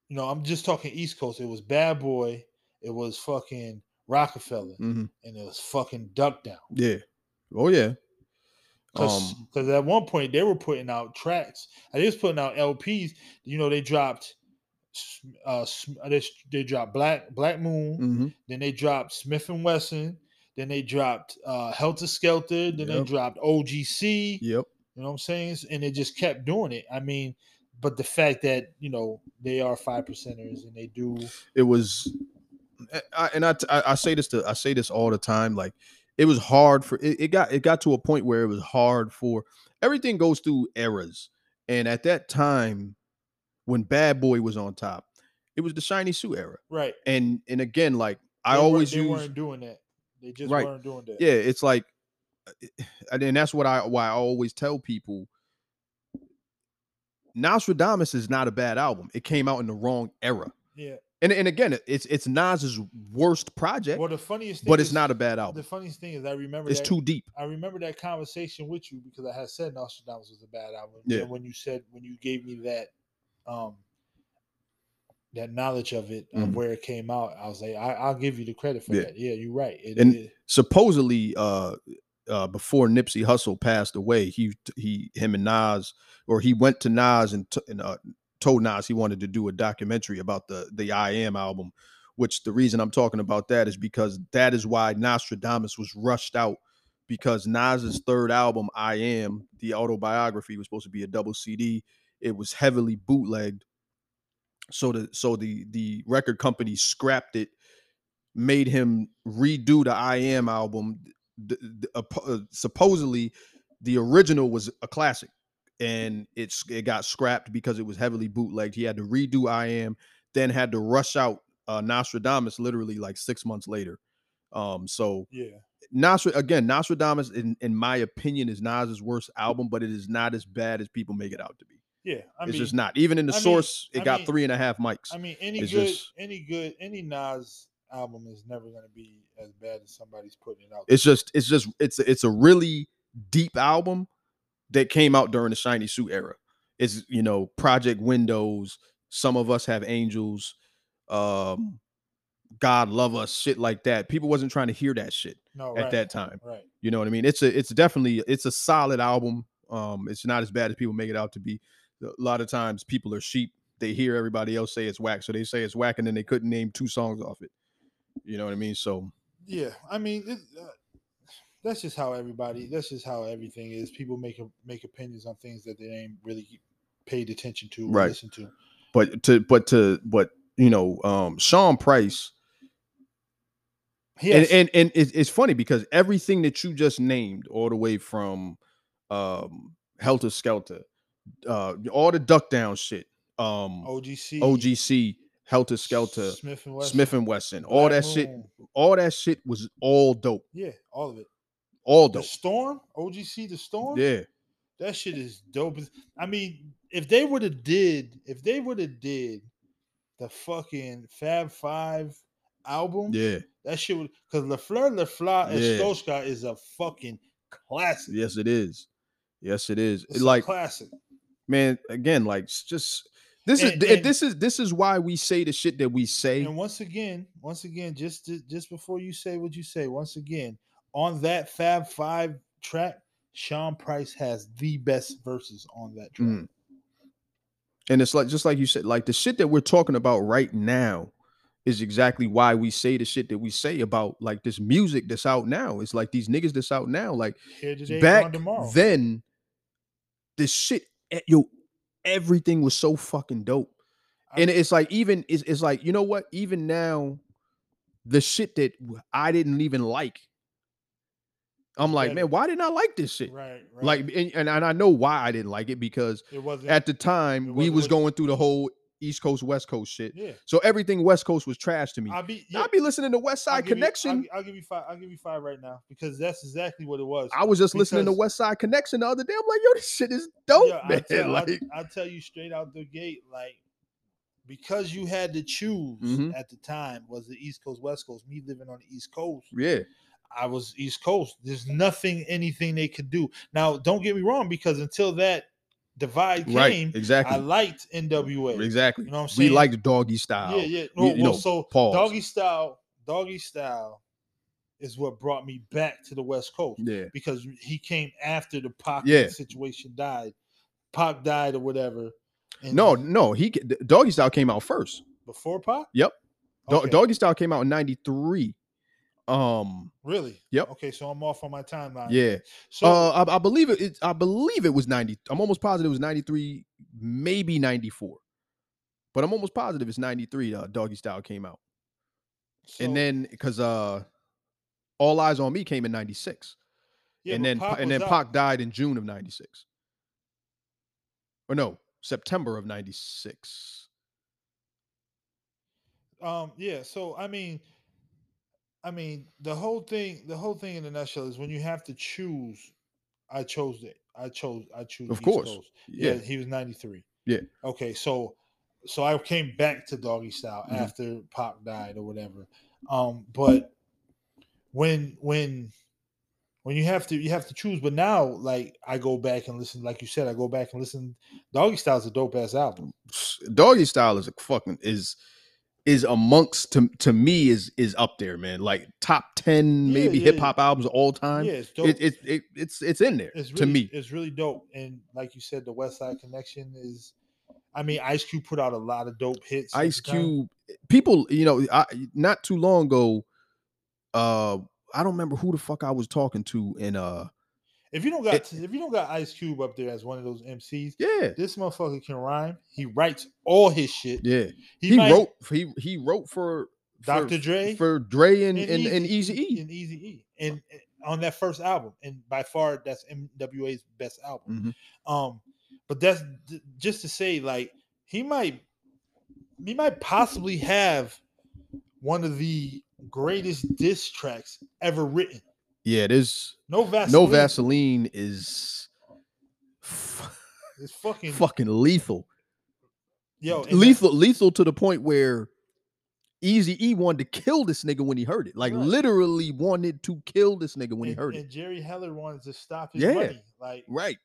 Speaker 1: you know, I'm just talking East Coast. It was Bad Boy, it was fucking Rockefeller,
Speaker 2: hmm
Speaker 1: and it was fucking Duck Down.
Speaker 2: Yeah. Oh yeah.
Speaker 1: Because
Speaker 2: Um,
Speaker 1: at one point they were putting out tracks. They was putting out LPs. You know, they dropped. s- Uh, s- uh, they, s- they dropped Black Black Moon.
Speaker 2: mhm.
Speaker 1: Then they dropped Smith and Wesson. Then they dropped uh, Helter Skelter. Then they
Speaker 2: Yep.
Speaker 1: dropped OGC.
Speaker 2: Yep.
Speaker 1: You know what I'm saying? S- And they just kept doing it. I mean, but the fact that you know they are five percenters and they do
Speaker 2: It was I- I, and I, t- I I say this to I say this all the time like it was hard for it, it got it got to a point where it was hard for everything goes through eras. And at that time when Bad Boy was on top, it was the shiny suit era.
Speaker 1: right.
Speaker 2: And and again like I
Speaker 1: They weren't-
Speaker 2: always
Speaker 1: they
Speaker 2: use
Speaker 1: weren't doing that. They just
Speaker 2: Right.
Speaker 1: weren't doing that.
Speaker 2: yeah it's like eh, and then that's what i why i always tell people nostradamus is not a bad album it came out in the wrong era
Speaker 1: yeah.
Speaker 2: and and again it- it's it's nas's worst project
Speaker 1: Well, the funniest thing,
Speaker 2: but it's
Speaker 1: is-
Speaker 2: not a bad
Speaker 1: The
Speaker 2: album
Speaker 1: funniest thing is I remember
Speaker 2: it's
Speaker 1: that-
Speaker 2: too deep
Speaker 1: I remember that conversation with you because I had said Nostradamus was a bad album.
Speaker 2: Yeah.
Speaker 1: And when you said when you gave me that um that knowledge of it of
Speaker 2: Mhm.
Speaker 1: where it came out, I was like, I, I'll give you the credit for
Speaker 2: Yeah.
Speaker 1: that. Yeah, you're right. It,
Speaker 2: And-
Speaker 1: it-
Speaker 2: supposedly uh uh, before Nipsey Hussle passed away, he he him and Nas, or he went to Nas and t- and uh, told Nas he wanted to do a documentary about the the I Am album, which the reason I'm talking about that is because that is why Nostradamus was rushed out because Nas's third album I Am, the autobiography was supposed to be a double CD. It was heavily bootlegged. So the so the the record company scrapped it, made him redo the I Am album. The- the- uh, po- uh, supposedly the original was a classic and it's it got scrapped because it was heavily bootlegged. He had to redo I Am, then had to rush out uh, Nostradamus literally like six months later. Um, so
Speaker 1: Yeah.
Speaker 2: Nostra again, Nostradamus, in, in my opinion, is Nas's worst album, but it is not as bad as people make it out to be.
Speaker 1: Yeah. I
Speaker 2: it's
Speaker 1: mean,
Speaker 2: just not. Even in the
Speaker 1: I mean-
Speaker 2: source, it
Speaker 1: I
Speaker 2: got
Speaker 1: mean-
Speaker 2: three and a half mics.
Speaker 1: I mean, any
Speaker 2: It's
Speaker 1: good,
Speaker 2: just-
Speaker 1: any good, any Nas album is never going to be as bad as somebody's putting it out.
Speaker 2: it's just, it's just, it's it's a really deep album that came out during the shiny suit era. It's you know, Project Windows, Some of Us Have Angels, um, God Love Us, shit like that. People wasn't trying to hear that shit
Speaker 1: no,
Speaker 2: at that time.
Speaker 1: Right.
Speaker 2: You know what I mean? It's a it's definitely it's a solid album. Um, it's not as bad as people make it out to be. A lot of times people are sheep. They hear everybody else say it's whack, so they say it's whack, and then they couldn't name two songs off it. You know what I mean? So
Speaker 1: Yeah. I mean, it, uh, that's just how everybody. That's just how everything is. People make a, make opinions on things that they ain't really paid attention to or
Speaker 2: Right.
Speaker 1: listen to.
Speaker 2: but to but to but you know, um Sean Price,
Speaker 1: Yes.
Speaker 2: and and, and it's, it's funny because everything that you just named, all the way from um Helter Skelter, uh all the duck down shit, um
Speaker 1: OGC.
Speaker 2: OGC, Helter Skelter,
Speaker 1: Smith and Wesson.
Speaker 2: Smith and Wesson, all
Speaker 1: Black
Speaker 2: that shit,
Speaker 1: Moon.
Speaker 2: all that shit was all dope,
Speaker 1: Yeah, all of it.
Speaker 2: all
Speaker 1: The
Speaker 2: dope.
Speaker 1: Storm, OGC, the Storm.
Speaker 2: Yeah,
Speaker 1: That shit is dope. as- I mean, if they would have did, if they would have did the fucking Fab Five album,
Speaker 2: yeah,
Speaker 1: that shit would because LaFleur, LaFleur, and
Speaker 2: Yeah.
Speaker 1: Skoska is a fucking classic.
Speaker 2: yes, it is, yes, it is.
Speaker 1: It's
Speaker 2: like,
Speaker 1: a classic.
Speaker 2: man, again, like, s- just this is
Speaker 1: And-
Speaker 2: th-
Speaker 1: and-
Speaker 2: this is this is why we say the shit that we say.
Speaker 1: And once again, once again, just ju- just before you say what you say, once again, on that Fab Five track, Sean Price has the best verses on that track.
Speaker 2: Mm. And it's like just like you said, like the shit that we're talking about right now is exactly why we say the shit that we say about like this music that's out now. It's like these niggas that's out now, like.
Speaker 1: Here today, gone
Speaker 2: back
Speaker 1: tomorrow.
Speaker 2: then, this shit, eh, yo, everything was so fucking dope.
Speaker 1: I-
Speaker 2: and it's like even it's, it's like you know what? Even now, the shit that w- I didn't even like, I'm like,
Speaker 1: better.
Speaker 2: man, why didn't I like this shit?
Speaker 1: right, right.
Speaker 2: Like, and, and and I know why I didn't like it because
Speaker 1: it wasn't
Speaker 2: at the
Speaker 1: It
Speaker 2: time we
Speaker 1: wasn't
Speaker 2: was
Speaker 1: what-
Speaker 2: going through the whole East Coast West Coast shit.
Speaker 1: yeah.
Speaker 2: So everything West Coast was trash to me.
Speaker 1: I'll be yeah,
Speaker 2: I'd be listening to West
Speaker 1: I'll
Speaker 2: Side
Speaker 1: give you- I'll
Speaker 2: Connection.
Speaker 1: gi- I'll, give you five. I'll give you five right now because that's exactly what it was.
Speaker 2: I was just listening to
Speaker 1: because-
Speaker 2: West Side Connection the other day. I'm like, yo, this shit is dope,
Speaker 1: Yeah,
Speaker 2: man.
Speaker 1: I tell,
Speaker 2: like,
Speaker 1: I, I tell you straight out the gate, like because you had to choose
Speaker 2: Mhm.
Speaker 1: at the time was the East Coast, West Coast. Me living on the East Coast,
Speaker 2: yeah,
Speaker 1: I was East Coast. There's nothing, anything they could do. Now, don't get me wrong, because until that divide came,
Speaker 2: right,
Speaker 1: I
Speaker 2: exactly,
Speaker 1: liked NWA.
Speaker 2: exactly.
Speaker 1: You know what I'm
Speaker 2: we
Speaker 1: saying?
Speaker 2: liked doggy style.
Speaker 1: Yeah, yeah. No,
Speaker 2: you
Speaker 1: well,
Speaker 2: know,
Speaker 1: so
Speaker 2: pause.
Speaker 1: doggy style, doggy style is what brought me back to the West Coast
Speaker 2: yeah,
Speaker 1: because he came after the Pac
Speaker 2: Yeah.
Speaker 1: situation died. Pac died or whatever. And
Speaker 2: No, no, he ca- the- doggy style came out first.
Speaker 1: before Pac.
Speaker 2: Yep. Do-
Speaker 1: Okay,
Speaker 2: Doggy style came out in '93. Um,
Speaker 1: really?
Speaker 2: Yep.
Speaker 1: Okay, so I'm off on my timeline.
Speaker 2: yeah,
Speaker 1: So
Speaker 2: uh, I, I believe it, it. I believe it was '90. I'm almost positive it was '93, maybe '94, but I'm almost positive it's '93. Uh, doggy style came out.
Speaker 1: so-
Speaker 2: and then because uh all eyes on me came in 96
Speaker 1: yeah,
Speaker 2: and
Speaker 1: but
Speaker 2: then Pa- and
Speaker 1: was
Speaker 2: then
Speaker 1: out.
Speaker 2: Pac died in june of 96 or no september of 96
Speaker 1: Um, yeah. So I mean, I mean, the whole thing, the whole thing in a nutshell is when you have to choose. I chose it. I chose. I choose.
Speaker 2: Of
Speaker 1: East
Speaker 2: course.
Speaker 1: Coast.
Speaker 2: yeah
Speaker 1: Yeah, he was 93.
Speaker 2: Yeah.
Speaker 1: Okay, so so I came back to doggy style
Speaker 2: Mhm.
Speaker 1: after Pop died or whatever. Um, but when when when you have to you have to choose, but now like I go back and listen, like you said, I go back and listen. Doggy Style's a dope ass album.
Speaker 2: doggy style is a fucking is is amongst to to me is is up there man like top 10
Speaker 1: Yeah,
Speaker 2: maybe
Speaker 1: yeah,
Speaker 2: hip hop albums of all
Speaker 1: Yeah,
Speaker 2: time
Speaker 1: it's dope.
Speaker 2: it, it, it it's it's in there
Speaker 1: it's
Speaker 2: to
Speaker 1: really,
Speaker 2: me
Speaker 1: It's really dope. And like you said, the West Side Connection is I mean, Ice Cube put out a lot of dope hits. at
Speaker 2: Ice
Speaker 1: the time.
Speaker 2: Cube, people, you know, I, not too long ago, uh, I don't remember who the fuck I was talking to, and uh,
Speaker 1: If you don't got
Speaker 2: It-
Speaker 1: t- if you don't got Ice Cube up there as one of those MCs,
Speaker 2: yeah,
Speaker 1: this motherfucker can rhyme. He writes all his shit.
Speaker 2: yeah,
Speaker 1: He,
Speaker 2: he,
Speaker 1: might-
Speaker 2: wrote, he he wrote for for-
Speaker 1: Dr. Dre
Speaker 2: for Dre and
Speaker 1: and
Speaker 2: and, and
Speaker 1: Eazy-
Speaker 2: Easy E.
Speaker 1: and Easy E, and and on that first album, and by far that's MWA's best album.
Speaker 2: Mhm.
Speaker 1: Um, but that's d- just to say, like he might, he might possibly have one of the greatest diss tracks ever written.
Speaker 2: Yeah, there's
Speaker 1: No Vaseline.
Speaker 2: no Vaseline is f-
Speaker 1: It's fucking
Speaker 2: fucking lethal.
Speaker 1: yo and that-
Speaker 2: lethal, lethal to the point where Easy E wanted to kill this nigga when he heard it. Like
Speaker 1: Right.
Speaker 2: literally wanted to kill this nigga when he
Speaker 1: and-
Speaker 2: heard
Speaker 1: and
Speaker 2: it.
Speaker 1: Jerry Heller wanted to stop his
Speaker 2: Yeah.
Speaker 1: money. Like
Speaker 2: Right.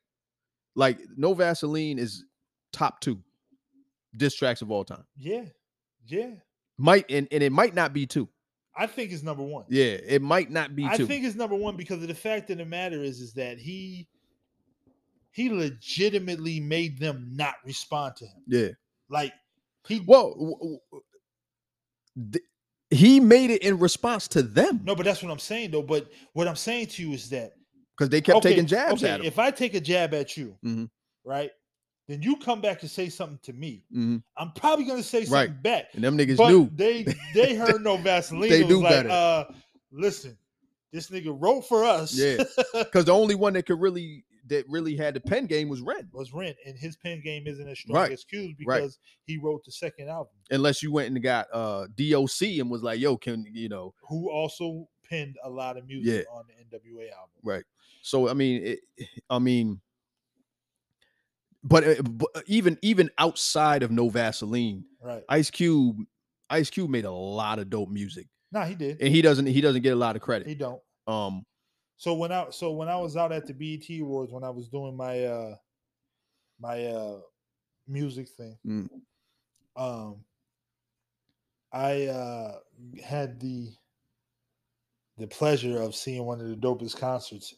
Speaker 2: Like No Vaseline is top two diss tracks of all time.
Speaker 1: yeah, yeah.
Speaker 2: Might and, and it might not be two.
Speaker 1: I think it's number one.
Speaker 2: Yeah, it might not be
Speaker 1: I
Speaker 2: two.
Speaker 1: think it's number one because of the fact of the matter is, is that he he legitimately made them not respond to him.
Speaker 2: yeah.
Speaker 1: Like he
Speaker 2: Well, w- w- th- he made it in response to them
Speaker 1: no, but that's what I'm saying though. But what I'm saying to you is that
Speaker 2: because they kept
Speaker 1: okay,
Speaker 2: taking jabs
Speaker 1: okay,
Speaker 2: at him.
Speaker 1: If I take a jab at you,
Speaker 2: Mhm.
Speaker 1: right, then you come back and say something to me.
Speaker 2: Mhm.
Speaker 1: I'm probably gonna say something
Speaker 2: Right.
Speaker 1: back.
Speaker 2: And them niggas
Speaker 1: but
Speaker 2: knew.
Speaker 1: they they heard no Vaseline.
Speaker 2: They
Speaker 1: It was
Speaker 2: knew
Speaker 1: like,
Speaker 2: better.
Speaker 1: uh listen, this nigga wrote for us.
Speaker 2: Yeah, because the only one that could really that really had the pen game was Ren,
Speaker 1: was Rent, and his pen game isn't as strong
Speaker 2: Right.
Speaker 1: as Q's
Speaker 2: Right.
Speaker 1: because he wrote the second album,
Speaker 2: unless you went and got uh DOC and was like, "Yo, can you know?"
Speaker 1: who also penned a lot of music on the NWA album.
Speaker 2: Right. So I mean, it, I mean, but, uh, but even even outside of No Vaseline,
Speaker 1: Right.
Speaker 2: Ice Cube, Ice Cube made a lot of dope music,
Speaker 1: Nah, he did.
Speaker 2: and he doesn't he doesn't get a lot of
Speaker 1: He
Speaker 2: credit.
Speaker 1: don't.
Speaker 2: Um,
Speaker 1: So when I so when I was out at the BET Awards when I was doing my uh my uh music thing,
Speaker 2: Mm.
Speaker 1: um I uh had the the pleasure of seeing one of the dopest concerts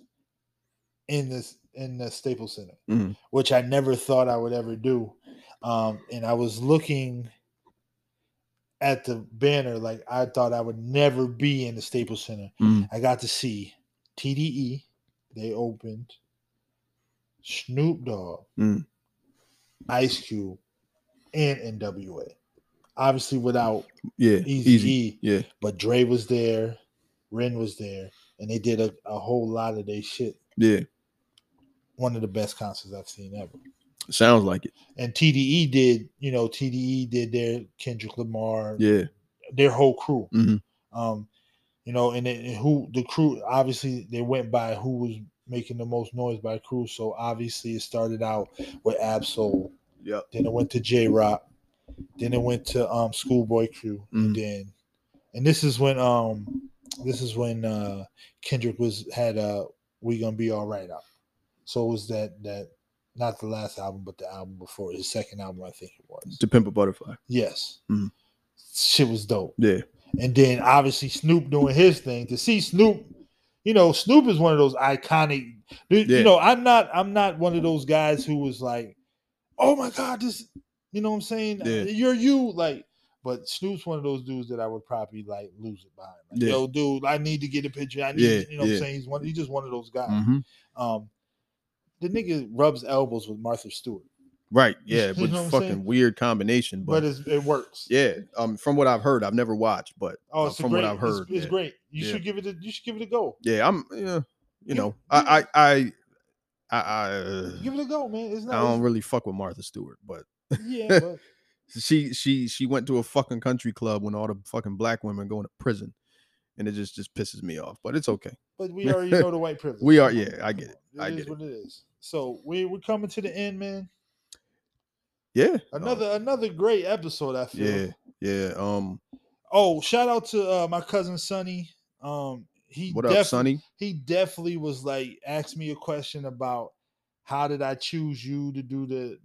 Speaker 1: in this in the Staples Center,
Speaker 2: Mhm.
Speaker 1: which I never thought I would ever do. Um and I was looking at the banner like I thought I would never be in the Staples Center.
Speaker 2: Mhm.
Speaker 1: I got to see TDE. They opened Snoop Dogg,
Speaker 2: Mm.
Speaker 1: Ice Cube, and NWA. Obviously without
Speaker 2: yeah,
Speaker 1: Easy, E.
Speaker 2: easy, yeah,
Speaker 1: but Dre was there, Ren was there, and they did a, a whole lot of their shit.
Speaker 2: yeah.
Speaker 1: One of the best concerts I've seen ever.
Speaker 2: Sounds like it.
Speaker 1: And TDE did, you know, TDE did their Kendrick Lamar,
Speaker 2: Yeah,
Speaker 1: their whole crew.
Speaker 2: Mhm.
Speaker 1: Um, you know, and, it- and who the crew obviously they went by who was making the most noise by crew. So obviously it started out with Absol.
Speaker 2: Yep.
Speaker 1: Then it went to J Rock. Then it went to um Schoolboy Crew. And
Speaker 2: Mhm.
Speaker 1: then and this is when um this is when uh Kendrick was had uh We Gonna Be Alright out. So it was that that not the last album, but the album before his second album, I think it was.
Speaker 2: to Pimp a Butterfly.
Speaker 1: Yes.
Speaker 2: Mhm.
Speaker 1: Shit was dope.
Speaker 2: Yeah,
Speaker 1: And then obviously Snoop doing his thing. To see Snoop, you know, Snoop is one of those iconic. dude,
Speaker 2: Yeah.
Speaker 1: You know, I'm not I'm not one of those guys who was like, oh my god, this. You know what I'm saying? "Uh,
Speaker 2: Yeah.
Speaker 1: You're you like. But Snoop's one of those dudes that I would probably like lose it behind. Like,
Speaker 2: Yeah.
Speaker 1: Yo, dude, I need to get a picture. I need,
Speaker 2: Yeah,
Speaker 1: to-" you know, what
Speaker 2: yeah.
Speaker 1: I'm saying he's one. He's just one of those guys.
Speaker 2: Mhm.
Speaker 1: Um, the nigga rubs elbows with Martha Stewart,
Speaker 2: right. Yeah,
Speaker 1: You
Speaker 2: but
Speaker 1: know what I'm
Speaker 2: fucking
Speaker 1: saying?
Speaker 2: weird combination.
Speaker 1: but,
Speaker 2: But,
Speaker 1: it's, it works.
Speaker 2: yeah, um, from what I've heard, I've never watched, but
Speaker 1: Oh,
Speaker 2: uh,
Speaker 1: it's a
Speaker 2: from
Speaker 1: great.
Speaker 2: what I've heard,
Speaker 1: it's, it's
Speaker 2: yeah.
Speaker 1: great. You
Speaker 2: Yeah.
Speaker 1: should give it. A, you should give it a go.
Speaker 2: Yeah, I'm. Yeah, you know,
Speaker 1: give
Speaker 2: I,
Speaker 1: it-
Speaker 2: I, I, I, I, uh,
Speaker 1: Give it a go, man. It's
Speaker 2: I
Speaker 1: not.
Speaker 2: don't
Speaker 1: it's-
Speaker 2: really fuck with Martha Stewart, but
Speaker 1: yeah, but
Speaker 2: she, she, she went to a fucking country club when all the fucking black women going to prison, and it just, just pisses me off. But it's okay.
Speaker 1: but we already know the white privilege.
Speaker 2: We are-
Speaker 1: Come on,
Speaker 2: yeah, I
Speaker 1: come
Speaker 2: get it.
Speaker 1: on.
Speaker 2: I
Speaker 1: is
Speaker 2: get it.
Speaker 1: what it is. So we we're coming to the end, man.
Speaker 2: Yeah. uh,
Speaker 1: Another another great episode. I feel.
Speaker 2: yeah. Yeah. Um.
Speaker 1: Oh, shout out to uh, my cousin Sonny. Um, he
Speaker 2: What
Speaker 1: defi-
Speaker 2: up, Sonny?
Speaker 1: He definitely was like asked me a question about how did I choose you to do the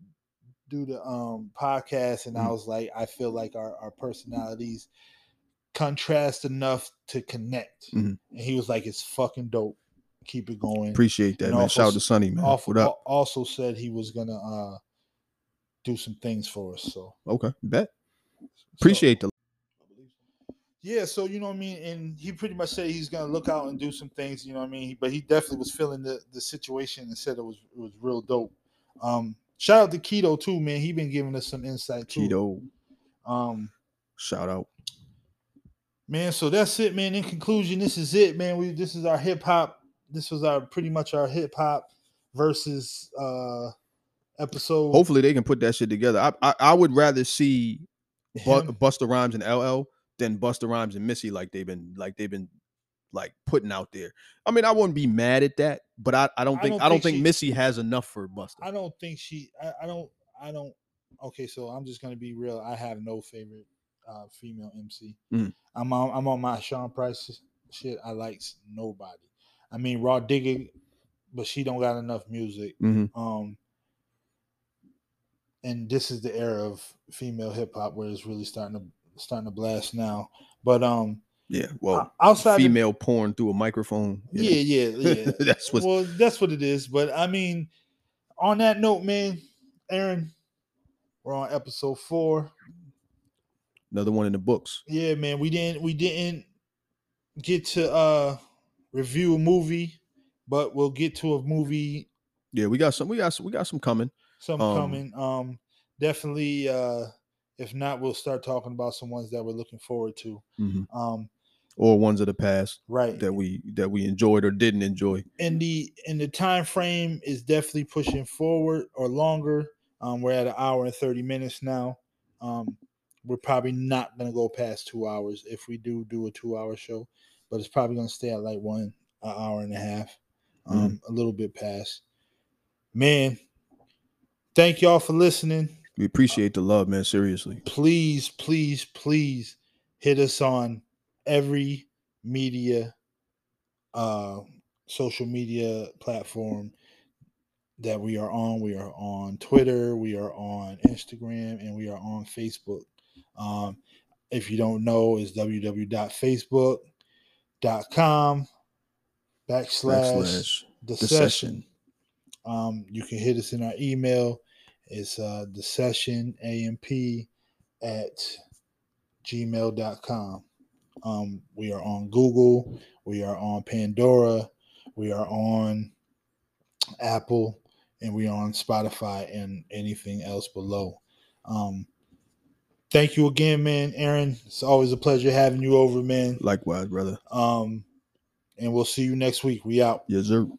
Speaker 1: do the um podcast, and I
Speaker 2: Mhm.
Speaker 1: was like, I feel like our our personalities contrast enough to connect.
Speaker 2: Mhm.
Speaker 1: And he was like, it's fucking dope. Keep it going.
Speaker 2: Appreciate that,
Speaker 1: and
Speaker 2: man.
Speaker 1: also
Speaker 2: Shout out
Speaker 1: s-
Speaker 2: to Sonny, man.
Speaker 1: Off,
Speaker 2: what up?
Speaker 1: al- also said he was gonna uh do some things for us. So
Speaker 2: Okay, bet. Appreciate the.
Speaker 1: yeah, so you know what I mean, and he pretty much said he's gonna look out and do some things. You know what I mean, but he definitely was feeling the the situation and said it was it was real dope. Um, shout out to Keto too, man. He been giving us some insight too.
Speaker 2: Keto
Speaker 1: Um,
Speaker 2: shout out.
Speaker 1: man, so that's it, man. In conclusion, this is it, man. We this is our hip hop. This was our pretty much our hip hop versus uh episode.
Speaker 2: Hopefully they can put that shit together. I I, I would rather see Bu-
Speaker 1: Him-
Speaker 2: Busta Rhymes and LL than Busta Rhymes and Missy like they've been like they've been like putting out there. I mean, I wouldn't be mad at that, but I, I don't
Speaker 1: I
Speaker 2: think I
Speaker 1: don't
Speaker 2: don't,
Speaker 1: think
Speaker 2: think,
Speaker 1: she-
Speaker 2: Missy has enough for Busta.
Speaker 1: I don't think she. I, I don't. I don't. Okay, so I'm just gonna be real. I have no favorite uh, female MC.
Speaker 2: Mm.
Speaker 1: I'm on. I'm on my Sean Price s- shit. I likes nobody. I mean, Raw Digger, but she don't got enough music.
Speaker 2: Mhm.
Speaker 1: Um, and this is the era of female hip hop where it's really starting to starting to blast now. But um,
Speaker 2: Yeah,
Speaker 1: o-
Speaker 2: well,
Speaker 1: outside of-
Speaker 2: Oh, female porn through a microphone. you know.
Speaker 1: yeah, yeah, yeah.
Speaker 2: that's what.
Speaker 1: well, that's what it is. But I mean, on that note, man, Aaron, we're on episode four.
Speaker 2: another one in the books.
Speaker 1: Yeah, man, we didn't we didn't get to uh review a movie, but we'll get to a movie
Speaker 2: Yeah, we got some. We got some, we got some coming.
Speaker 1: some
Speaker 2: Um,
Speaker 1: coming. Um, definitely. uh If not, we'll start talking about some ones that we're looking forward to.
Speaker 2: Mhm.
Speaker 1: Um,
Speaker 2: Or ones of the past
Speaker 1: right.
Speaker 2: that we that we enjoyed or didn't enjoy.
Speaker 1: and the and the time frame is definitely pushing forward or longer. Um, we're at an hour and thirty minutes now. Um, we're probably not gonna go past two hours if we do do a two hour show, but it's probably gonna stay at like one an hour and a half, um, a little bit past. Man, thank y'all for listening.
Speaker 2: We appreciate the love, man. Seriously,
Speaker 1: Please, please, please hit us on every media uh social media platform that we are on. We are on Twitter, we are on Instagram, and we are on Facebook. Um, if you don't know, is www.facebook.com backslash
Speaker 2: backslash
Speaker 1: the
Speaker 2: the
Speaker 1: session.
Speaker 2: session.
Speaker 1: Um, you can hit us in our email. It's uh, the session amp at gmail.com. Um, we are on Google. We are on Pandora. We are on Apple. And we are on Spotify and anything else below. Um, thank you again, man. Aaron, it's always a pleasure having you over, man.
Speaker 2: Likewise, brother.
Speaker 1: Um, and we'll see you next week. We out.
Speaker 2: Yes, sir.